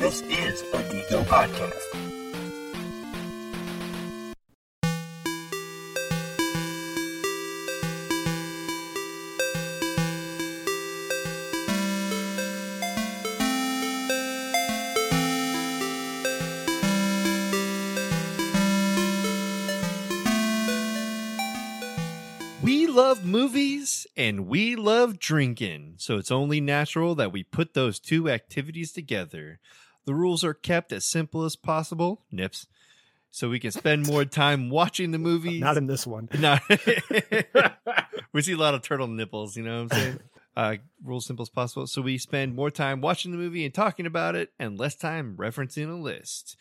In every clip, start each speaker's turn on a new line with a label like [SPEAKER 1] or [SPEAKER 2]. [SPEAKER 1] This is a Deco podcast.
[SPEAKER 2] We love movies and we love drinking, so it's only natural that we put those two activities together. The rules are kept as simple as possible, nips, so we can spend more time watching the movies.
[SPEAKER 3] Not in this one.
[SPEAKER 2] No. we see a lot of turtle nipples, you know what I'm saying? Uh, rules simple as possible. So we spend more time watching the movie and talking about it and less time referencing a list.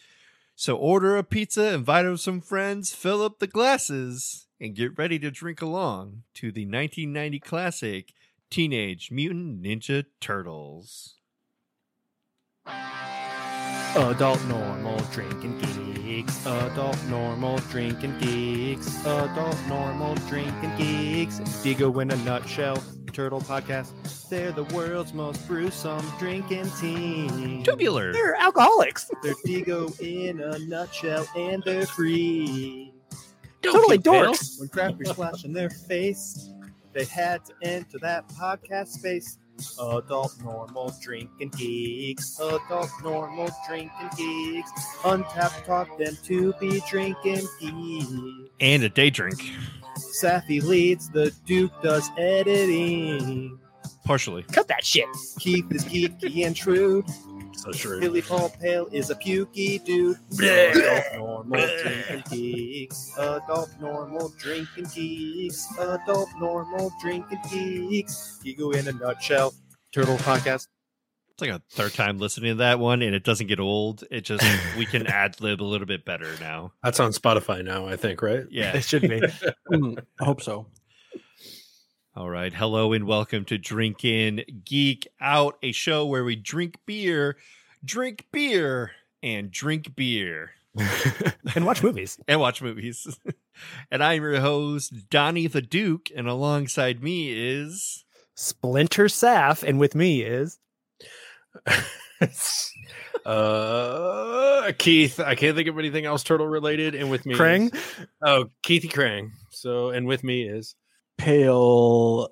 [SPEAKER 2] So order a pizza, invite over some friends, fill up the glasses, and get ready to drink along to the 1990 classic Teenage Mutant Ninja Turtles.
[SPEAKER 3] Adult normal drinking geeks. Adult normal drinking geeks. Adult normal drinking geeks. Digo in a nutshell. Turtle podcast. They're the world's most gruesome drinking team.
[SPEAKER 2] Tubular.
[SPEAKER 3] They're alcoholics. They're Digo in a nutshell, and they're free. totally dorks. When crap is splashed in their face, they had to enter that podcast space. Adult normal drinking geeks. Adult normal drinking geeks. Untapped taught them to be drinking geeks.
[SPEAKER 2] And a day drink.
[SPEAKER 3] Safi leads, the Duke does editing.
[SPEAKER 2] Partially.
[SPEAKER 4] Cut that shit.
[SPEAKER 3] Keith is geeky and shrewd.
[SPEAKER 1] So true.
[SPEAKER 3] Billy Paul Pale is a pukey dude.
[SPEAKER 4] Bleh.
[SPEAKER 3] Adult normal
[SPEAKER 4] Bleh.
[SPEAKER 3] drinking geeks. Adult normal drinking geeks. Adult normal drinking geeks. Ego in a nutshell. Turtle podcast.
[SPEAKER 2] It's like a third time listening to that one, and it doesn't get old. It just, we can ad lib a little bit better now.
[SPEAKER 1] That's on Spotify now, I think, right?
[SPEAKER 2] Yeah.
[SPEAKER 3] should be.
[SPEAKER 5] Hmm, I hope so.
[SPEAKER 2] All right. Hello and welcome to Drink In Geek Out, a show where we drink beer, drink beer, and drink beer
[SPEAKER 3] and watch movies.
[SPEAKER 2] and watch movies. and I'm your host, Donnie the Duke, and alongside me is
[SPEAKER 3] Splinter Saf, and with me is
[SPEAKER 1] uh, Keith, I can't think of anything else turtle related. And with me, is-
[SPEAKER 3] Krang.
[SPEAKER 1] oh, Keithy Krang. So, and with me is
[SPEAKER 5] Pale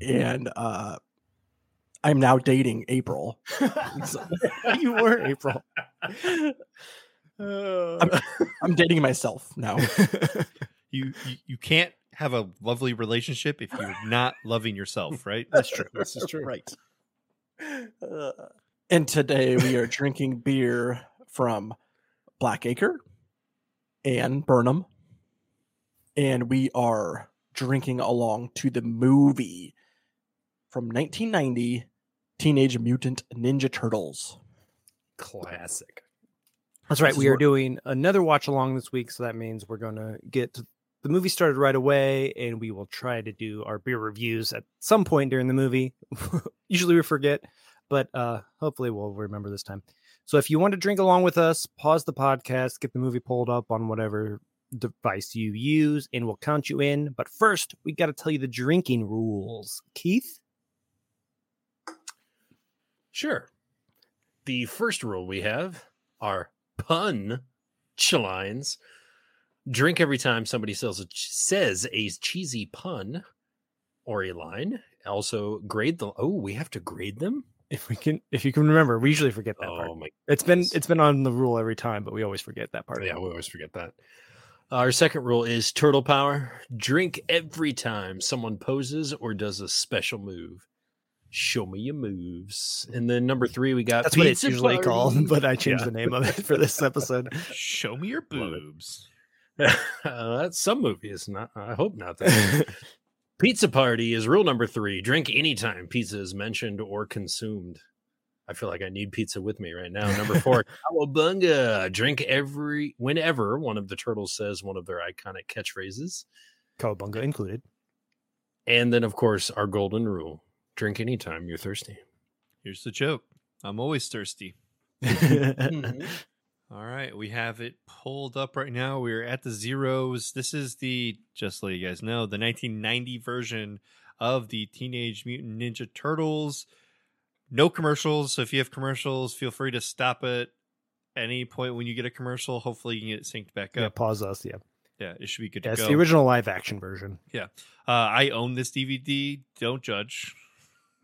[SPEAKER 5] and uh I'm now dating April. So,
[SPEAKER 3] you were April. Uh.
[SPEAKER 5] I'm dating myself now.
[SPEAKER 2] you, you you can't have a lovely relationship if you're not loving yourself, right?
[SPEAKER 5] That's true.
[SPEAKER 1] This is true.
[SPEAKER 5] Right. Uh, and today we are drinking beer from Blackacre and Burnham. And we are drinking along to the movie from 1990 Teenage Mutant Ninja Turtles.
[SPEAKER 1] classic.
[SPEAKER 3] That's
[SPEAKER 5] This
[SPEAKER 3] right.
[SPEAKER 5] is
[SPEAKER 3] We are
[SPEAKER 5] what-
[SPEAKER 3] doing another watch along this week, so that means we're going to get the movie started right away, and we will try to do our beer reviews at some point during the movie. Usually we forget, but uh, hopefully we'll remember this time. So if you want to drink along with us, pause the podcast, get the movie pulled up on whatever device you use, and we'll count you in. But first, we got to tell you the drinking rules, Keith.
[SPEAKER 1] Sure. The first rule we have are pun lines. Drink every time somebody sells a, says a cheesy pun or a line. Also grade the oh, we have to grade them.
[SPEAKER 3] If we can, if you can remember, we usually forget that part.
[SPEAKER 1] Oh my
[SPEAKER 3] It's been
[SPEAKER 1] goodness.
[SPEAKER 3] it's been on the rule every time, but we always forget that part.
[SPEAKER 1] yeah, we always forget that. Our second rule is turtle power. Drink every time someone poses or does a special move. Show me your moves. And then number three, we got
[SPEAKER 3] That's what it's
[SPEAKER 1] pizza
[SPEAKER 3] usually
[SPEAKER 1] party.
[SPEAKER 3] called, but I changed
[SPEAKER 1] Yeah.
[SPEAKER 3] the name of it for this episode.
[SPEAKER 2] Show me your
[SPEAKER 1] Love it.
[SPEAKER 2] boobs.
[SPEAKER 1] Uh, that's some movie is not. I hope not. That pizza party is rule number three. Drink anytime pizza is mentioned or consumed. I feel like I need pizza with me right now. Number four, Cowabunga. Drink every whenever one of the turtles says one of their iconic catchphrases,
[SPEAKER 3] Cowabunga included.
[SPEAKER 1] and then of course our golden rule: drink anytime you're thirsty.
[SPEAKER 2] Here's the joke. I'm always thirsty.
[SPEAKER 1] Mhm.
[SPEAKER 2] All right, we have it pulled up right now. We're at the zeros. This is the just so you guys know the 1990 version of the Teenage Mutant Ninja Turtles. No commercials. So if you have commercials, feel free to stop it. Any point when you get a commercial, hopefully you can get it synced back
[SPEAKER 3] Yeah,
[SPEAKER 2] up.
[SPEAKER 3] pause us. Yeah.
[SPEAKER 2] Yeah, it should be good
[SPEAKER 3] yeah
[SPEAKER 2] to
[SPEAKER 3] it's
[SPEAKER 2] go.
[SPEAKER 3] the original live action version.
[SPEAKER 2] uh, I own this DVD. Don't judge.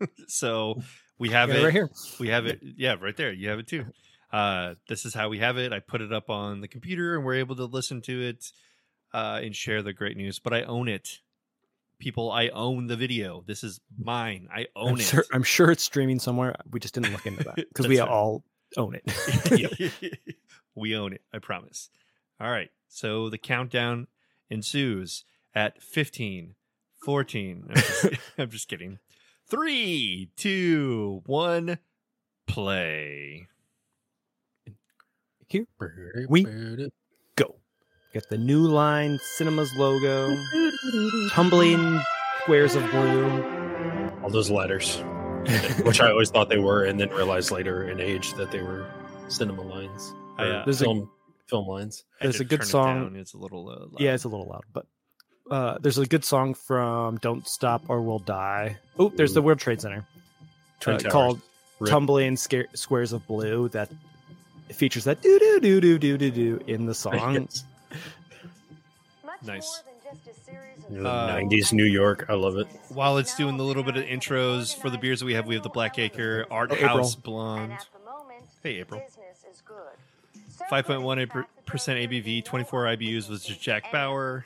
[SPEAKER 2] so we have
[SPEAKER 3] Got
[SPEAKER 2] it.
[SPEAKER 3] it right here.
[SPEAKER 2] We have it. Yeah, right there. You have it too. Uh, this is how we have it. I put it up on the computer, and we're able to listen to it uh, and share the great news. But I own it, people. I own the video. This is mine. I own
[SPEAKER 3] I'm
[SPEAKER 2] it.
[SPEAKER 3] sure, I'm sure it's streaming somewhere. We just didn't look into that because we
[SPEAKER 2] That's right.
[SPEAKER 3] all own it.
[SPEAKER 2] we own it. I promise. All right. So the countdown ensues at 15, 14. I'm just, I'm just kidding. Three, two, one, play.
[SPEAKER 3] Here We- go. Got the New Line Cinemas logo, tumbling squares of blue.
[SPEAKER 1] all those letters, which I always thought they were, and then realized later in age that they were cinema lines,
[SPEAKER 2] I, uh,
[SPEAKER 3] There's a-
[SPEAKER 1] film film lines.
[SPEAKER 2] I
[SPEAKER 3] There's
[SPEAKER 2] did
[SPEAKER 3] a good
[SPEAKER 2] turn it
[SPEAKER 3] song.
[SPEAKER 2] down. It's a little uh, loud.
[SPEAKER 3] Yeah, it's a little loud, but uh, there's a good song from Don't Stop or We'll Die. Oh, there's the World Trade Center
[SPEAKER 1] Twin
[SPEAKER 3] uh,
[SPEAKER 1] Towers.
[SPEAKER 3] called
[SPEAKER 1] Rip.
[SPEAKER 3] Tumbling Sca- Squares of Blue that features that do do do do do do do in the song.
[SPEAKER 1] Yes.
[SPEAKER 2] Nice. Uh,
[SPEAKER 4] Nice.
[SPEAKER 1] The 90s New York, I love it.
[SPEAKER 2] While it's doing the little bit of intros for the beers that we have, we have the Black Acre, Art
[SPEAKER 3] Oh, April.
[SPEAKER 2] House Blonde. Hey, April.
[SPEAKER 4] 5.1% ABV, 24 IBUs was just Jack Bauer.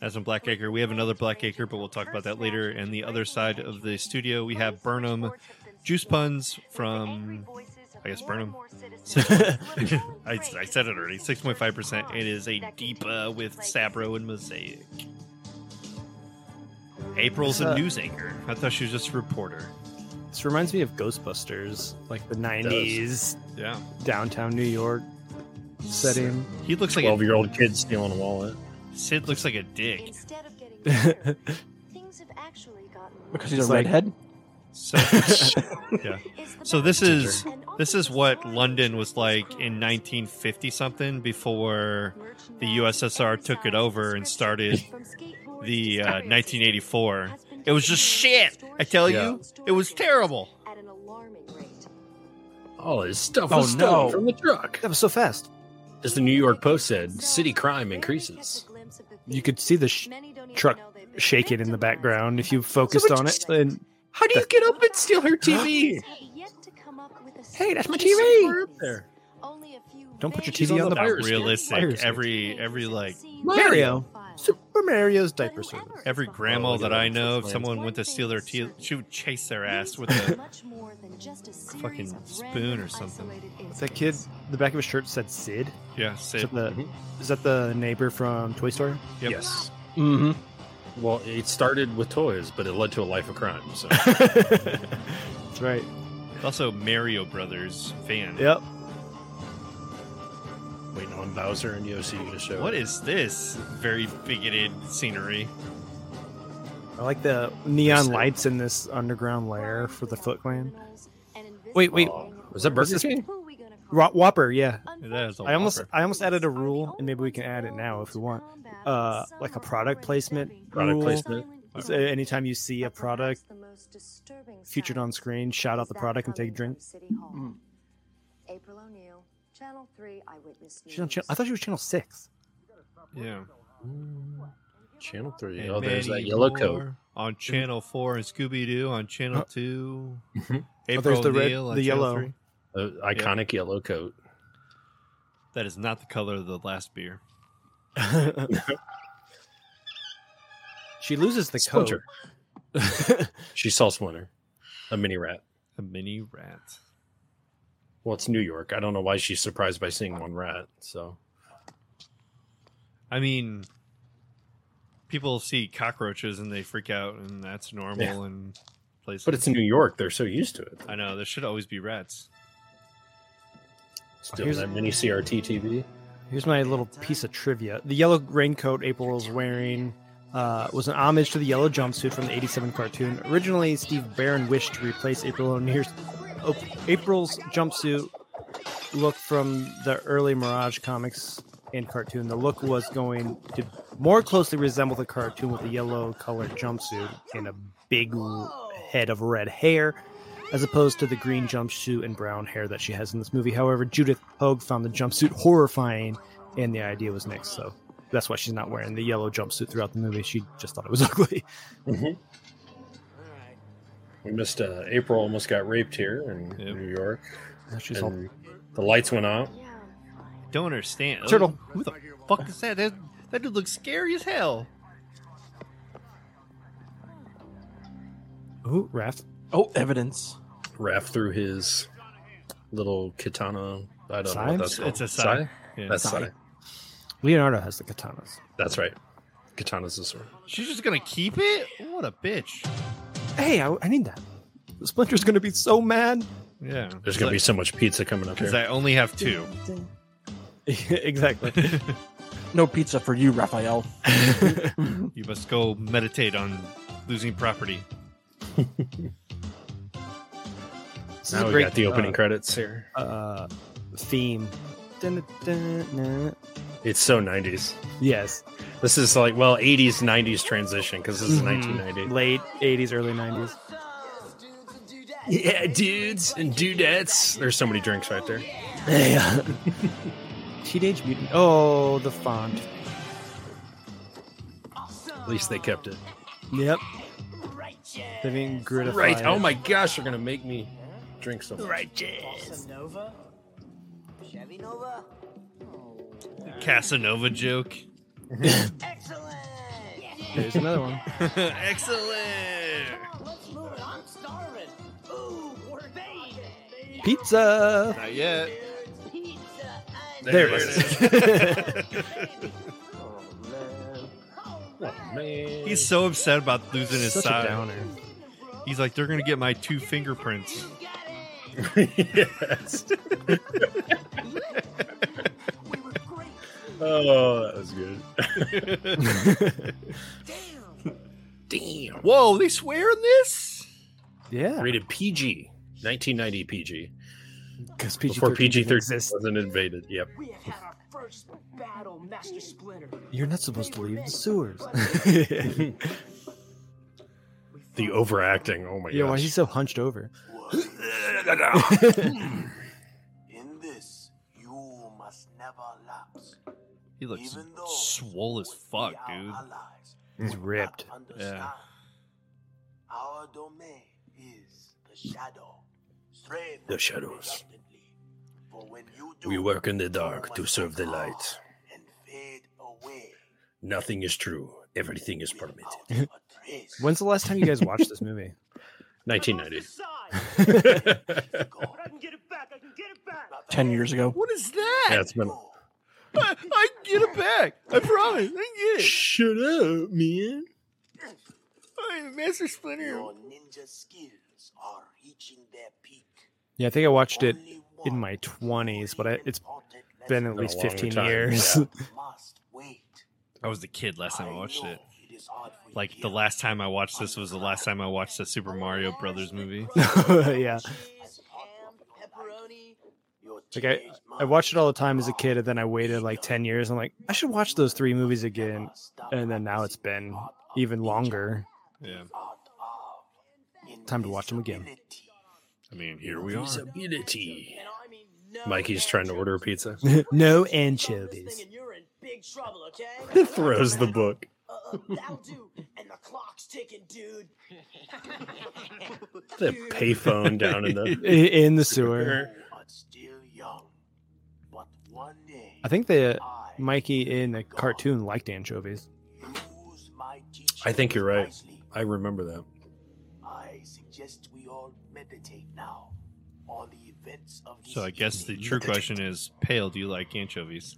[SPEAKER 2] That's from Black Acre. We have another Black Acre, but we'll talk about that later. And the other side of the studio, we have Burnham Juice Puns from. I guess Burnham. I, I said it already. 6.5%. It is a Deepa with Sabro and Mosaic. April's a
[SPEAKER 3] Uh,
[SPEAKER 2] news anchor. I thought she was just a reporter.
[SPEAKER 3] This reminds me of Ghostbusters, like the '90s
[SPEAKER 2] Yeah.
[SPEAKER 3] downtown New York setting.
[SPEAKER 2] He looks like a,
[SPEAKER 1] 12 year old kid stealing a wallet.
[SPEAKER 2] Sid looks like a dick.
[SPEAKER 4] Instead of getting better, things have actually gotten
[SPEAKER 5] because
[SPEAKER 4] worse.
[SPEAKER 5] he's a
[SPEAKER 3] It's like-
[SPEAKER 5] redhead.
[SPEAKER 2] So, yeah.
[SPEAKER 4] It's the
[SPEAKER 2] So this
[SPEAKER 4] bad
[SPEAKER 2] is
[SPEAKER 4] news, and often
[SPEAKER 2] this is
[SPEAKER 4] the
[SPEAKER 2] what
[SPEAKER 4] story
[SPEAKER 2] London
[SPEAKER 4] which
[SPEAKER 2] was
[SPEAKER 4] is
[SPEAKER 2] like
[SPEAKER 4] crimes.
[SPEAKER 2] in 1950 something before
[SPEAKER 4] the USSR took it over and started
[SPEAKER 2] the uh,
[SPEAKER 4] 1984.
[SPEAKER 2] 1984. It was just shit. I tell
[SPEAKER 1] Yeah.
[SPEAKER 2] you, it was terrible.
[SPEAKER 4] At an alarming rate.
[SPEAKER 1] All his stuff
[SPEAKER 5] Oh,
[SPEAKER 1] was stolen
[SPEAKER 5] no.
[SPEAKER 1] from the truck.
[SPEAKER 3] That was so fast.
[SPEAKER 1] As the New York Post said, city crime increases.
[SPEAKER 3] You could see the sh- truck shaking in the background if you focused on it. And
[SPEAKER 1] How do you get up and steal her TV?
[SPEAKER 3] Hey, that's my
[SPEAKER 1] TV. We're up there.
[SPEAKER 3] Don't put your
[SPEAKER 1] She's
[SPEAKER 3] TV
[SPEAKER 1] on
[SPEAKER 3] on the
[SPEAKER 1] the
[SPEAKER 2] Not
[SPEAKER 3] bar.
[SPEAKER 1] virus.
[SPEAKER 2] realistic.
[SPEAKER 3] Virus.
[SPEAKER 2] Every every like
[SPEAKER 3] Mario. Super Mario's diaper service.
[SPEAKER 2] every grandma that I know, if
[SPEAKER 1] Explains.
[SPEAKER 2] someone went to steal their tea, she would chase their ass with a fucking spoon or something.
[SPEAKER 3] Is that kid, the back of his shirt said Sid.
[SPEAKER 2] yeah.
[SPEAKER 3] Is
[SPEAKER 2] Sid.
[SPEAKER 3] that the, is that the neighbor from Toy Story?
[SPEAKER 2] Yep.
[SPEAKER 1] Yes.
[SPEAKER 5] Mm-hmm.
[SPEAKER 1] Well, it started with toys, but it led to a life of crime. So
[SPEAKER 3] That's right.
[SPEAKER 2] Also Mario Brothers fan.
[SPEAKER 3] Yep.
[SPEAKER 1] waiting on Bowser and Yoshi to show.
[SPEAKER 2] What
[SPEAKER 1] up.
[SPEAKER 2] is this very bigoted scenery?
[SPEAKER 3] I like the neon lights in this underground lair for the Foot Clan. Wait, wait.
[SPEAKER 1] Oh, was that Burger
[SPEAKER 3] Is this-
[SPEAKER 1] King?
[SPEAKER 3] Wha- Whopper, yeah.
[SPEAKER 2] That is a
[SPEAKER 3] I almost
[SPEAKER 2] whopper.
[SPEAKER 3] I almost added a rule, and maybe we can add it now if we want. Uh, like a product placement.
[SPEAKER 1] Product
[SPEAKER 3] rule.
[SPEAKER 1] placement.
[SPEAKER 3] So anytime you see a product featured on screen, shout out the product and take a drink.
[SPEAKER 5] Mm.
[SPEAKER 4] April O'Neil, Channel 3 Eyewitness
[SPEAKER 3] She's on channel, I thought she was channel six.
[SPEAKER 2] Yeah.
[SPEAKER 1] Channel three.
[SPEAKER 2] And
[SPEAKER 1] oh, there's that
[SPEAKER 2] many
[SPEAKER 1] yellow
[SPEAKER 2] more
[SPEAKER 1] coat.
[SPEAKER 2] on Channel Four and Scooby Doo on Channel
[SPEAKER 3] Mm-hmm. Huh.
[SPEAKER 2] Two.
[SPEAKER 3] Mm-hmm. Oh,
[SPEAKER 1] Mhm.
[SPEAKER 2] April
[SPEAKER 3] the red-
[SPEAKER 2] O'Neil on
[SPEAKER 3] the
[SPEAKER 2] Channel
[SPEAKER 3] yellow.
[SPEAKER 2] three.
[SPEAKER 1] Uh, iconic yellow coat.
[SPEAKER 2] That is not the color of the last beer.
[SPEAKER 3] she loses the
[SPEAKER 1] Splinter.
[SPEAKER 3] coat.
[SPEAKER 1] She saw Splinter, a mini rat.
[SPEAKER 2] A mini rat.
[SPEAKER 1] Well, it's New York. I don't know why she's surprised by seeing one rat. So
[SPEAKER 2] I mean, people see cockroaches and they freak out, and that's normal
[SPEAKER 1] Yeah.
[SPEAKER 2] in places.
[SPEAKER 1] But it's New York. They're so used to it.
[SPEAKER 2] I know there should always be rats.
[SPEAKER 1] Still
[SPEAKER 3] Here's-
[SPEAKER 1] that mini CRT TV.
[SPEAKER 3] Here's my little piece of trivia. The yellow raincoat April was wearing uh, was an homage to the yellow jumpsuit from the 87 cartoon. Originally, Steve Barron wished to replace April O'Neil's, O- April's jumpsuit look from the early Mirage comics and cartoon. The look was going to more closely resemble the cartoon with a yellow colored jumpsuit and a big l- head of red hair. as opposed to the green jumpsuit and brown hair that she has in this movie. However, Judith Hogue found the jumpsuit horrifying, and the idea was nixed. So that's why she's not wearing the yellow jumpsuit throughout the movie. She just thought it was ugly.
[SPEAKER 1] We missed uh, April almost got raped here in
[SPEAKER 2] Yep.
[SPEAKER 1] New York.
[SPEAKER 3] Now she's all
[SPEAKER 1] and the lights went out.
[SPEAKER 2] Don't understand. Oh,
[SPEAKER 3] Turtle.
[SPEAKER 2] Who the fuck is that? That, that dude looks scary as hell.
[SPEAKER 3] ooh, Raph.
[SPEAKER 5] Oh, evidence.
[SPEAKER 1] Raph through his little katana. I don't know
[SPEAKER 3] Sai?
[SPEAKER 1] what that's called.
[SPEAKER 2] It's a sai. Yeah.
[SPEAKER 1] That's
[SPEAKER 5] Sai.
[SPEAKER 1] sai.
[SPEAKER 3] Leonardo has the katanas.
[SPEAKER 1] That's right. Katana's the sword.
[SPEAKER 2] She's just gonna keep it? What a bitch.
[SPEAKER 3] Hey, I, I need that. Splinter's gonna be so mad.
[SPEAKER 2] Yeah.
[SPEAKER 1] There's gonna be so much pizza coming up
[SPEAKER 2] Because
[SPEAKER 1] here.
[SPEAKER 2] I only have two.
[SPEAKER 3] exactly.
[SPEAKER 5] No pizza for you, Raphael.
[SPEAKER 2] You must go meditate on losing property.
[SPEAKER 3] This is a
[SPEAKER 1] Now we
[SPEAKER 3] great,
[SPEAKER 1] got the opening
[SPEAKER 3] uh,
[SPEAKER 1] credits here.
[SPEAKER 3] uh, theme. Dun, dun, dun, dun.
[SPEAKER 1] It's so 90s.
[SPEAKER 3] Yes,
[SPEAKER 1] This is like well 80s 90s transition because this is
[SPEAKER 3] Mhm.
[SPEAKER 1] 1990.
[SPEAKER 3] late '80s, early '90s.
[SPEAKER 1] Yeah, dudes and dudettes. There's so many drinks right there.
[SPEAKER 3] Yeah. Teenage Mutant. Oh, the font.
[SPEAKER 1] At least they kept it
[SPEAKER 3] Yep. They didn't gridify.
[SPEAKER 1] right.
[SPEAKER 3] it.
[SPEAKER 1] Oh my gosh, you're gonna make me drink some. Right.
[SPEAKER 4] Nova? Chevy Nova?
[SPEAKER 2] Casanova joke.
[SPEAKER 4] Excellent!
[SPEAKER 3] There's another one.
[SPEAKER 2] Excellent.
[SPEAKER 4] Let's move it. I'm starving. Ooh, we're
[SPEAKER 3] Pizza.
[SPEAKER 2] Not yet.
[SPEAKER 4] Pizza.
[SPEAKER 1] There
[SPEAKER 3] There it
[SPEAKER 1] Oh, Man.
[SPEAKER 2] He's so upset about losing his
[SPEAKER 3] Such
[SPEAKER 1] uh,
[SPEAKER 3] a
[SPEAKER 2] side.
[SPEAKER 3] downer.
[SPEAKER 2] He's like, they're gonna get my two fingerprints.
[SPEAKER 1] yes. oh, that was good. Damn.
[SPEAKER 2] Whoa, they swear in this?
[SPEAKER 3] Yeah.
[SPEAKER 1] Rated PG. 1990 PG.
[SPEAKER 3] Because PG
[SPEAKER 1] Before PG 13
[SPEAKER 3] exists.
[SPEAKER 1] wasn't invaded. Yep.
[SPEAKER 4] We have had our first battle, Master Splinter.
[SPEAKER 3] You're not supposed to leave the sewers.
[SPEAKER 1] The overacting. Oh my
[SPEAKER 3] yeah, why is
[SPEAKER 1] gosh.
[SPEAKER 3] he so hunched over?
[SPEAKER 6] In this, you must never lapse.
[SPEAKER 2] He looks
[SPEAKER 6] Even though
[SPEAKER 2] swole as
[SPEAKER 6] we
[SPEAKER 2] fuck,
[SPEAKER 6] are
[SPEAKER 2] dude.
[SPEAKER 6] allies,
[SPEAKER 3] He's
[SPEAKER 6] would not
[SPEAKER 3] ripped.
[SPEAKER 6] understand. Our domain is the shadow. Strain
[SPEAKER 1] The shadows.
[SPEAKER 6] reluctantly, for when you do,
[SPEAKER 1] We work in the
[SPEAKER 6] you
[SPEAKER 1] dark to
[SPEAKER 6] must
[SPEAKER 1] serve the
[SPEAKER 6] go
[SPEAKER 1] light.
[SPEAKER 6] and fade away
[SPEAKER 1] Nothing is true. Everything is permitted.
[SPEAKER 6] without a trace.
[SPEAKER 3] When's the last time you guys watched this movie?
[SPEAKER 1] 1990.
[SPEAKER 6] Go,
[SPEAKER 4] I can get it back. I can get it back.
[SPEAKER 6] not
[SPEAKER 5] Ten years ago.
[SPEAKER 2] What is that?
[SPEAKER 1] yeah, it's been.
[SPEAKER 6] go.
[SPEAKER 2] I, I can get it back. I promise. I can get it.
[SPEAKER 1] Shut up, man.
[SPEAKER 2] I- Master Splinter.
[SPEAKER 6] Your ninja skills are reaching their peak.
[SPEAKER 3] Yeah, I think I watched it
[SPEAKER 6] Only
[SPEAKER 3] in
[SPEAKER 6] one
[SPEAKER 3] my 20s, but I, it's
[SPEAKER 6] important
[SPEAKER 3] been
[SPEAKER 6] lesson
[SPEAKER 3] at least
[SPEAKER 1] long
[SPEAKER 3] 15
[SPEAKER 1] time,
[SPEAKER 3] years.
[SPEAKER 1] yeah.
[SPEAKER 6] must wait.
[SPEAKER 2] I was the kid last time I watched
[SPEAKER 6] know
[SPEAKER 2] it.
[SPEAKER 6] is hard for
[SPEAKER 2] Like
[SPEAKER 6] you.
[SPEAKER 2] the last time I watched this was the last time I watched the Super Mario Brothers movie.
[SPEAKER 3] yeah.
[SPEAKER 4] Cheese, ham, pepperoni.
[SPEAKER 6] Your
[SPEAKER 3] Like I,
[SPEAKER 6] teenage
[SPEAKER 3] I
[SPEAKER 6] mind
[SPEAKER 3] watched it all the time as a kid, and then I waited like 10 years. I'm like, I should watch those three movies again.
[SPEAKER 6] stop
[SPEAKER 3] And then now it's been even longer.
[SPEAKER 2] Yeah.
[SPEAKER 6] art of
[SPEAKER 3] Time to watch them again.
[SPEAKER 6] invisibility.
[SPEAKER 2] I mean, here we are.
[SPEAKER 1] Usability.
[SPEAKER 4] And I mean, no
[SPEAKER 1] Mikey's trying to order a pizza.
[SPEAKER 3] no
[SPEAKER 4] Throw this thing
[SPEAKER 3] anchovies.
[SPEAKER 4] and you're in big trouble, okay?
[SPEAKER 1] Throws the book.
[SPEAKER 4] Uh, that'll do. And the clock's ticking, dude.
[SPEAKER 1] The payphone down in the.
[SPEAKER 3] I- In the sewer.
[SPEAKER 6] You are still young, but one day
[SPEAKER 3] I think the
[SPEAKER 6] I
[SPEAKER 3] Mikey in the cartoon liked anchovies.
[SPEAKER 6] use my teachings
[SPEAKER 1] I think you're right.
[SPEAKER 6] wisely.
[SPEAKER 1] I remember that.
[SPEAKER 6] I suggest we all meditate now on the events of this
[SPEAKER 2] So I guess the
[SPEAKER 6] evening.
[SPEAKER 2] true question is, Pale, do you like anchovies?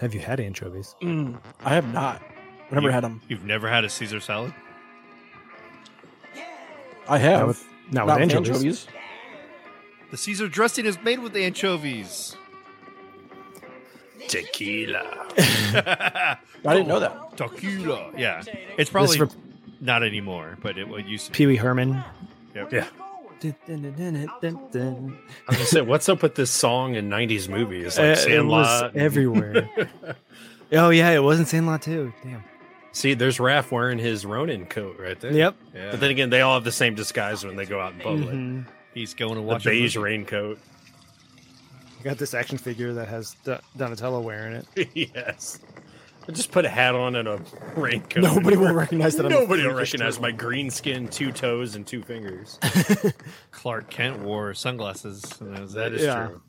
[SPEAKER 3] Have you had anchovies?
[SPEAKER 5] Mm, I have not. I never
[SPEAKER 2] You-
[SPEAKER 5] had them.
[SPEAKER 2] You've never had a Caesar salad?
[SPEAKER 5] I have.
[SPEAKER 3] Not with, not
[SPEAKER 5] Not
[SPEAKER 3] with
[SPEAKER 5] with
[SPEAKER 3] anchovies.
[SPEAKER 5] anchovies.
[SPEAKER 2] The Caesar dressing is made with anchovies.
[SPEAKER 1] Tequila.
[SPEAKER 2] I
[SPEAKER 5] I didn't know that.
[SPEAKER 2] Tequila. Yeah. It's
[SPEAKER 4] It's
[SPEAKER 2] probably
[SPEAKER 3] This
[SPEAKER 2] not anymore, but it, it used to be.
[SPEAKER 3] Pee Wee Herman.
[SPEAKER 2] Yep.
[SPEAKER 1] Yeah.
[SPEAKER 3] Movies.
[SPEAKER 1] I was gonna say, what's up with this song in '90s
[SPEAKER 3] Eh, Uh,
[SPEAKER 1] movies like Sandlot? and-
[SPEAKER 3] everywhere. oh yeah, it wasn't Sandlot too. Damn.
[SPEAKER 1] See, there's Raph wearing his Ronin coat right there.
[SPEAKER 3] Yep.
[SPEAKER 2] Yeah.
[SPEAKER 1] But then again, they all have the same disguise when they go out in public.
[SPEAKER 3] Mhm.
[SPEAKER 2] He's going to
[SPEAKER 1] The
[SPEAKER 2] watch a
[SPEAKER 1] beige
[SPEAKER 2] movie.
[SPEAKER 1] raincoat.
[SPEAKER 3] I got this action figure that has D- Donatello wearing it.
[SPEAKER 1] yes. I just put a hat on and a raincoat.
[SPEAKER 5] Nobody will
[SPEAKER 1] Anywhere.
[SPEAKER 5] recognize that. I'm a
[SPEAKER 1] Nobody will
[SPEAKER 5] freakish
[SPEAKER 1] recognize
[SPEAKER 5] turtle.
[SPEAKER 1] my green skin, two toes, and two fingers.
[SPEAKER 2] Clark Kent wore sunglasses. And that was
[SPEAKER 1] That
[SPEAKER 2] it.
[SPEAKER 1] is
[SPEAKER 3] Yeah.
[SPEAKER 1] true.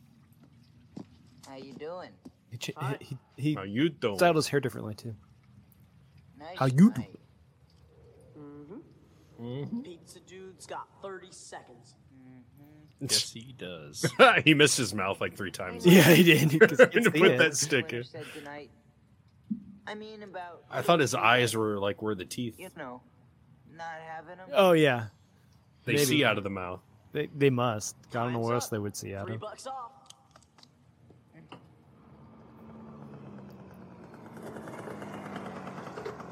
[SPEAKER 7] How you doing?
[SPEAKER 3] He, ch-
[SPEAKER 7] Hi.
[SPEAKER 3] he, he, he
[SPEAKER 1] Now you don't.
[SPEAKER 3] styled his hair differently too.
[SPEAKER 7] Nice
[SPEAKER 5] How you doing?
[SPEAKER 6] Mm-hmm.
[SPEAKER 4] Mm-hmm.
[SPEAKER 6] Pizza dude's got 30 seconds.
[SPEAKER 7] Mm-hmm.
[SPEAKER 2] Yes, he does.
[SPEAKER 1] he missed his mouth like three times.
[SPEAKER 3] Yeah, he did. 'cause
[SPEAKER 1] Trying
[SPEAKER 3] it's
[SPEAKER 1] to
[SPEAKER 3] the
[SPEAKER 1] put
[SPEAKER 3] end.
[SPEAKER 1] that stick in.
[SPEAKER 7] Said tonight. I mean about
[SPEAKER 1] I thought his eyes were like where the teeth
[SPEAKER 7] you know not having them.
[SPEAKER 3] Oh yeah,
[SPEAKER 1] they
[SPEAKER 3] maybe.
[SPEAKER 1] see out of the mouth.
[SPEAKER 3] they they must. God, I don't know what
[SPEAKER 6] Time's
[SPEAKER 3] else
[SPEAKER 6] up.
[SPEAKER 3] they would see out
[SPEAKER 6] Three
[SPEAKER 3] of.
[SPEAKER 6] bucks off.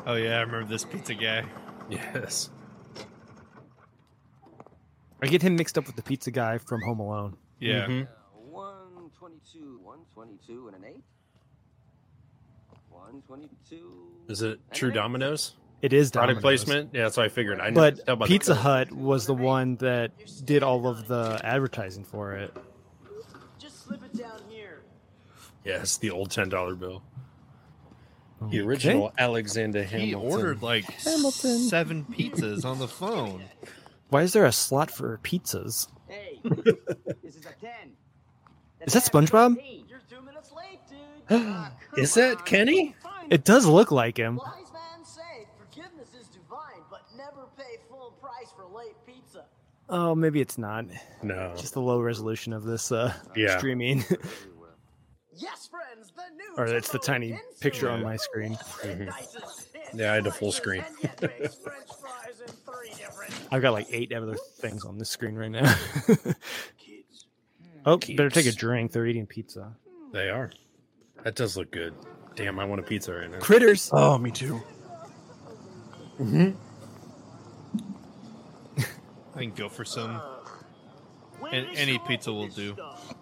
[SPEAKER 2] Oh yeah, I remember this pizza guy.
[SPEAKER 1] Yes.
[SPEAKER 3] I get him mixed up with the pizza guy from Home Alone.
[SPEAKER 2] Yeah.
[SPEAKER 6] Mm-hmm.
[SPEAKER 1] Mhm.
[SPEAKER 4] Uh, One twenty-two, one twenty-two, and an eight. One twenty-two.
[SPEAKER 1] Is it True Dominoes?
[SPEAKER 3] It is
[SPEAKER 1] Product
[SPEAKER 3] Domino's.
[SPEAKER 1] placement? Yeah, that's what I figured. I
[SPEAKER 3] But
[SPEAKER 1] knew- tell by the
[SPEAKER 3] Pizza
[SPEAKER 1] color.
[SPEAKER 3] Hut was the one that did all of the advertising for it.
[SPEAKER 6] Just slip it down here.
[SPEAKER 1] Yes, the old ten dollar bill.
[SPEAKER 3] Okay.
[SPEAKER 1] The original Alexander Hamilton.
[SPEAKER 2] He ordered like
[SPEAKER 5] Hamilton.
[SPEAKER 2] seven pizzas on the phone.
[SPEAKER 3] Why is there a slot for pizzas?
[SPEAKER 6] Hey, this is a 10.
[SPEAKER 3] Is that SpongeBob?
[SPEAKER 6] You're two minutes late, dude. Ah,
[SPEAKER 1] Is that Kenny?
[SPEAKER 6] Fine.
[SPEAKER 3] It does look like him.
[SPEAKER 6] Wise man say forgiveness is divine, but never pay full price for late pizza.
[SPEAKER 3] Oh, maybe it's not.
[SPEAKER 1] No.
[SPEAKER 3] Just the low resolution of this uh,
[SPEAKER 1] Yeah.
[SPEAKER 3] streaming,
[SPEAKER 6] Yes, friends, the new
[SPEAKER 3] or it's the
[SPEAKER 6] Jumbo
[SPEAKER 3] tiny
[SPEAKER 6] Instant
[SPEAKER 3] picture on my screen.
[SPEAKER 1] Yeah, I had to full screen.
[SPEAKER 6] And yet makes French fries in three different
[SPEAKER 3] I've got like eight other things on this screen right now.
[SPEAKER 8] Kids,
[SPEAKER 3] oh, better take a
[SPEAKER 1] Keeps.
[SPEAKER 3] drink. They're eating pizza.
[SPEAKER 1] They are. That does look good. Damn, I want a pizza right now.
[SPEAKER 3] Critters.
[SPEAKER 5] Oh, me too.
[SPEAKER 2] I can go for some.
[SPEAKER 6] When
[SPEAKER 2] And
[SPEAKER 6] they
[SPEAKER 2] any
[SPEAKER 6] show up
[SPEAKER 2] pizza
[SPEAKER 6] with
[SPEAKER 2] will
[SPEAKER 6] this
[SPEAKER 2] do.
[SPEAKER 6] stuff?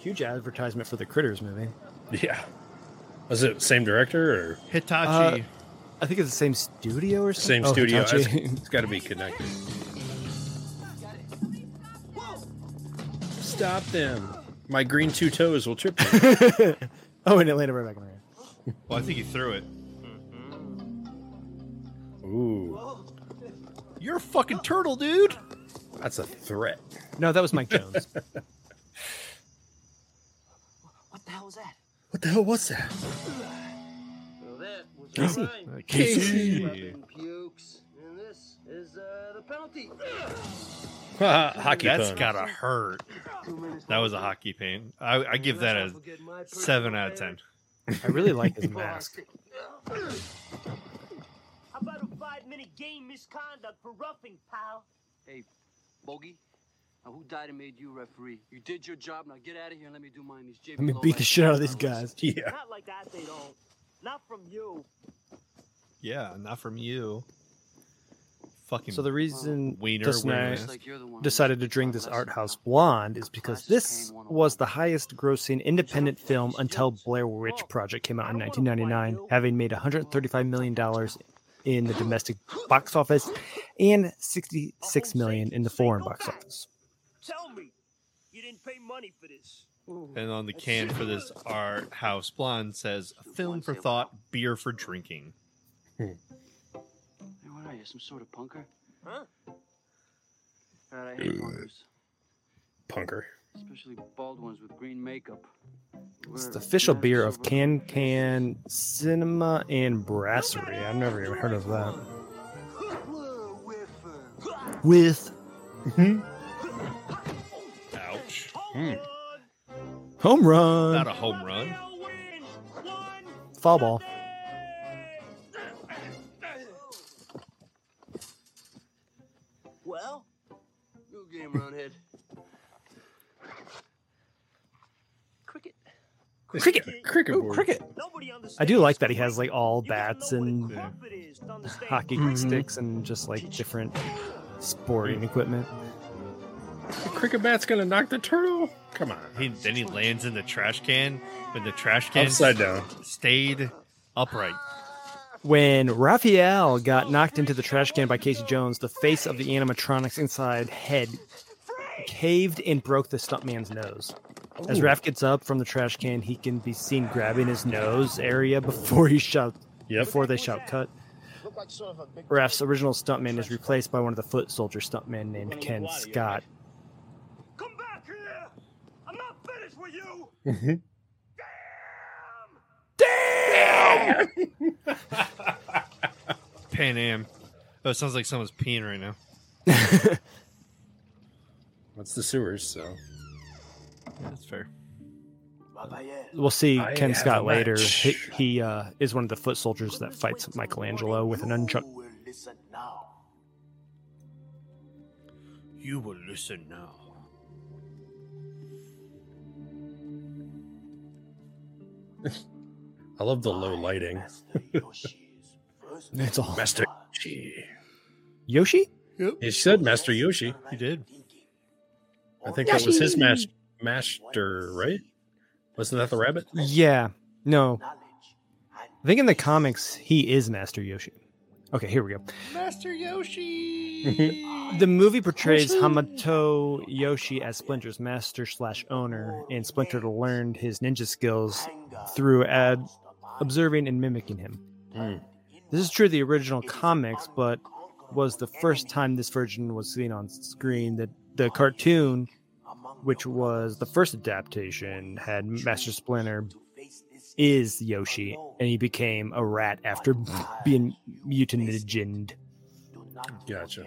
[SPEAKER 3] Huge advertisement for the Critters movie.
[SPEAKER 1] Yeah. Was it same director or
[SPEAKER 2] Hitachi.
[SPEAKER 3] I think it's the same studio or something.
[SPEAKER 1] same
[SPEAKER 3] Oh,
[SPEAKER 1] studio?
[SPEAKER 3] Hitachi.
[SPEAKER 1] It's- it's got to be connected. Stop them! My green two toes will trip you.
[SPEAKER 3] oh, in Atlanta, right back in there.
[SPEAKER 2] well, I think he threw it.
[SPEAKER 1] Ooh,
[SPEAKER 2] You're a fucking turtle, dude.
[SPEAKER 1] that's a threat.
[SPEAKER 3] No, that was Mike Jones.
[SPEAKER 6] What the hell was that?
[SPEAKER 1] What the hell was that?
[SPEAKER 4] That was
[SPEAKER 5] Casey.
[SPEAKER 4] a crime.
[SPEAKER 2] Casey.
[SPEAKER 4] Weapon pukes, and this is uh, the penalty.
[SPEAKER 1] Hockey
[SPEAKER 2] That's
[SPEAKER 1] pun.
[SPEAKER 2] gotta hurt.
[SPEAKER 4] Two minutes
[SPEAKER 2] That
[SPEAKER 4] left.
[SPEAKER 2] was a hockey pain. I, I give that a
[SPEAKER 4] I'll get my personal
[SPEAKER 2] seven out of ten.
[SPEAKER 4] favorite
[SPEAKER 3] I really like his mask.
[SPEAKER 6] How about a five-minute game misconduct for roughing, pal?
[SPEAKER 4] Bogey, now who died and made you referee? You did your job. Now get out of here and let me do mine. These JB
[SPEAKER 3] Let me
[SPEAKER 4] low
[SPEAKER 3] beat
[SPEAKER 4] life
[SPEAKER 3] the shit out of these
[SPEAKER 4] fellas.
[SPEAKER 3] guys.
[SPEAKER 1] Yeah.
[SPEAKER 6] Not like that, they don't. Not from you.
[SPEAKER 2] Yeah, not from you. Fucking.
[SPEAKER 3] So the reason
[SPEAKER 2] Wiener
[SPEAKER 3] just now
[SPEAKER 2] wearing
[SPEAKER 4] Looks like you're the one who
[SPEAKER 3] decided to
[SPEAKER 4] made
[SPEAKER 3] drink
[SPEAKER 4] the
[SPEAKER 3] this
[SPEAKER 4] last
[SPEAKER 3] art house
[SPEAKER 4] time.
[SPEAKER 3] blonde is because this was the highest grossing independent film until Blair Witch Project came out in 1999, having made $135 million in the domestic box office and $66 million in the foreign box office.
[SPEAKER 6] Tell me, you didn't pay money for this.
[SPEAKER 2] And on the can for this art house blonde says, "A film for thought, beer for drinking."
[SPEAKER 4] Hey, what are you, some sort of punker?
[SPEAKER 6] Huh?
[SPEAKER 4] God, I hate punkers,
[SPEAKER 1] Punker.
[SPEAKER 4] especially bald ones with green makeup.
[SPEAKER 3] It's
[SPEAKER 4] We're
[SPEAKER 3] the official
[SPEAKER 4] nerds
[SPEAKER 3] beer of
[SPEAKER 4] over-
[SPEAKER 3] Can Can Cinema and Brasserie. I've never even heard of that.
[SPEAKER 4] Whoa, whiffer.
[SPEAKER 3] With
[SPEAKER 2] Ouch!
[SPEAKER 6] Mm.
[SPEAKER 3] home
[SPEAKER 2] Not
[SPEAKER 3] run,
[SPEAKER 2] a Hmm. home run.
[SPEAKER 3] foul ball.
[SPEAKER 6] Well,
[SPEAKER 4] New game, roundhead.
[SPEAKER 6] cricket.
[SPEAKER 1] Cricket. Cricket
[SPEAKER 5] Ooh,
[SPEAKER 1] board.
[SPEAKER 5] cricket.
[SPEAKER 6] Nobody understands.
[SPEAKER 3] I do like that he has like all
[SPEAKER 6] You just
[SPEAKER 3] bats
[SPEAKER 6] know what a
[SPEAKER 3] and
[SPEAKER 6] club it is to understand
[SPEAKER 3] hockey
[SPEAKER 1] Mm-hmm.
[SPEAKER 6] cricket.
[SPEAKER 3] sticks and just like different sporting equipment.
[SPEAKER 1] The cricket bat's gonna knock the turtle. Come on.
[SPEAKER 2] He, then he lands in the trash can, but the trash can
[SPEAKER 1] Upside down.
[SPEAKER 2] stayed upright.
[SPEAKER 3] When Raphael got knocked into the trash can by Casey Jones, the face of the animatronic's inside head caved and broke the stuntman's nose. As Raph gets up from the trash can, he can be seen grabbing his nose area before he shout
[SPEAKER 1] Yep.
[SPEAKER 3] before they shout cut.
[SPEAKER 6] Look like sort of a big
[SPEAKER 3] Raph's original stuntman is replaced by one of the foot soldier stuntmen named Ken Scott.
[SPEAKER 4] Come back here! I'm not finished with you!
[SPEAKER 2] Pan Am. Oh, it sounds like someone's peeing right now.
[SPEAKER 1] That's the sewers, so
[SPEAKER 2] Yeah, that's fair.
[SPEAKER 6] Raphael.
[SPEAKER 3] We'll see
[SPEAKER 1] I
[SPEAKER 3] Ken
[SPEAKER 1] have a
[SPEAKER 3] Scott later.
[SPEAKER 1] match.
[SPEAKER 3] He, he uh, is one of the foot soldiers that fights Michelangelo with an unchucked.
[SPEAKER 6] You will listen now.
[SPEAKER 2] You will listen now.
[SPEAKER 1] I love the low lighting.
[SPEAKER 6] Master Yoshi's first
[SPEAKER 3] It's all
[SPEAKER 1] Master Yoshi.
[SPEAKER 3] Yoshi.
[SPEAKER 1] He said Master Yoshi.
[SPEAKER 2] You did.
[SPEAKER 6] thinking.
[SPEAKER 1] I think that was his mas- master, right? Wasn't that the rabbit?
[SPEAKER 3] Yeah. No,
[SPEAKER 6] Knowledge and
[SPEAKER 3] I think in the comics he is Master Yoshi. Okay, here we go.
[SPEAKER 2] Master Yoshi!
[SPEAKER 3] The movie portrays Hamato Yoshi as Splinter's master slash owner, and Splinter learned his ninja skills through ad- observing and mimicking him.
[SPEAKER 2] Hmm.
[SPEAKER 3] This is true of the original comics, but was the first time this version was seen on screen. That the cartoon, which was the first adaptation, had Master Splinter is Yoshi, and he became a rat after being mutagened.
[SPEAKER 1] Gotcha.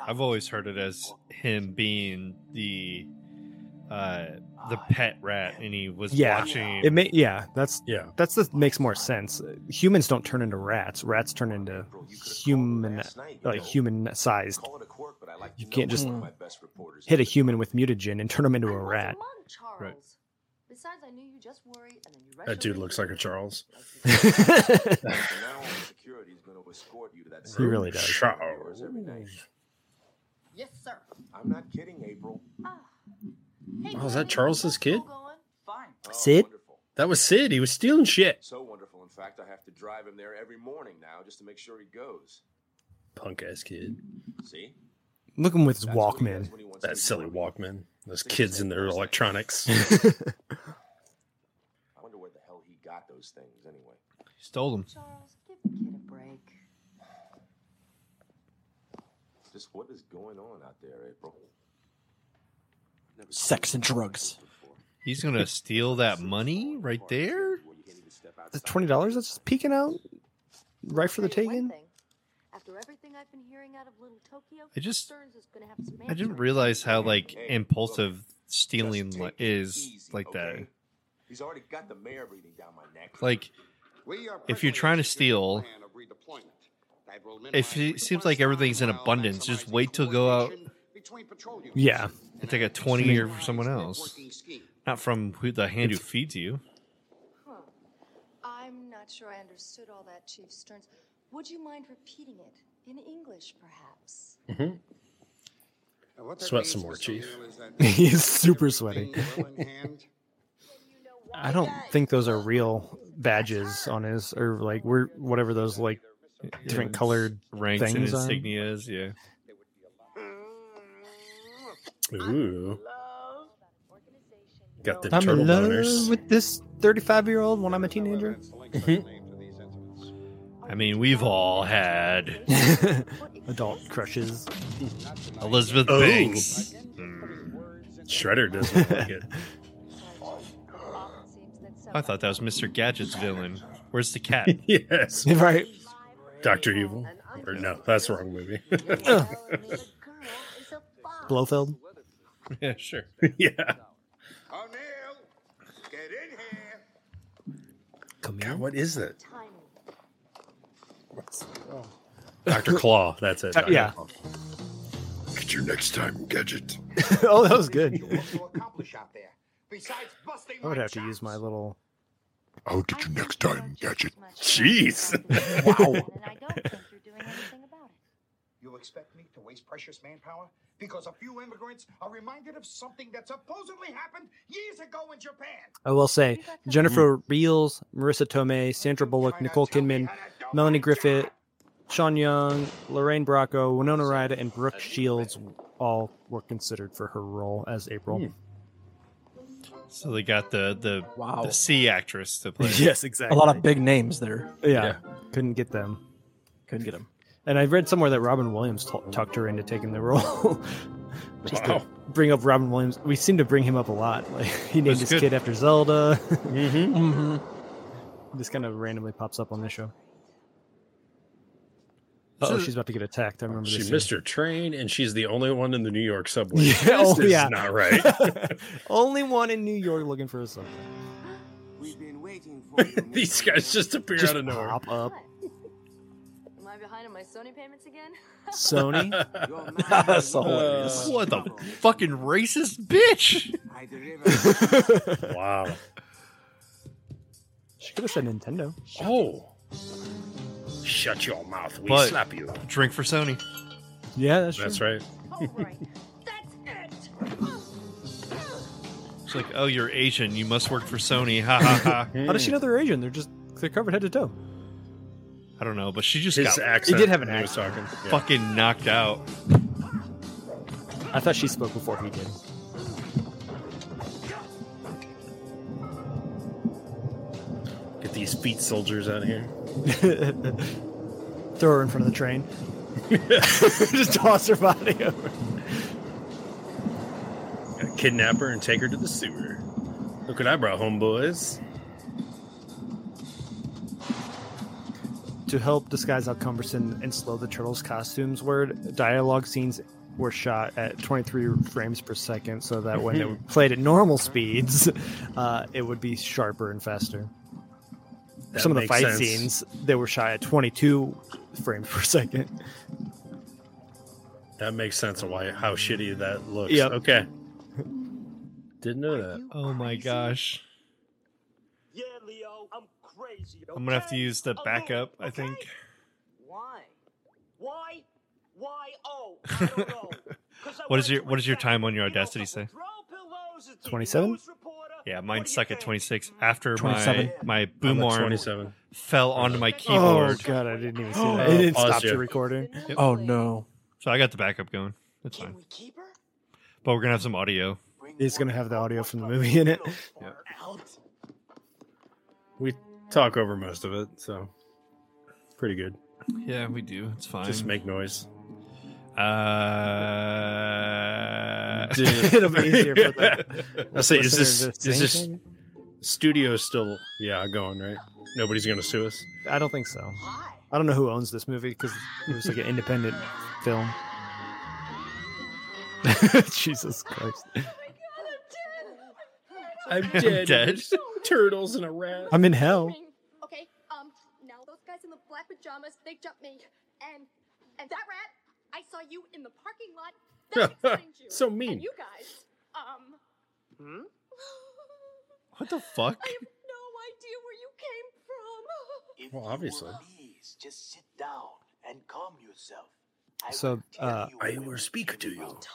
[SPEAKER 2] I've always heard it as him being the uh the pet rat and he was
[SPEAKER 3] Yeah.
[SPEAKER 2] watching
[SPEAKER 3] It may, yeah, that's
[SPEAKER 1] Yeah.
[SPEAKER 3] that's the makes more sense. Humans don't turn into rats. Rats turn into human, like human sized. You can't just Mm. hit a human with mutagen and turn them into a rat.
[SPEAKER 2] Right.
[SPEAKER 9] Besides, I knew you just worry, and then you rush
[SPEAKER 1] That dude
[SPEAKER 9] over
[SPEAKER 1] looks
[SPEAKER 9] to
[SPEAKER 1] like a
[SPEAKER 9] me.
[SPEAKER 1] Charles.
[SPEAKER 3] He really does.
[SPEAKER 1] Charles.
[SPEAKER 9] yes, sir.
[SPEAKER 4] I'm not kidding, April.
[SPEAKER 9] Hey,
[SPEAKER 1] Oh, is that
[SPEAKER 9] Granny,
[SPEAKER 1] Charles's kid?
[SPEAKER 9] still going?
[SPEAKER 4] Fine.
[SPEAKER 6] Oh.
[SPEAKER 3] Sid?
[SPEAKER 1] That was Sid. He was stealing shit.
[SPEAKER 4] So wonderful, in fact, I have to drive him there every morning now just to make sure he goes.
[SPEAKER 1] Punk ass kid.
[SPEAKER 4] See?
[SPEAKER 3] Look him with his
[SPEAKER 4] That's what he does
[SPEAKER 3] Walkman.
[SPEAKER 4] when he wants to
[SPEAKER 1] That
[SPEAKER 4] be
[SPEAKER 1] silly
[SPEAKER 4] bored.
[SPEAKER 1] Walkman. Those kids and their electronics.
[SPEAKER 4] I wonder where the hell he got those things anyway.
[SPEAKER 2] stole him.
[SPEAKER 9] Charles, give the kid a break.
[SPEAKER 4] Just what is going on out there, April?
[SPEAKER 5] Sex and drugs.
[SPEAKER 2] He's gonna steal that money right there?
[SPEAKER 3] The twenty dollars that's just peeking out, right for the
[SPEAKER 9] Tell you one
[SPEAKER 3] taking.
[SPEAKER 9] thing, After everything I've been hearing out of Little Tokyo,
[SPEAKER 2] I just-
[SPEAKER 9] Stearns is gonna have his
[SPEAKER 2] I didn't
[SPEAKER 9] mansion.
[SPEAKER 2] realize how like
[SPEAKER 4] Hey,
[SPEAKER 2] impulsive stealing
[SPEAKER 4] Just
[SPEAKER 2] li-
[SPEAKER 4] take it
[SPEAKER 2] is
[SPEAKER 4] easy,
[SPEAKER 2] like that.
[SPEAKER 4] okay? He's already got the mayor breathing down my neck.
[SPEAKER 2] Like
[SPEAKER 4] if you're trying to steal,
[SPEAKER 2] if it seems like everything's in abundance, just wait till go out
[SPEAKER 3] Yeah,
[SPEAKER 2] and take a twenty year from someone else, not from who the hand who feeds you.
[SPEAKER 9] Huh. I'm not sure I understood all that, Chief Stearns. Would you mind repeating it in English, perhaps?
[SPEAKER 1] Sweat some more, Chief.
[SPEAKER 3] he's super sweaty. I don't think those are real badges on his or like we're whatever those like different
[SPEAKER 2] Yeah.
[SPEAKER 3] colored
[SPEAKER 2] ranks and
[SPEAKER 3] things on.
[SPEAKER 2] insignias. Yeah,
[SPEAKER 1] Ooh. Got the
[SPEAKER 3] I'm
[SPEAKER 1] turtle
[SPEAKER 3] in love
[SPEAKER 1] boners.
[SPEAKER 3] with this 35 year old when I'm a teenager.
[SPEAKER 2] I mean we've all had
[SPEAKER 3] Adult crushes.
[SPEAKER 2] Elizabeth
[SPEAKER 1] Oh.
[SPEAKER 2] Banks.
[SPEAKER 3] Hmm.
[SPEAKER 1] Shredder doesn't like it.
[SPEAKER 2] I thought that was Mr. Gadget's villain. Where's the cat?
[SPEAKER 1] Yes.
[SPEAKER 3] Right.
[SPEAKER 1] Dr. Evil. Or no, that's the wrong movie.
[SPEAKER 3] Blofeld.
[SPEAKER 2] yeah, sure.
[SPEAKER 1] yeah.
[SPEAKER 4] get in here.
[SPEAKER 3] Come
[SPEAKER 1] God, what is it?
[SPEAKER 9] Tiny.
[SPEAKER 1] Dr. Claw. That's it. Dr.
[SPEAKER 3] yeah.
[SPEAKER 1] Claw. Get your next time, Gadget.
[SPEAKER 3] oh, that was good.
[SPEAKER 4] What to accomplish out there? Besides busting
[SPEAKER 3] I would have to use my little.
[SPEAKER 9] I'll get you next time, Gadget.
[SPEAKER 1] Jeez.
[SPEAKER 9] wow. And I don't think you're doing anything about it.
[SPEAKER 10] You expect me to waste precious manpower because a few immigrants are reminded of something that supposedly happened years ago in Japan?
[SPEAKER 3] I will say Jennifer
[SPEAKER 1] Mm.
[SPEAKER 3] Reels, Marissa Tomei, Sandra Bullock, Nicole Kidman, Melanie Griffith, Sean Young, Lorraine Bracco, Winona Ryder, and Brooke Shields all were considered for her role as April.
[SPEAKER 1] Hmm.
[SPEAKER 2] So they got the the
[SPEAKER 5] Wow.
[SPEAKER 2] the C actress to play.
[SPEAKER 3] Yes,
[SPEAKER 5] A
[SPEAKER 3] exactly.
[SPEAKER 5] lot of big names there.
[SPEAKER 3] Yeah, couldn't get them.
[SPEAKER 5] Couldn't get him.
[SPEAKER 3] And I read somewhere that Robin Williams t- talked her into taking the role. Just to bring up Robin Williams. We seem to bring him up a lot. Like he named
[SPEAKER 2] That's
[SPEAKER 3] his
[SPEAKER 2] good.
[SPEAKER 3] kid after Zelda.
[SPEAKER 5] Mm-hmm. mm-hmm.
[SPEAKER 3] this kind of randomly pops up on this show.
[SPEAKER 2] So-
[SPEAKER 3] Oh, she's about to get attacked. I remember
[SPEAKER 1] She
[SPEAKER 3] this scene.
[SPEAKER 1] missed her train, and she's the only one in the New York subway.
[SPEAKER 3] Yeah,
[SPEAKER 1] this
[SPEAKER 3] oh,
[SPEAKER 1] is
[SPEAKER 3] yeah.
[SPEAKER 1] not right.
[SPEAKER 3] Only one in New York looking for a son.
[SPEAKER 6] We've been waiting for you.
[SPEAKER 1] These guys just appear
[SPEAKER 3] Just
[SPEAKER 1] out of nowhere.
[SPEAKER 3] pop up.
[SPEAKER 9] Am I behind on my Sony payments again?
[SPEAKER 3] Sony.
[SPEAKER 5] That's hilarious.
[SPEAKER 2] what the fucking racist bitch?
[SPEAKER 6] I deliver.
[SPEAKER 1] Wow.
[SPEAKER 3] she could have said Nintendo.
[SPEAKER 1] Oh. Shut your mouth. We
[SPEAKER 2] But-
[SPEAKER 1] slap you.
[SPEAKER 2] Drink for Sony.
[SPEAKER 3] Yeah, that's,
[SPEAKER 1] That's
[SPEAKER 3] true.
[SPEAKER 1] right.
[SPEAKER 9] All Oh, right. That's it.
[SPEAKER 2] It's like, oh, you're Asian. You must work for Sony. Ha ha ha.
[SPEAKER 3] How does she know they're Asian? They're just they're covered head to toe.
[SPEAKER 2] I don't know, but she just
[SPEAKER 1] His
[SPEAKER 2] got
[SPEAKER 1] accent.
[SPEAKER 3] did have an
[SPEAKER 1] when he was talking. Yeah.
[SPEAKER 2] fucking knocked out.
[SPEAKER 3] I thought she spoke before he did.
[SPEAKER 1] Get these feet soldiers out of here.
[SPEAKER 3] Throw her in front of the train. just toss her body over.
[SPEAKER 1] Gotta Kidnap her and take her to the sewer. Look what I brought home, boys.
[SPEAKER 3] To help disguise how cumbersome and slow the turtles' costumes were, dialogue scenes were shot at 23 frames per second, so that when they were played at normal speeds, uh, it would be sharper and faster.
[SPEAKER 1] That
[SPEAKER 3] Some of the
[SPEAKER 1] makes
[SPEAKER 3] fight
[SPEAKER 1] sense.
[SPEAKER 3] scenes they were shot at 22 frames per second.
[SPEAKER 1] That makes sense of why how shitty that looks.
[SPEAKER 3] Yep.
[SPEAKER 1] Okay. Didn't know that.
[SPEAKER 2] Oh my gosh.
[SPEAKER 7] Yeah, Leo, I'm crazy.
[SPEAKER 2] I'm gonna have to
[SPEAKER 7] okay?
[SPEAKER 2] use the
[SPEAKER 7] I'll do
[SPEAKER 2] backup,
[SPEAKER 7] it,
[SPEAKER 2] I think.
[SPEAKER 7] okay? Why? Why? Why? Oh, I don't know. 'Cause I
[SPEAKER 2] What is
[SPEAKER 7] wanted
[SPEAKER 2] your-
[SPEAKER 7] to
[SPEAKER 2] what does your
[SPEAKER 7] respect,
[SPEAKER 2] time on your
[SPEAKER 7] you know,
[SPEAKER 2] Audacity
[SPEAKER 7] but
[SPEAKER 2] say?
[SPEAKER 7] throw pillows at the
[SPEAKER 3] 27?
[SPEAKER 7] news reporter.
[SPEAKER 2] Yeah,
[SPEAKER 7] What
[SPEAKER 2] mine
[SPEAKER 7] do you
[SPEAKER 2] stuck at
[SPEAKER 7] think? Hmm?
[SPEAKER 2] 26 after
[SPEAKER 3] 27?
[SPEAKER 2] my my
[SPEAKER 1] I'm
[SPEAKER 2] boom
[SPEAKER 1] at
[SPEAKER 2] arm
[SPEAKER 1] 27.
[SPEAKER 2] fell onto my keyboard.
[SPEAKER 3] Oh god, I didn't even see
[SPEAKER 5] Oh,
[SPEAKER 3] that. it didn't
[SPEAKER 1] paused
[SPEAKER 3] stop
[SPEAKER 1] you.
[SPEAKER 3] the recording.
[SPEAKER 5] Oh no.
[SPEAKER 2] So I got the backup going. That's
[SPEAKER 6] Can
[SPEAKER 2] fine.
[SPEAKER 6] we keep her?
[SPEAKER 2] But we're gonna have some audio.
[SPEAKER 6] Bring
[SPEAKER 3] It's gonna
[SPEAKER 6] one
[SPEAKER 3] have the audio
[SPEAKER 6] up
[SPEAKER 3] from the
[SPEAKER 6] from
[SPEAKER 3] movie in it.
[SPEAKER 6] middle far out.
[SPEAKER 1] We talk over most of it, so pretty good.
[SPEAKER 2] Yeah, we do. It's fine.
[SPEAKER 1] Just make noise.
[SPEAKER 2] uh
[SPEAKER 3] It'll be easier for the
[SPEAKER 1] I say, is this
[SPEAKER 3] listener to
[SPEAKER 1] is this
[SPEAKER 3] sync,
[SPEAKER 1] studio still? Yeah, going right. Nobody's gonna sue us.
[SPEAKER 3] maybe? I don't think so.
[SPEAKER 6] Hi.
[SPEAKER 3] I don't know who owns this movie because it was like an independent film. Jesus Christ.
[SPEAKER 9] Oh
[SPEAKER 1] I'm
[SPEAKER 2] dead. dead.
[SPEAKER 1] Turtles and a rat.
[SPEAKER 3] I'm in hell.
[SPEAKER 9] Okay, um, now those guys in the black pajamas, they jumped me. And and that rat, I saw you in the parking lot. That explains you.
[SPEAKER 1] So mean.
[SPEAKER 9] And you guys, um,
[SPEAKER 2] What the fuck?
[SPEAKER 9] I have no idea where you came from.
[SPEAKER 6] If
[SPEAKER 1] Well,
[SPEAKER 6] you will
[SPEAKER 1] obviously.
[SPEAKER 6] Please just sit down and calm yourself. I
[SPEAKER 3] So,
[SPEAKER 6] will tell
[SPEAKER 3] uh,
[SPEAKER 6] you
[SPEAKER 1] I
[SPEAKER 6] when
[SPEAKER 1] will speak to you.
[SPEAKER 9] Talks.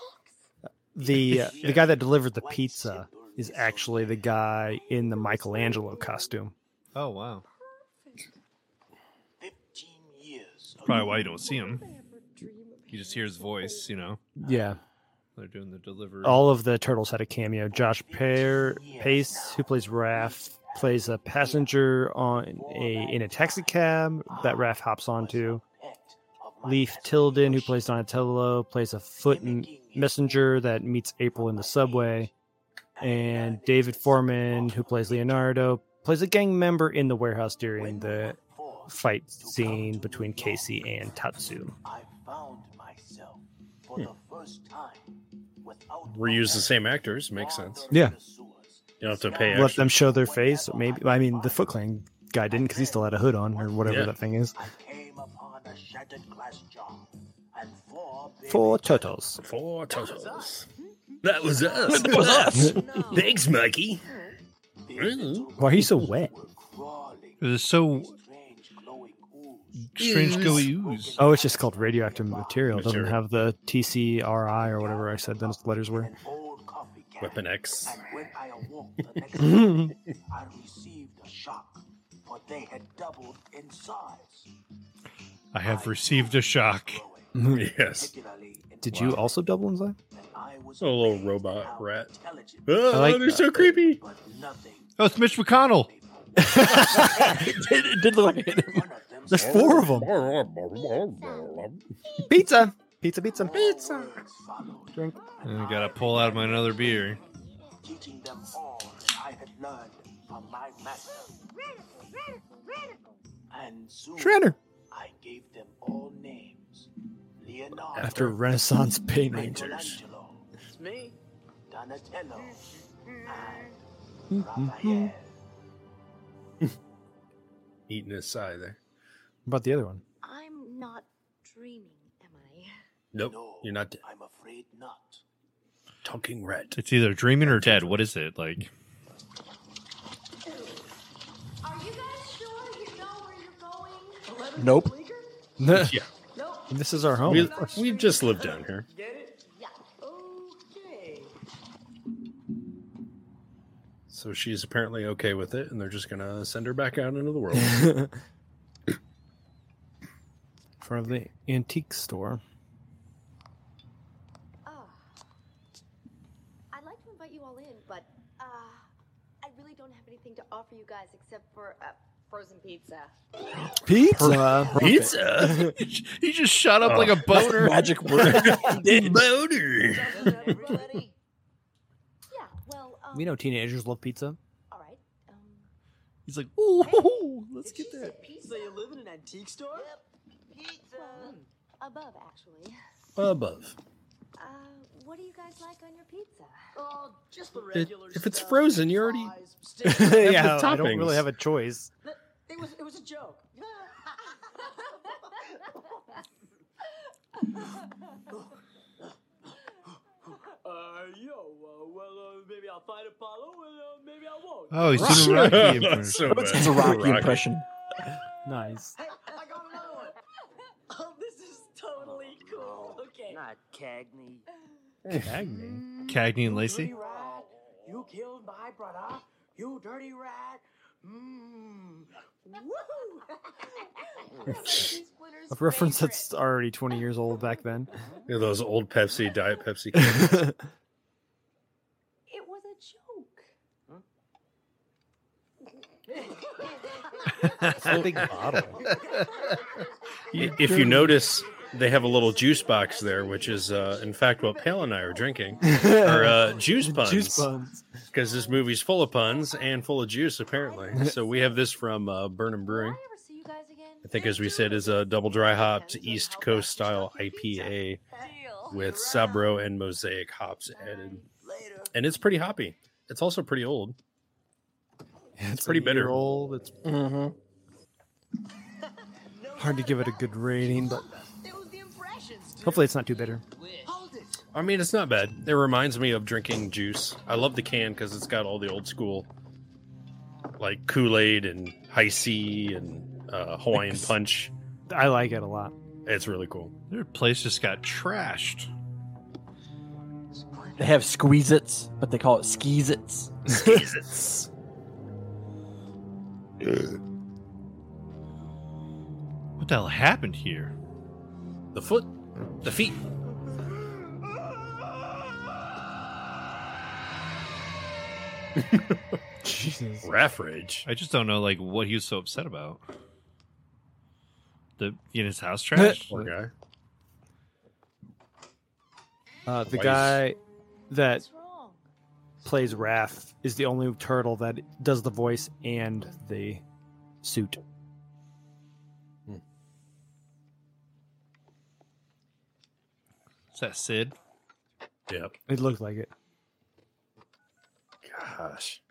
[SPEAKER 3] The uh, the guy that delivered the pizza is actually the guy in the Michelangelo costume.
[SPEAKER 2] Oh wow.
[SPEAKER 6] Fifteen years. of
[SPEAKER 2] Probably why you don't see him.
[SPEAKER 9] Would I ever dream of
[SPEAKER 2] You just
[SPEAKER 9] him?
[SPEAKER 2] hear his voice, you know.
[SPEAKER 3] Yeah.
[SPEAKER 2] They're doing the delivery.
[SPEAKER 3] All of the turtles had a cameo. Josh Pear, Pace, who plays Raph, plays a passenger on a in a taxi cab that Raph hops onto.
[SPEAKER 6] pet of my
[SPEAKER 3] Leaf
[SPEAKER 6] best
[SPEAKER 3] Tilden, who
[SPEAKER 6] friend.
[SPEAKER 3] plays Donatello, plays a foot m- messenger that meets April in the subway. And David Foreman, who plays Leonardo, plays a gang member in the warehouse during
[SPEAKER 6] When
[SPEAKER 3] the
[SPEAKER 6] forced
[SPEAKER 3] fight
[SPEAKER 6] to come
[SPEAKER 3] scene
[SPEAKER 6] to
[SPEAKER 3] between
[SPEAKER 6] New
[SPEAKER 3] Casey
[SPEAKER 6] York,
[SPEAKER 3] and Tatsu.
[SPEAKER 6] I found myself for the first time without
[SPEAKER 1] Reuse the
[SPEAKER 6] my
[SPEAKER 1] same actors. Makes
[SPEAKER 6] father
[SPEAKER 1] sense.
[SPEAKER 6] in
[SPEAKER 3] Yeah.
[SPEAKER 6] the sewers.
[SPEAKER 1] You don't have to pay extra.
[SPEAKER 6] Now
[SPEAKER 3] Let them show their face. Maybe I mean the Foot Clan guy didn't because he still had a hood on or whatever
[SPEAKER 1] Yeah.
[SPEAKER 3] that thing is.
[SPEAKER 6] I came upon a shattered glass jar and four baby
[SPEAKER 3] Four turtles.
[SPEAKER 1] Four turtles. That was us. That was us. Thanks, Mikey.
[SPEAKER 6] baby
[SPEAKER 1] Really?
[SPEAKER 3] Why are you so wet?
[SPEAKER 6] were crawling
[SPEAKER 2] It is so
[SPEAKER 6] strange glowing ooze
[SPEAKER 2] strange go
[SPEAKER 3] Is-
[SPEAKER 2] ooze.
[SPEAKER 3] Oh, it's just called radioactive material. It doesn't
[SPEAKER 1] Material.
[SPEAKER 3] have the TCRI or whatever I said those letters were.
[SPEAKER 1] Weapon X.
[SPEAKER 6] When I awoke the next morning, I received a shock, for they had doubled in size.
[SPEAKER 2] I have received a shock.
[SPEAKER 1] yes.
[SPEAKER 3] Did you also Oh, double in size?
[SPEAKER 1] A little robot rat.
[SPEAKER 3] I
[SPEAKER 1] Oh,
[SPEAKER 3] like
[SPEAKER 1] they're so creepy.
[SPEAKER 2] Oh, it's Mitch McConnell.
[SPEAKER 5] it, did, it did look like it.
[SPEAKER 3] There's four of them. Pizza, pizza, pizza, pizza. Drink.
[SPEAKER 2] I gotta pull out my another beer.
[SPEAKER 6] Teaching them all that I had learned from my master. And soon
[SPEAKER 3] Shredder.
[SPEAKER 6] I gave them all names. Leonardo,
[SPEAKER 3] After Renaissance paint rangers.
[SPEAKER 6] Michelangelo, it's me, Donatello,
[SPEAKER 1] Mm-hmm.
[SPEAKER 6] and Raphael.
[SPEAKER 1] Eating his side there.
[SPEAKER 3] What about the other one?
[SPEAKER 9] I'm not dreaming, am I?
[SPEAKER 1] Nope.
[SPEAKER 6] No,
[SPEAKER 1] You're not
[SPEAKER 6] I'm afraid not.
[SPEAKER 1] talking rat.
[SPEAKER 2] It's either dreaming or dead. What is it like?
[SPEAKER 9] Are you guys sure you know where you're going?
[SPEAKER 5] Nope.
[SPEAKER 1] Yeah.
[SPEAKER 3] This is our home.
[SPEAKER 1] we,
[SPEAKER 3] of course.
[SPEAKER 1] we just live down here.
[SPEAKER 9] Yeah. Okay.
[SPEAKER 1] So she's apparently okay with it, and they're just going to send her back out into the world.
[SPEAKER 3] In front of the antique store.
[SPEAKER 9] Oh. I'd like to invite you all in, but uh, I really don't have anything to offer you guys except for uh, frozen pizza.
[SPEAKER 3] Pizza.
[SPEAKER 1] Pizza.
[SPEAKER 2] He just shot
[SPEAKER 1] Oh.
[SPEAKER 2] up like a boner.
[SPEAKER 5] Magic word.
[SPEAKER 1] Boner.
[SPEAKER 9] Everybody? yeah. Well. Um,
[SPEAKER 3] We know teenagers love pizza.
[SPEAKER 9] All right. Um,
[SPEAKER 2] He's like, ooh, let's
[SPEAKER 7] Did
[SPEAKER 2] get
[SPEAKER 7] she
[SPEAKER 2] that.
[SPEAKER 7] say pizza? So you live in an antique store?
[SPEAKER 9] Pizza. above, actually.
[SPEAKER 1] Above.
[SPEAKER 9] Uh, what do you guys like on your pizza?
[SPEAKER 7] Oh, just the
[SPEAKER 1] It-
[SPEAKER 7] regular
[SPEAKER 1] if it's
[SPEAKER 7] stuff,
[SPEAKER 1] frozen, you already-
[SPEAKER 7] fries, steak.
[SPEAKER 1] Yeah,
[SPEAKER 3] I don't
[SPEAKER 1] toppings.
[SPEAKER 3] really have a choice.
[SPEAKER 7] it was it was a joke. Uh, yo, uh, well, uh, maybe I'll find Apollo, and uh, maybe I won't.
[SPEAKER 2] Oh, he's doing a Rocky impression.
[SPEAKER 1] So bad.
[SPEAKER 5] It's a Rocky impression.
[SPEAKER 3] Nice.
[SPEAKER 7] Hey, I got another one. Oh, this is totally cool. Okay.
[SPEAKER 6] Not Cagney.
[SPEAKER 3] Cagney.
[SPEAKER 2] Cagney and
[SPEAKER 7] Dirty
[SPEAKER 2] Lacey.
[SPEAKER 7] rat, you killed my brother. You dirty rat. Mmm. Woo!
[SPEAKER 3] A reference that's already 20 years old back then.
[SPEAKER 1] Yeah, those old Pepsi, Diet Pepsi. cans.
[SPEAKER 9] It was a joke.
[SPEAKER 3] big bottle.
[SPEAKER 1] if you notice, they have a little juice box there, which is, uh, in fact, what Pal and I are drinking. Or uh, juice puns.
[SPEAKER 3] Juice buns.
[SPEAKER 1] because this movie's full of puns and full of juice apparently so we have this from uh, burnham
[SPEAKER 9] Will I
[SPEAKER 1] brewing
[SPEAKER 9] ever see you guys again?
[SPEAKER 1] i think as we said is a double dry hopped east coast style ipa
[SPEAKER 9] Deal.
[SPEAKER 1] with sabro and mosaic hops added
[SPEAKER 7] Later.
[SPEAKER 1] and it's pretty hoppy it's also pretty old
[SPEAKER 3] It's
[SPEAKER 1] pretty
[SPEAKER 3] a year
[SPEAKER 1] bitter.
[SPEAKER 3] Old. It's
[SPEAKER 5] hmm
[SPEAKER 3] hard to give it a good rating, but
[SPEAKER 7] It was the impressions. Dude.
[SPEAKER 3] hopefully it's not too bitter.
[SPEAKER 7] Hold it.
[SPEAKER 1] i mean it's not bad it reminds me of drinking juice i love the can because it's got all the old school like kool-aid and high c and uh, hawaiian punch
[SPEAKER 3] I like it a lot.
[SPEAKER 1] it's really cool
[SPEAKER 2] Their place just got trashed.
[SPEAKER 5] They have squeezits, but they call it skeezits.
[SPEAKER 1] Jesus.
[SPEAKER 2] What the hell happened here?
[SPEAKER 1] the foot the feet
[SPEAKER 3] Jesus.
[SPEAKER 1] Raffridge.
[SPEAKER 2] I just don't know like what he was so upset about. The in his house trashed.
[SPEAKER 1] Poor guy.
[SPEAKER 3] Uh, the
[SPEAKER 1] Why is-
[SPEAKER 3] guy that
[SPEAKER 9] What's wrong?
[SPEAKER 3] plays Raph is the only turtle that does the voice and the suit.
[SPEAKER 2] Is that Sid?
[SPEAKER 1] Yep.
[SPEAKER 3] It looked like it.
[SPEAKER 1] Gosh.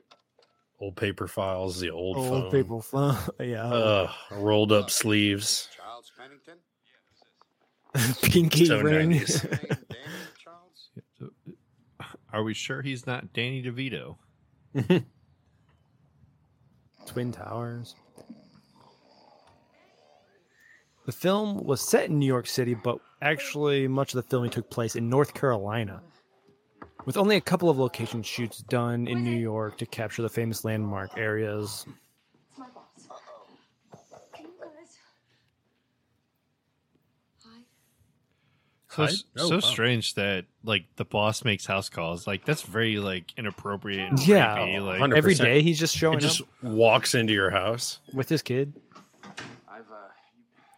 [SPEAKER 1] Old paper files, the old,
[SPEAKER 3] Old
[SPEAKER 1] phone.
[SPEAKER 3] people phone. Uh, yeah.
[SPEAKER 1] Ugh, rolled up sleeves.
[SPEAKER 4] Charles Pennington?
[SPEAKER 3] Pinky
[SPEAKER 1] so
[SPEAKER 3] ring.
[SPEAKER 1] 90s.
[SPEAKER 4] Charles?
[SPEAKER 2] Are we sure he's not Danny DeVito?
[SPEAKER 3] Twin Towers. The film was set in New York City, but actually, much of the filming took place in North Carolina, with only a couple of location shoots done in New York to capture the famous landmark areas.
[SPEAKER 9] It's my boss. Can you guys? Hi.
[SPEAKER 2] So,
[SPEAKER 1] Hi. Oh,
[SPEAKER 2] so
[SPEAKER 1] wow.
[SPEAKER 2] strange that like the boss makes house calls. Like that's very like inappropriate. And
[SPEAKER 3] Yeah,
[SPEAKER 2] creepy. like
[SPEAKER 1] 100%.
[SPEAKER 3] Every day he's just
[SPEAKER 1] It
[SPEAKER 3] showing
[SPEAKER 1] just
[SPEAKER 3] up
[SPEAKER 1] walks into your house.
[SPEAKER 3] with his kid.
[SPEAKER 4] I've uh,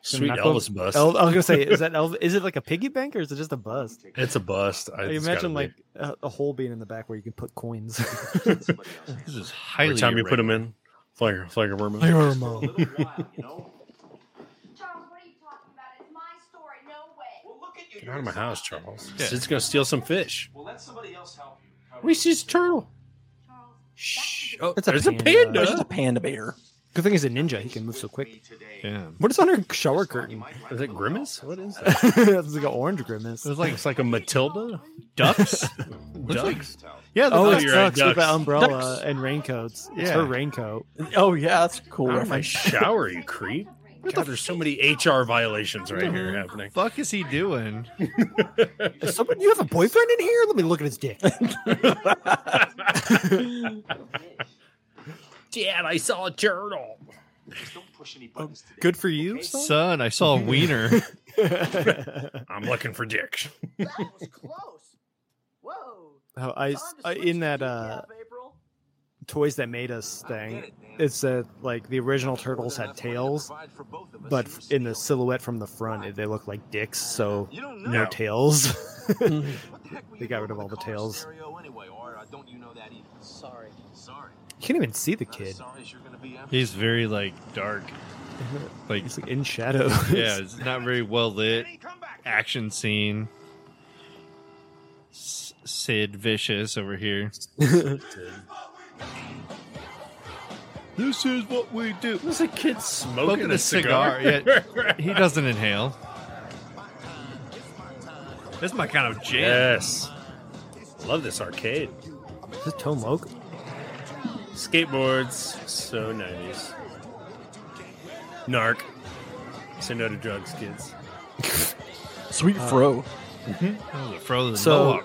[SPEAKER 1] Sweet
[SPEAKER 3] Knuckle-
[SPEAKER 1] Elvis bust.
[SPEAKER 3] El- I was gonna say, is that Elvis? Is it like a piggy bank or is it just a bust?
[SPEAKER 1] it's a bust. I,
[SPEAKER 3] I
[SPEAKER 1] it's
[SPEAKER 3] imagine
[SPEAKER 1] gotta
[SPEAKER 3] like a, a hole being in the back where you can put coins.
[SPEAKER 4] somebody else.
[SPEAKER 2] this is
[SPEAKER 1] be.
[SPEAKER 2] highly.
[SPEAKER 1] every time you put
[SPEAKER 2] irregular.
[SPEAKER 1] them in, flagger, flagger worm.
[SPEAKER 4] For a little while, you know.
[SPEAKER 9] Charles, what are you talking about? It's my story. No way.
[SPEAKER 4] Well, look at you.
[SPEAKER 1] Get out of my house, Charles.
[SPEAKER 2] Yeah.
[SPEAKER 1] Sid's gonna steal some fish.
[SPEAKER 4] Well, let somebody else help you.
[SPEAKER 1] Reese's turtle.
[SPEAKER 9] Charles,
[SPEAKER 1] Shh. Oh,
[SPEAKER 3] That's a
[SPEAKER 1] there's a
[SPEAKER 3] panda.
[SPEAKER 1] panda.
[SPEAKER 5] It's just a panda bear.
[SPEAKER 3] Good thing he's a ninja; he can move so quick.
[SPEAKER 2] Yeah,
[SPEAKER 3] What is on her shower curtain?
[SPEAKER 1] Is it grimace? What is that?
[SPEAKER 3] it's like an orange grimace.
[SPEAKER 2] it was like
[SPEAKER 1] It's like a Matilda.
[SPEAKER 2] ducks.
[SPEAKER 1] Ducks.
[SPEAKER 2] yeah, the
[SPEAKER 3] Oh,
[SPEAKER 1] ducks.
[SPEAKER 3] it's
[SPEAKER 1] You're right,
[SPEAKER 3] ducks with
[SPEAKER 1] ducks.
[SPEAKER 3] the umbrella
[SPEAKER 1] Ducks.
[SPEAKER 3] and raincoats. It's
[SPEAKER 2] Yeah.
[SPEAKER 3] her raincoat.
[SPEAKER 5] Oh yeah, that's a cool
[SPEAKER 1] Out of my
[SPEAKER 5] reference.
[SPEAKER 1] shower, you creep. God, there's so many HR violations right here happening.
[SPEAKER 2] fuck is he doing?
[SPEAKER 3] Is someone, you have a boyfriend in here? Let me look at his dick.
[SPEAKER 1] Dad, I saw a turtle.
[SPEAKER 4] Don't push any buttons today.
[SPEAKER 3] Good for you. Son?
[SPEAKER 2] Son, I saw a wiener.
[SPEAKER 1] I'm looking for Dick.
[SPEAKER 7] That was close. Whoa.
[SPEAKER 3] Oh, I
[SPEAKER 7] time to
[SPEAKER 3] uh,
[SPEAKER 7] switch
[SPEAKER 3] in that
[SPEAKER 7] the
[SPEAKER 3] uh,
[SPEAKER 7] decaf, April.
[SPEAKER 3] toys that made us
[SPEAKER 4] I
[SPEAKER 3] thing.
[SPEAKER 4] get it, man.
[SPEAKER 3] It said like the original turtles had tails, but f- in the silhouette from the front, it- they look like dicks. So
[SPEAKER 4] you don't know.
[SPEAKER 3] no tails. Mm-hmm.
[SPEAKER 4] What the heck were
[SPEAKER 3] They
[SPEAKER 4] you
[SPEAKER 3] got
[SPEAKER 4] doing
[SPEAKER 3] rid of
[SPEAKER 4] with
[SPEAKER 3] all the
[SPEAKER 4] color
[SPEAKER 3] tails.
[SPEAKER 4] stereo Anyway, or uh, don't you know that either?
[SPEAKER 11] Sorry.
[SPEAKER 4] Sorry.
[SPEAKER 3] You can't even see the
[SPEAKER 4] Not as
[SPEAKER 3] kid.
[SPEAKER 4] sorry as you're gonna be after.
[SPEAKER 2] He's very like dark. Like
[SPEAKER 3] He's like in shadow.
[SPEAKER 2] yeah, it's not very well lit.
[SPEAKER 4] Hey, come back.
[SPEAKER 2] Action scene. S- Sid Vicious over here. This is what we do.
[SPEAKER 1] There's a kid smoking,
[SPEAKER 2] Smoking a cigar, yeah. He doesn't inhale. That's my kind of jam.
[SPEAKER 1] yes. Love this arcade.
[SPEAKER 3] Is it Tom Oak?
[SPEAKER 1] Skateboards. So 90s. Narc. Say no to drugs, kids.
[SPEAKER 5] Sweet fro.
[SPEAKER 2] Oh, the frozen
[SPEAKER 3] So-
[SPEAKER 2] Mohawk.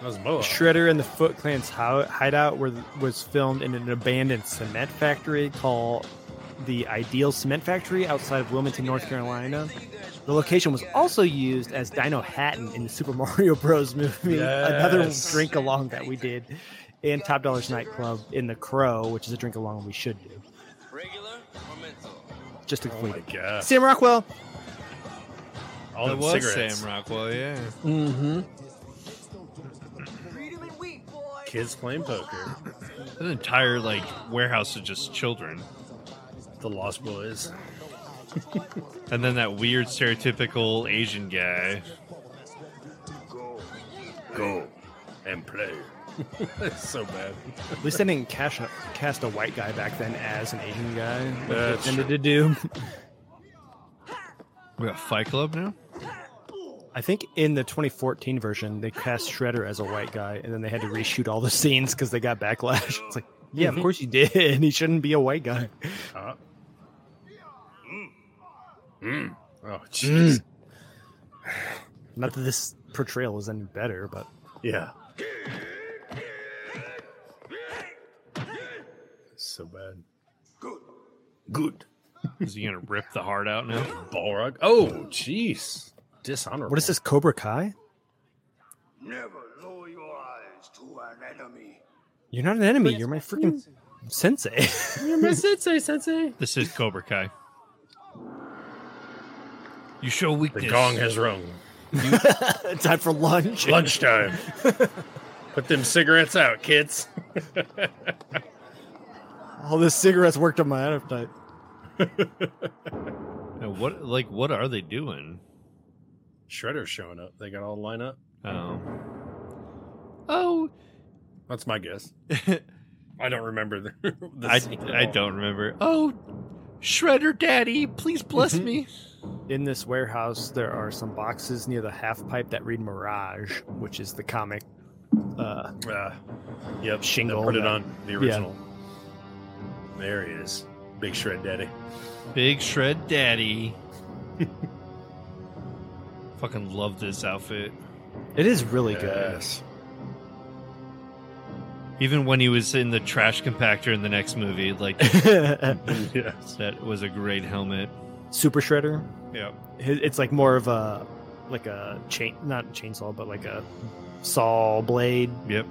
[SPEAKER 1] That was Mohawk.
[SPEAKER 3] Shredder and the Foot Clan's hi- hideout were, was filmed in an abandoned cement factory called the Ideal Cement Factory outside of Wilmington, North Carolina. The location was also used as Dino Hatton in the Super Mario Bros. movie, another
[SPEAKER 1] Yes.
[SPEAKER 3] drink along that we did, and Top Dollars Nightclub in The Crow, which is a drink along we should do.
[SPEAKER 11] Regular or mental?
[SPEAKER 3] Just to
[SPEAKER 1] Oh my
[SPEAKER 3] complete it.
[SPEAKER 1] god.
[SPEAKER 3] Sam Rockwell,
[SPEAKER 1] All
[SPEAKER 2] that
[SPEAKER 1] the
[SPEAKER 2] was
[SPEAKER 1] cigarettes.
[SPEAKER 2] Sam Rockwell, yeah.
[SPEAKER 5] Mm-hmm.
[SPEAKER 7] Read 'em and weep, boy.
[SPEAKER 1] Kids playing poker.
[SPEAKER 2] That entire like warehouse of just children.
[SPEAKER 1] The Lost Boys.
[SPEAKER 2] And then that weird stereotypical Asian guy.
[SPEAKER 1] Go and play. That's so bad.
[SPEAKER 3] at least I didn't cash a, cast a white guy back then as an Asian guy. like they
[SPEAKER 1] That's
[SPEAKER 3] tended to do.
[SPEAKER 2] We got Fight Club now?
[SPEAKER 3] I think in the 2014 version, they cast Shredder as a white guy, and then they had to reshoot all the scenes because they got backlash. It's like, yeah, of course you did. He shouldn't be a white guy.
[SPEAKER 1] Uh, mm. Oh, jeez.
[SPEAKER 3] Not that this portrayal is any better, but
[SPEAKER 1] Yeah. So bad. Good.
[SPEAKER 2] Is he gonna rip the heart out now?
[SPEAKER 1] Good. Balrog. Oh, jeez. Dishonorable.
[SPEAKER 3] what is this Cobra Kai?
[SPEAKER 6] Never lower your eyes to an enemy.
[SPEAKER 3] You're not an enemy. You're my freaking sensei.
[SPEAKER 1] You're my sensei, sensei.
[SPEAKER 2] This is Cobra Kai. You show
[SPEAKER 1] The
[SPEAKER 2] weakness.
[SPEAKER 1] gong has rung.
[SPEAKER 3] Time for lunch.
[SPEAKER 1] Lunchtime. Put them cigarettes out, kids.
[SPEAKER 3] All this cigarettes worked on my appetite.
[SPEAKER 2] Now, what like what are they doing?
[SPEAKER 1] Shredder's showing up. They got all line up.
[SPEAKER 2] Oh. Oh
[SPEAKER 1] That's my guess. I don't remember the, the
[SPEAKER 2] I,
[SPEAKER 1] scene at
[SPEAKER 2] I
[SPEAKER 1] all.
[SPEAKER 2] don't remember. Oh Shredder Daddy, please bless
[SPEAKER 3] Mhm.
[SPEAKER 2] me.
[SPEAKER 3] In this warehouse, there are some boxes near the half pipe that read Mirage, which is the comic. Uh,
[SPEAKER 1] Uh, yep. they
[SPEAKER 3] Shingle
[SPEAKER 1] Put it
[SPEAKER 3] that-
[SPEAKER 1] on the original. There he is. Big Shred Daddy.
[SPEAKER 2] Big Shred Daddy. Fucking love this outfit.
[SPEAKER 3] It is really
[SPEAKER 1] Yes.
[SPEAKER 2] Even when he was in the trash compactor in the next movie, like
[SPEAKER 3] good.
[SPEAKER 1] yes.
[SPEAKER 2] that was a great helmet.
[SPEAKER 3] Super Shredder.
[SPEAKER 2] Yeah.
[SPEAKER 3] It- It's like more of a like a chain, not chainsaw, but like a saw blade.
[SPEAKER 2] Yep.